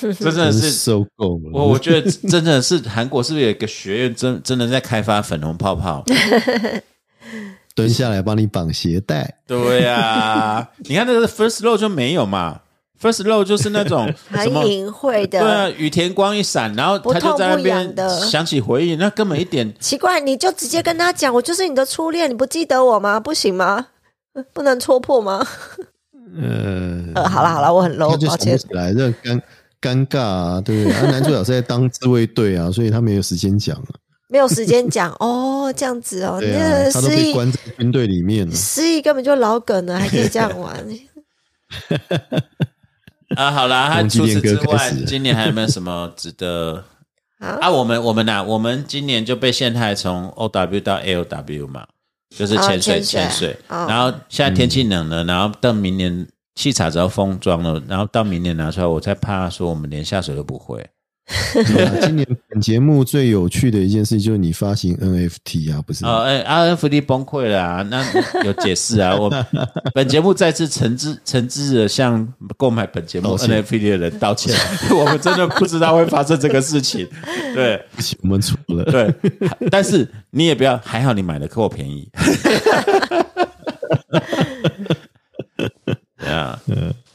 Speaker 3: 这真的
Speaker 6: 真
Speaker 3: 是
Speaker 6: 受够了。
Speaker 3: 我我觉得真的是韩国是不是有一个学院真真的在开发粉红泡泡？
Speaker 6: 蹲下来帮你绑鞋带，
Speaker 3: 对呀、 你看那个 First Row 就没有嘛，First Row 就是那 种什
Speaker 4: 很
Speaker 3: 么。
Speaker 4: 隐晦
Speaker 3: 对啊，
Speaker 4: 的，
Speaker 3: 雨田光一闪，然后他就在那
Speaker 4: 不痛不
Speaker 3: 边
Speaker 4: 痒的
Speaker 3: 想起回忆，那根本一点
Speaker 4: 奇怪，你就直接跟他讲，我就是你的初恋，你不记得我吗？不行吗？呃不能戳破吗？
Speaker 6: 呃，
Speaker 4: 呃， 好了好了，我很
Speaker 6: 他
Speaker 4: low，
Speaker 6: 就
Speaker 4: 抱
Speaker 6: 想不
Speaker 4: 歉
Speaker 6: 起。来，这尴尴尬啊，对不对？啊，男主角是在当自卫队啊，所以他没有时间讲啊，
Speaker 4: 没有时间讲哦，这样子哦，
Speaker 6: 对啊
Speaker 4: 那，
Speaker 6: 他都
Speaker 4: 失
Speaker 6: 被
Speaker 4: 忆
Speaker 6: 关在军队里面了。
Speaker 4: 失忆根本就老梗了，还可以这样 玩。
Speaker 3: 啊。好啦，他除此
Speaker 6: 从纪念
Speaker 3: 之
Speaker 6: 歌开
Speaker 3: 外
Speaker 6: 始，
Speaker 3: 今年还有没有什么值得
Speaker 4: 啊
Speaker 3: 啊？我们我们呐、我们今年就被限害从 O W 到 L W 嘛，就是潜水
Speaker 4: 啊潜水
Speaker 3: 潜水。
Speaker 4: 哦
Speaker 3: 然后现在天气冷了，然后到明年气茶只要封装了，然后到明年拿出来，我才怕说我们连下水都不会。
Speaker 6: 对啊今年本节目最有趣的一件事就是你发行 NFT 啊，不是？
Speaker 3: 哦，哎、r f d 崩溃了啊！那有解释 啊。我本节目再次诚挚诚挚的向购买本节目
Speaker 6: 道歉
Speaker 3: NFT 的人道歉， 我们真的不知道会发生这个事情。对
Speaker 6: 对不起我们错了。
Speaker 3: 对，但是你也不要，还好你买的够便宜。 对啊，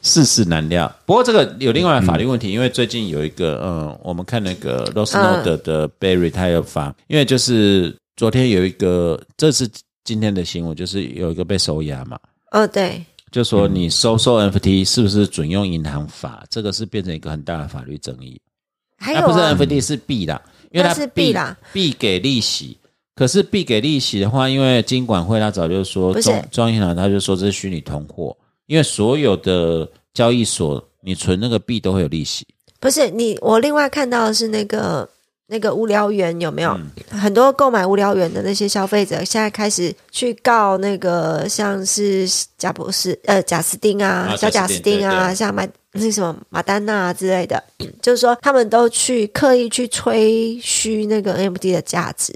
Speaker 3: 世事难料。不过这个有另外的法律问题，因为最近有一个，嗯，我们看那个 r o s n o d 的 Barry 他有发，因为就是昨天有一个，这是今天的新闻，就是有一个被收押嘛，
Speaker 4: 哦，对，
Speaker 3: 就说你收受 NFT 是不是准用银行法，这个是变成一个很大的法律争议。
Speaker 4: 还
Speaker 3: 它
Speaker 4: 有
Speaker 3: 不是
Speaker 4: 啊，
Speaker 3: NFT 是币啦，因为它
Speaker 4: 那是币啦，
Speaker 3: 币给利息。可是币给利息的话，因为金管会他早就说，
Speaker 4: 不是
Speaker 3: 中中央银行他就说这是虚拟通货，因为所有的交易所你存那个币都会有利息。
Speaker 4: 不是你，我另外看到的是那个那个无聊园有没有、很多购买无聊园的那些消费者，现在开始去告那个像是贾博士呃贾斯汀啊、
Speaker 3: 啊
Speaker 4: 小贾斯
Speaker 3: 贾斯汀
Speaker 4: 汀
Speaker 3: 对
Speaker 4: 啊，
Speaker 3: 对
Speaker 4: 像麦那什么马丹娜、啊、之类的，就是说他们都去刻意去吹嘘那个 NFT 的价值。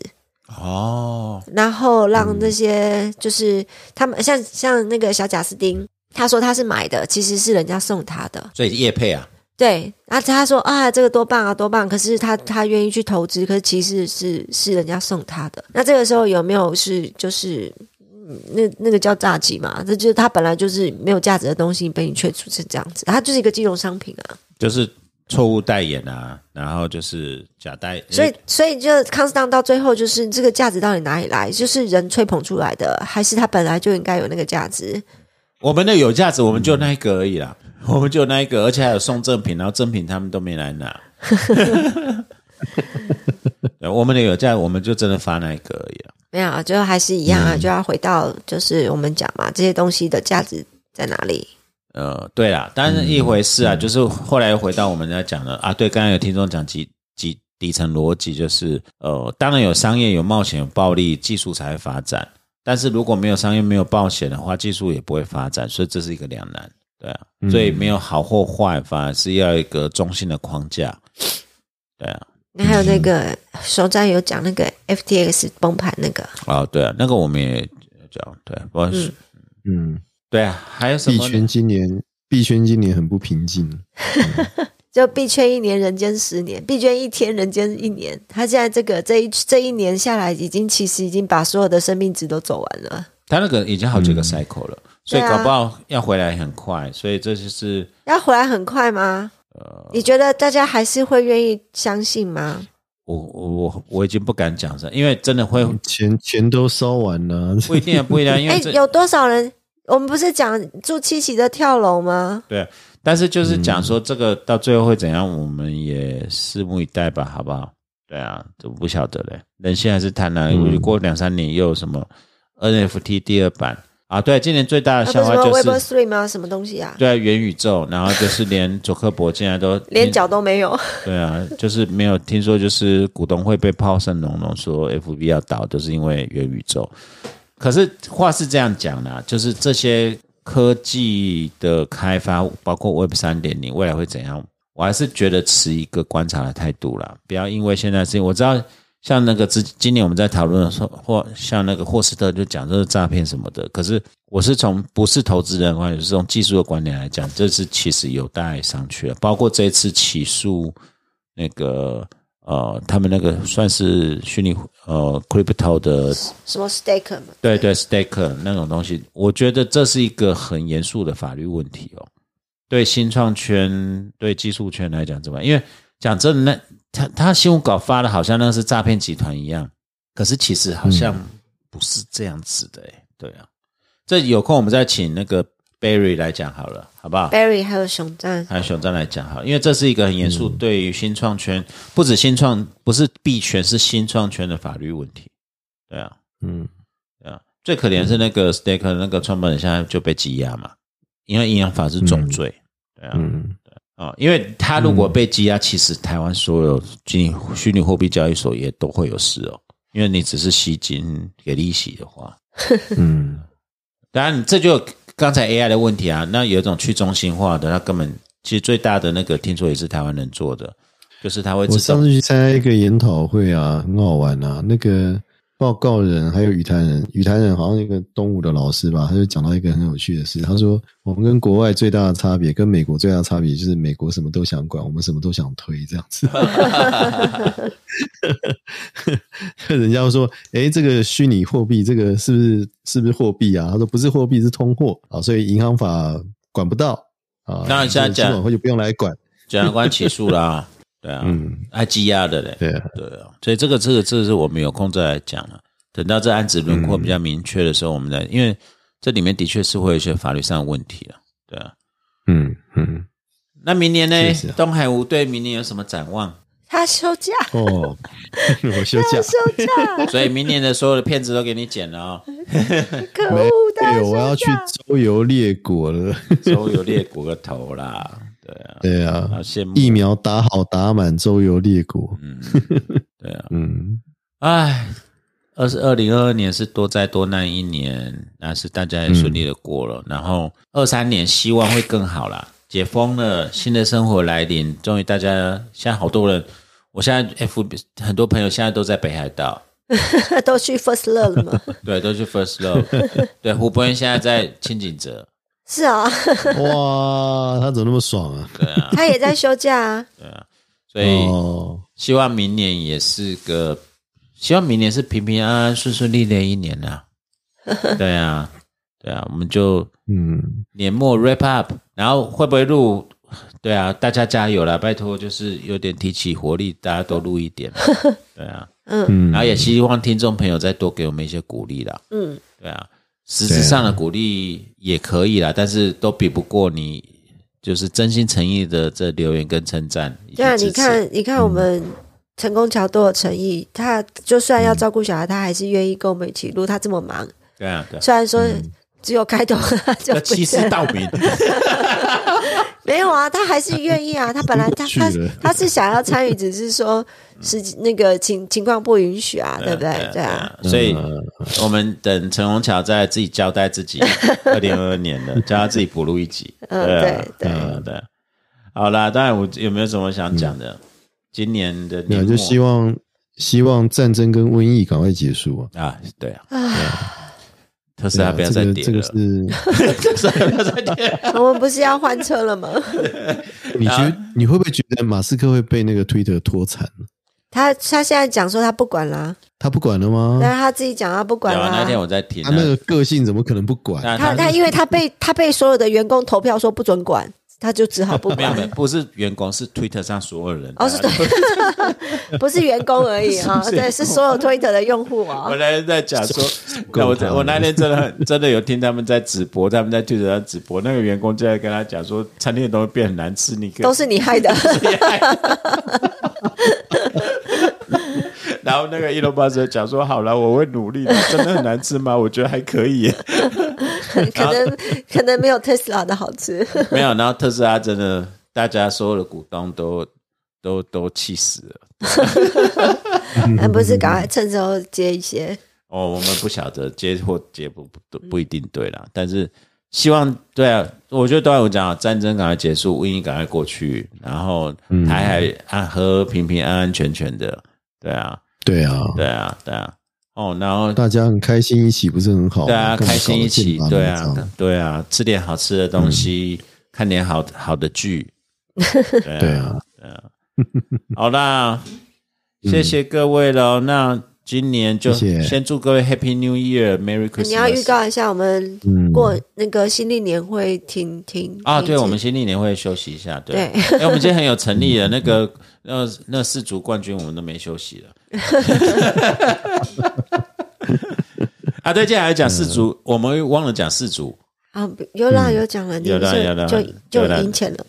Speaker 3: 哦，
Speaker 4: 然后让那些就是他们像像那个小贾斯汀，他说他是买的，其实是人家送他的，
Speaker 3: 所以业配啊，
Speaker 4: 对，然后他说啊，这个多棒啊，多棒！可是他他愿意去投资，可是其实是是人家送他的。那这个时候有没有是就是嗯那那个叫诈欺嘛？这就是他本来就是没有价值的东西被你却出成这样子，它就是一个金融商品啊。
Speaker 3: 就是错误代言啊，然后就是假代，
Speaker 4: 所以所以就康斯坦到最后就是这个价值到底哪里来？就是人吹捧出来的，还是他本来就应该有那个价值？
Speaker 3: 我们的有价值，我们就那一个而已啦，我们就那一个，而且还有送赠品，然后赠品他们都没来拿。 对我们的有价值，我们就真的发那一个而已啦。
Speaker 4: 没有，就还是一样啊，就要回到就是我们讲嘛，这些东西的价值在哪里？
Speaker 3: 呃，对啦，当然是一回事啊，就是后来又回到我们在讲的啊，对，刚才有听众讲集集底层逻辑就是，呃，当然有商业、有冒险、有暴利，技术才会发展。但是如果没有商业、没有冒险的话，技术也不会发展，所以这是一个两难，对啊。所以没有好或坏，反而是要一个中性的框架，对啊。
Speaker 7: 那还有那个首长有讲那个 FTX 崩盘那个，
Speaker 3: 哦，对啊，那个我们也讲，对，我、
Speaker 6: 嗯，
Speaker 3: 对啊，还有什
Speaker 6: 币
Speaker 3: 么呢？
Speaker 6: 圈今年币圈今年很不平静，
Speaker 7: 就币圈一年人间十年，币圈一天人间一年。他现在这个这一这一年下来，已经其实已经把所有的生命值都走完了。
Speaker 3: 他那个已经好几个 cycle 了，所
Speaker 7: 对
Speaker 3: 以
Speaker 7: 啊
Speaker 3: 搞不好要回来很快，所以这就是
Speaker 7: 要回来很快吗？
Speaker 3: 呃
Speaker 7: 你觉得大家还是会愿意相信吗？
Speaker 3: 我我我我已经不敢讲了，因为真的会
Speaker 6: 钱钱都烧完了，
Speaker 3: 不一定啊，不一定啊，因
Speaker 7: 哎
Speaker 3: 嗯为，这、
Speaker 7: 有多少人？我们不是讲住七喜的跳楼吗？
Speaker 3: 对，但是就是讲说这个到最后会怎样，我们也拭目以待吧，好不好？对啊，这我不晓得嘞，人性还是贪婪。我觉得过两三年又有什么 NFT 第二版啊？对，今年最大的
Speaker 7: 那、
Speaker 3: 笑
Speaker 7: 啊不是
Speaker 3: 话
Speaker 7: 什么
Speaker 3: 就
Speaker 7: Web
Speaker 3: 是
Speaker 7: Three 吗？什么东西啊？
Speaker 3: 对啊元宇宙，然后就是连佐克伯竟然都
Speaker 7: 连脚都没有。
Speaker 3: 对啊，就是没有听说，就是股东会被炮声隆隆说 FB 要倒，就是因为元宇宙。可是话是这样讲啦，就是这些科技的开发，包括 Web 三点零，未来会怎样？我还是觉得持一个观察的态度啦，不要因为现在的事情，我知道像那个之今年我们在讨论的时候，或像那个霍斯特就讲这是诈骗什么的，可是我是从不是投资人的观点，是从技术的观点来讲，这是其实有待商榷，包括这一次起诉那个呃，他们那个算是虚拟呃 crypto 的
Speaker 7: 什么 stake 吗？
Speaker 3: 对对 stake 那种东西，我觉得这是一个很严肃的法律问题哦。对新创圈、对技术圈来讲，怎么样？因为讲真的，那他他新闻稿发的好像那是诈骗集团一样，可是其实好像不是这样子的、诶对啊，这有空我们再请那个 Barry 来讲好了，好不好？
Speaker 7: Barry 还有熊赞，
Speaker 3: 还有熊赞来讲好了，因为这是一个很严肃，对于新创圈，不止新创，不是币圈，是新创圈的法律问题。对啊，
Speaker 6: 嗯，
Speaker 3: 对啊，最可怜的是那个 Stake 那个创办人现在就被羁押嘛，因为营养法是重罪。对啊，
Speaker 6: 嗯
Speaker 3: 啊、因为他如果被羁押，其实台湾所有虚拟虚拟货币交易所也都会有事哦，因为你只是吸金给利息的话，
Speaker 6: 嗯，
Speaker 3: 当然，这就刚才 AI 的问题啊。那有一种去中心化的，那根本其实最大的那个，听说也是台湾人做的，就是他会
Speaker 6: 我
Speaker 3: 自
Speaker 6: 上
Speaker 3: 动
Speaker 6: 次去参加一个研讨会啊，很好玩啊。那个报告人还有语坛人，语坛人好像一个东吴的老师吧，他就讲到一个很有趣的事。他说，我们跟国外最大的差别，跟美国最大的差别就是美国什么都想管，我们什么都想推这样子。 人家说，诶，这个虚拟货币，这个是不是是不是货币啊？他说不是货币，是通货啊，所以银行法管不到啊。
Speaker 3: 那现在
Speaker 6: 监管会就不用来管。
Speaker 3: 检察官起诉啦、对啊，
Speaker 6: 嗯，
Speaker 3: 还羁押的嘞，
Speaker 6: 对啊，
Speaker 3: 对啊，所以这个这个这个是我们有空再来讲了、等到这案子轮廓比较明确的时候，我们再，因为这里面的确是会有一些法律上的问题了、对啊。
Speaker 6: 嗯嗯。
Speaker 3: 那明年呢？
Speaker 6: 确实啊
Speaker 3: 东海吴对明年有什么展望？
Speaker 7: 他休 假，
Speaker 6: 哦， 我休假，
Speaker 7: 休假，
Speaker 3: 所以明年的所有的片子都给你剪了哦。
Speaker 7: 可
Speaker 6: 没
Speaker 7: 恶
Speaker 3: 哎
Speaker 7: 的
Speaker 6: 哎有，我要去周游列国了。
Speaker 3: 周游列国个头啦， 对啊，
Speaker 6: 对啊
Speaker 3: 好，羡慕
Speaker 6: 疫苗打好打满，周游列国。
Speaker 3: 嗯，对啊，
Speaker 6: 嗯，
Speaker 3: 唉，二是二零二二年是多灾多难一年，但是大家也顺利的过了，然后二三年希望会更好啦，解封了，新的生活来临，终于大家现在好多人，我现在 F 很多朋友现在都在北海道，
Speaker 7: 都去 First Love 了 吗？
Speaker 3: 对，都去 First Love，对，胡博恩现在在清景泽，
Speaker 7: 是 啊，
Speaker 6: 哇，他怎么那么爽啊？
Speaker 7: 他也在休假 啊。
Speaker 3: 所以。
Speaker 6: 哦，
Speaker 3: 希望明年也是个，希望明年是平平安安、顺顺利利的一年呐、对啊，对啊，我们就
Speaker 6: 嗯，
Speaker 3: 年末 wrap up，然后会不会录？对啊，大家加油啦！拜托，就是有点提起活力，大家都录一 点。对啊，嗯，然后也希望听众朋友再多给我们一些鼓励啦。
Speaker 7: 嗯，
Speaker 3: 对啊，实质上的鼓励也可以啦，但是都比不过你就是真心诚意的这留言跟称赞。以及
Speaker 7: 对啊，
Speaker 3: 支
Speaker 7: 你
Speaker 3: 持嗯
Speaker 7: 看，你看我们成功桥多有诚意，他就算要照顾小孩，他还是愿意跟我们一起录。他这么忙，
Speaker 3: 对啊，对啊，
Speaker 7: 虽然说
Speaker 4: 只有开头就
Speaker 3: 要
Speaker 4: 不
Speaker 3: 欺
Speaker 4: 见
Speaker 3: 世
Speaker 4: 了。
Speaker 3: 盗名，
Speaker 4: 没有啊，他还是愿意啊，他本来 他
Speaker 6: 去
Speaker 4: 他
Speaker 6: 了
Speaker 4: 他是想要参与，只是说
Speaker 3: 嗯
Speaker 4: 实际那个情情况不允许啊，对不对？对啊，
Speaker 3: 啊所以我们等陈宏桥再自己交代自 己二零二二年的，叫他自己补录一集。
Speaker 4: 嗯
Speaker 3: 啊
Speaker 4: 对对嗯
Speaker 3: 嗯对。好啦，当然我有没有什么想讲的？今年的
Speaker 6: 没
Speaker 3: 年
Speaker 6: 有，啊就
Speaker 3: 末
Speaker 6: 希望希望战争跟瘟疫赶快结束啊！
Speaker 3: 啊，对啊，对啊特斯拉不要再
Speaker 6: 对啊
Speaker 3: 跌
Speaker 6: 这个
Speaker 3: 了，
Speaker 6: 这个是
Speaker 3: 特斯拉不要再 跌了。
Speaker 4: 我们不是要换车了吗？
Speaker 6: 你觉
Speaker 3: 啊
Speaker 6: 你会不会觉得马斯克会被那个推特拖惨？
Speaker 4: 他他现在讲说他不管啦，
Speaker 6: 他不管了吗？
Speaker 4: 但是他自己讲他不管
Speaker 3: 嗯有啊，那天
Speaker 4: 啦。
Speaker 3: 我在听
Speaker 6: 他那个个性怎么可能不管？
Speaker 3: 那
Speaker 4: 他
Speaker 3: 他
Speaker 4: 他因为他被他被所有的员工投票说不准管，他就只好不
Speaker 3: 没有没有
Speaker 4: 管。
Speaker 3: 不是员工，是 Twitter 上所有人。啊
Speaker 4: 哦，是对， 不是员工而已啊，对，是所有 Twitter 的用户啊
Speaker 3: 我。那天在讲说，那我在我那天真的很真的有听他们在直播，他们在 Twitter 上直播，那个员工就在跟他讲说，餐厅的东西变很难吃，你可以
Speaker 4: 都是你害的。
Speaker 3: 然后那个伊隆巴斯讲说，好了，我会努力的，真的很难吃吗？我觉得还可以。
Speaker 4: 可能可能没有 Tesla 的好
Speaker 6: 嗯
Speaker 4: 吃。
Speaker 3: 没有，然后特斯拉真的，大家所有的股东都都都气死了。
Speaker 6: 嗯
Speaker 4: 那 不是赶快趁时候接一些，
Speaker 3: 哦，我们不晓得接或接不不不一定对啦，但是希望对啊，我觉得对我讲啊，战争赶快结束，瘟疫赶快过去，然后
Speaker 6: 嗯
Speaker 3: 台海安和和平平、安安全全的，对啊，
Speaker 6: 对啊，
Speaker 3: 对啊，对啊，哦，然后
Speaker 6: 大家很开心一起，不是很好吗？
Speaker 3: 对啊，
Speaker 6: 干嘛
Speaker 3: 开心一起
Speaker 6: 啊搞，得
Speaker 3: 对
Speaker 6: 剑拔弩张
Speaker 3: 啊，对啊，吃点好吃的东西，
Speaker 6: 嗯
Speaker 3: 看点好好的剧，对
Speaker 6: 对啊，嗯
Speaker 3: 好啦，谢谢各位喽，那。今年就
Speaker 6: 谢谢
Speaker 3: 先祝各位 Happy New Year，Merry Christmas！
Speaker 4: 你要预告一下我们
Speaker 6: 嗯
Speaker 4: 过那个新历年会停停
Speaker 3: 啊，
Speaker 4: 停止
Speaker 3: 对，我们新历年会休息一下，对，
Speaker 4: 对
Speaker 3: 哎、我们今天很有诚意的，那个那那四组冠军我们都没休息了。 啊，对，接下来讲四
Speaker 6: 嗯
Speaker 3: 组，我们忘了讲四组，
Speaker 4: 啊，有啦有讲了，你
Speaker 3: 有啦
Speaker 4: 就
Speaker 3: 有啦
Speaker 4: 就
Speaker 3: 有
Speaker 4: 就
Speaker 3: 啦
Speaker 4: 赢钱了，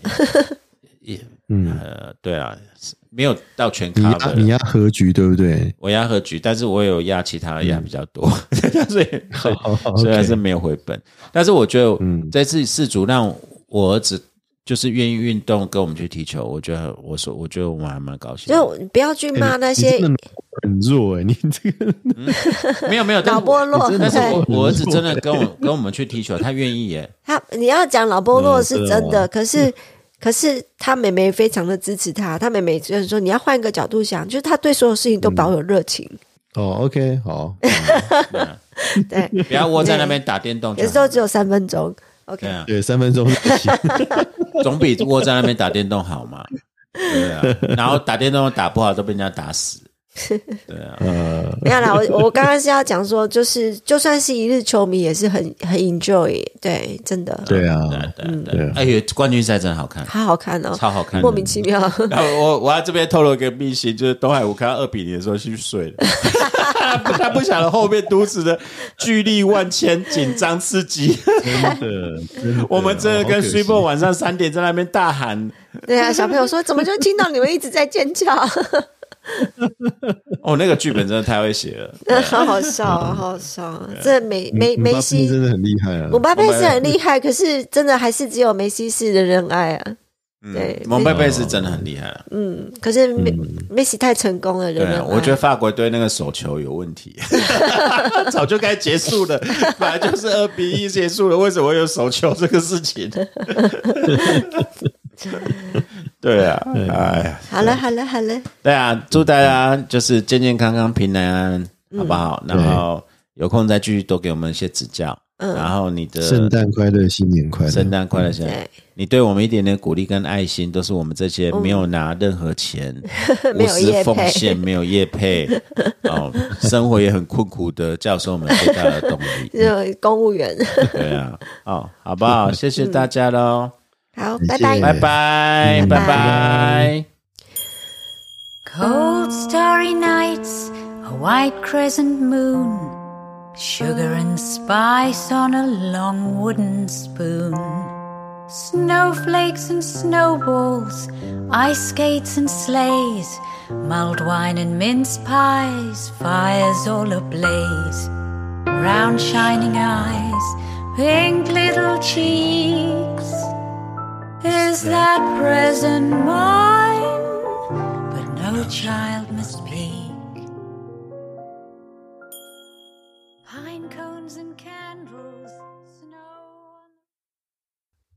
Speaker 6: 嗯，
Speaker 3: 呃，对啊，是没有到全
Speaker 6: 啊你
Speaker 3: 卡
Speaker 6: 压
Speaker 3: 的。
Speaker 6: 你压和局对不对？
Speaker 3: 我压和局，但是我有压其他的压比较多， 所以所以
Speaker 6: 嗯好好
Speaker 3: 虽然
Speaker 6: 哦 OK
Speaker 3: 哦是没啊有回本，但是我觉得
Speaker 6: 嗯
Speaker 3: 在这四组让我儿子就是愿意运动跟我们去踢球，我觉得我说我觉得我们还蛮高兴的。
Speaker 4: 就不要去骂那
Speaker 6: 哎你
Speaker 4: 些
Speaker 6: 真的很弱哎，你这个
Speaker 3: 没有没有，但
Speaker 4: 脑
Speaker 3: 是
Speaker 4: 波
Speaker 3: 我
Speaker 4: 弱。
Speaker 3: 但是
Speaker 4: 对，
Speaker 3: 我我儿子真的跟我跟我们去踢球，他愿意耶。
Speaker 4: 他你要讲脑波弱是真的，可是。可是他妹妹非常的支持他，他妹妹就是说你要换一个角度想，就是他对所有事情都保有热情，
Speaker 6: 哦，OK，好，
Speaker 4: 对，
Speaker 3: 嗯不要窝在那边打电动就
Speaker 4: 有
Speaker 3: 好，
Speaker 4: 时候只有三分钟，OK，
Speaker 3: 对啊，
Speaker 6: 对，三分钟一起
Speaker 3: 总比窝在那边打电动好嘛。对 啊，然后打电动打不好都被人家打死。对啊，
Speaker 4: 没有啦，我我刚刚是要讲说，就是就算是一日球迷，也是很很 enjoy，对，真的，
Speaker 6: 对啊，
Speaker 3: 对啊对啊对
Speaker 6: 对
Speaker 3: 啊
Speaker 6: 啊！
Speaker 3: 哎呦，冠军赛真的好看，
Speaker 4: 好好看哦，
Speaker 3: 超好看的
Speaker 4: 莫名其妙。
Speaker 3: 然后我我要这边透露一个秘辛，就是东海我看到二比零的时候去睡了，他不晓得后面都市的巨力万千，紧张刺激。
Speaker 6: 真的，真的
Speaker 3: 我们真的跟
Speaker 6: 好可惜
Speaker 3: Super 晚上三点在那边大喊，
Speaker 4: 对啊，小朋友说怎么就听到你们一直在尖叫，
Speaker 3: 哦，那个剧本真的太会写了。
Speaker 4: 好好笑啊，好好笑啊！这梅梅
Speaker 6: 姆嗯巴
Speaker 4: 梅
Speaker 6: 佩
Speaker 4: 西，
Speaker 6: 真的很厉害啊
Speaker 4: 姆！巴佩是很厉害，可是真的还是只有梅西是人人爱啊。对，
Speaker 3: 嗯蒙贝贝是真的很厉害，
Speaker 4: 嗯，可是梅梅西太成功了，
Speaker 3: 对
Speaker 4: 人人
Speaker 3: 啊，
Speaker 4: 爱。
Speaker 3: 我觉得法国队那个手球有问题， 早就该结束了，本来就是二比一结束了，为什么会有手球这个事情？ 对啊，哎呀，
Speaker 4: 好了，好了，好了，
Speaker 3: 对啊，祝大家就是健健康康、平安，好不好？然后有空再继续多给我们一些指教，然后你的
Speaker 6: 圣诞快乐，新年快乐，
Speaker 3: 圣诞快乐，先生
Speaker 4: 嗯对！嗯
Speaker 3: 你对我们一点点鼓励跟爱心，都是我们这些没有拿任何钱、
Speaker 4: 没
Speaker 3: 无
Speaker 4: 有
Speaker 3: 私
Speaker 4: 业
Speaker 3: 奉
Speaker 4: 配
Speaker 3: 献、没有业 配哦，生活也很困苦的教授们最大的动 力。
Speaker 4: 就公务员。
Speaker 3: 对啊，哦，好不
Speaker 4: 嗯
Speaker 3: 好？谢谢大家喽，
Speaker 4: 好，
Speaker 6: 再
Speaker 4: 拜
Speaker 6: 见
Speaker 4: 拜。
Speaker 3: 拜拜，
Speaker 6: 嗯
Speaker 3: 拜拜。
Speaker 2: Cold starry nights, a white crescent moon, sugar and spice on a long wooden spoon, snowflakes and snowballs, ice skates and sleighs, mulled wine and mince pies, fires all ablaze, round shining eyes, pink little cheeks. Is that present mine? But no child must peek. Pine cones and can.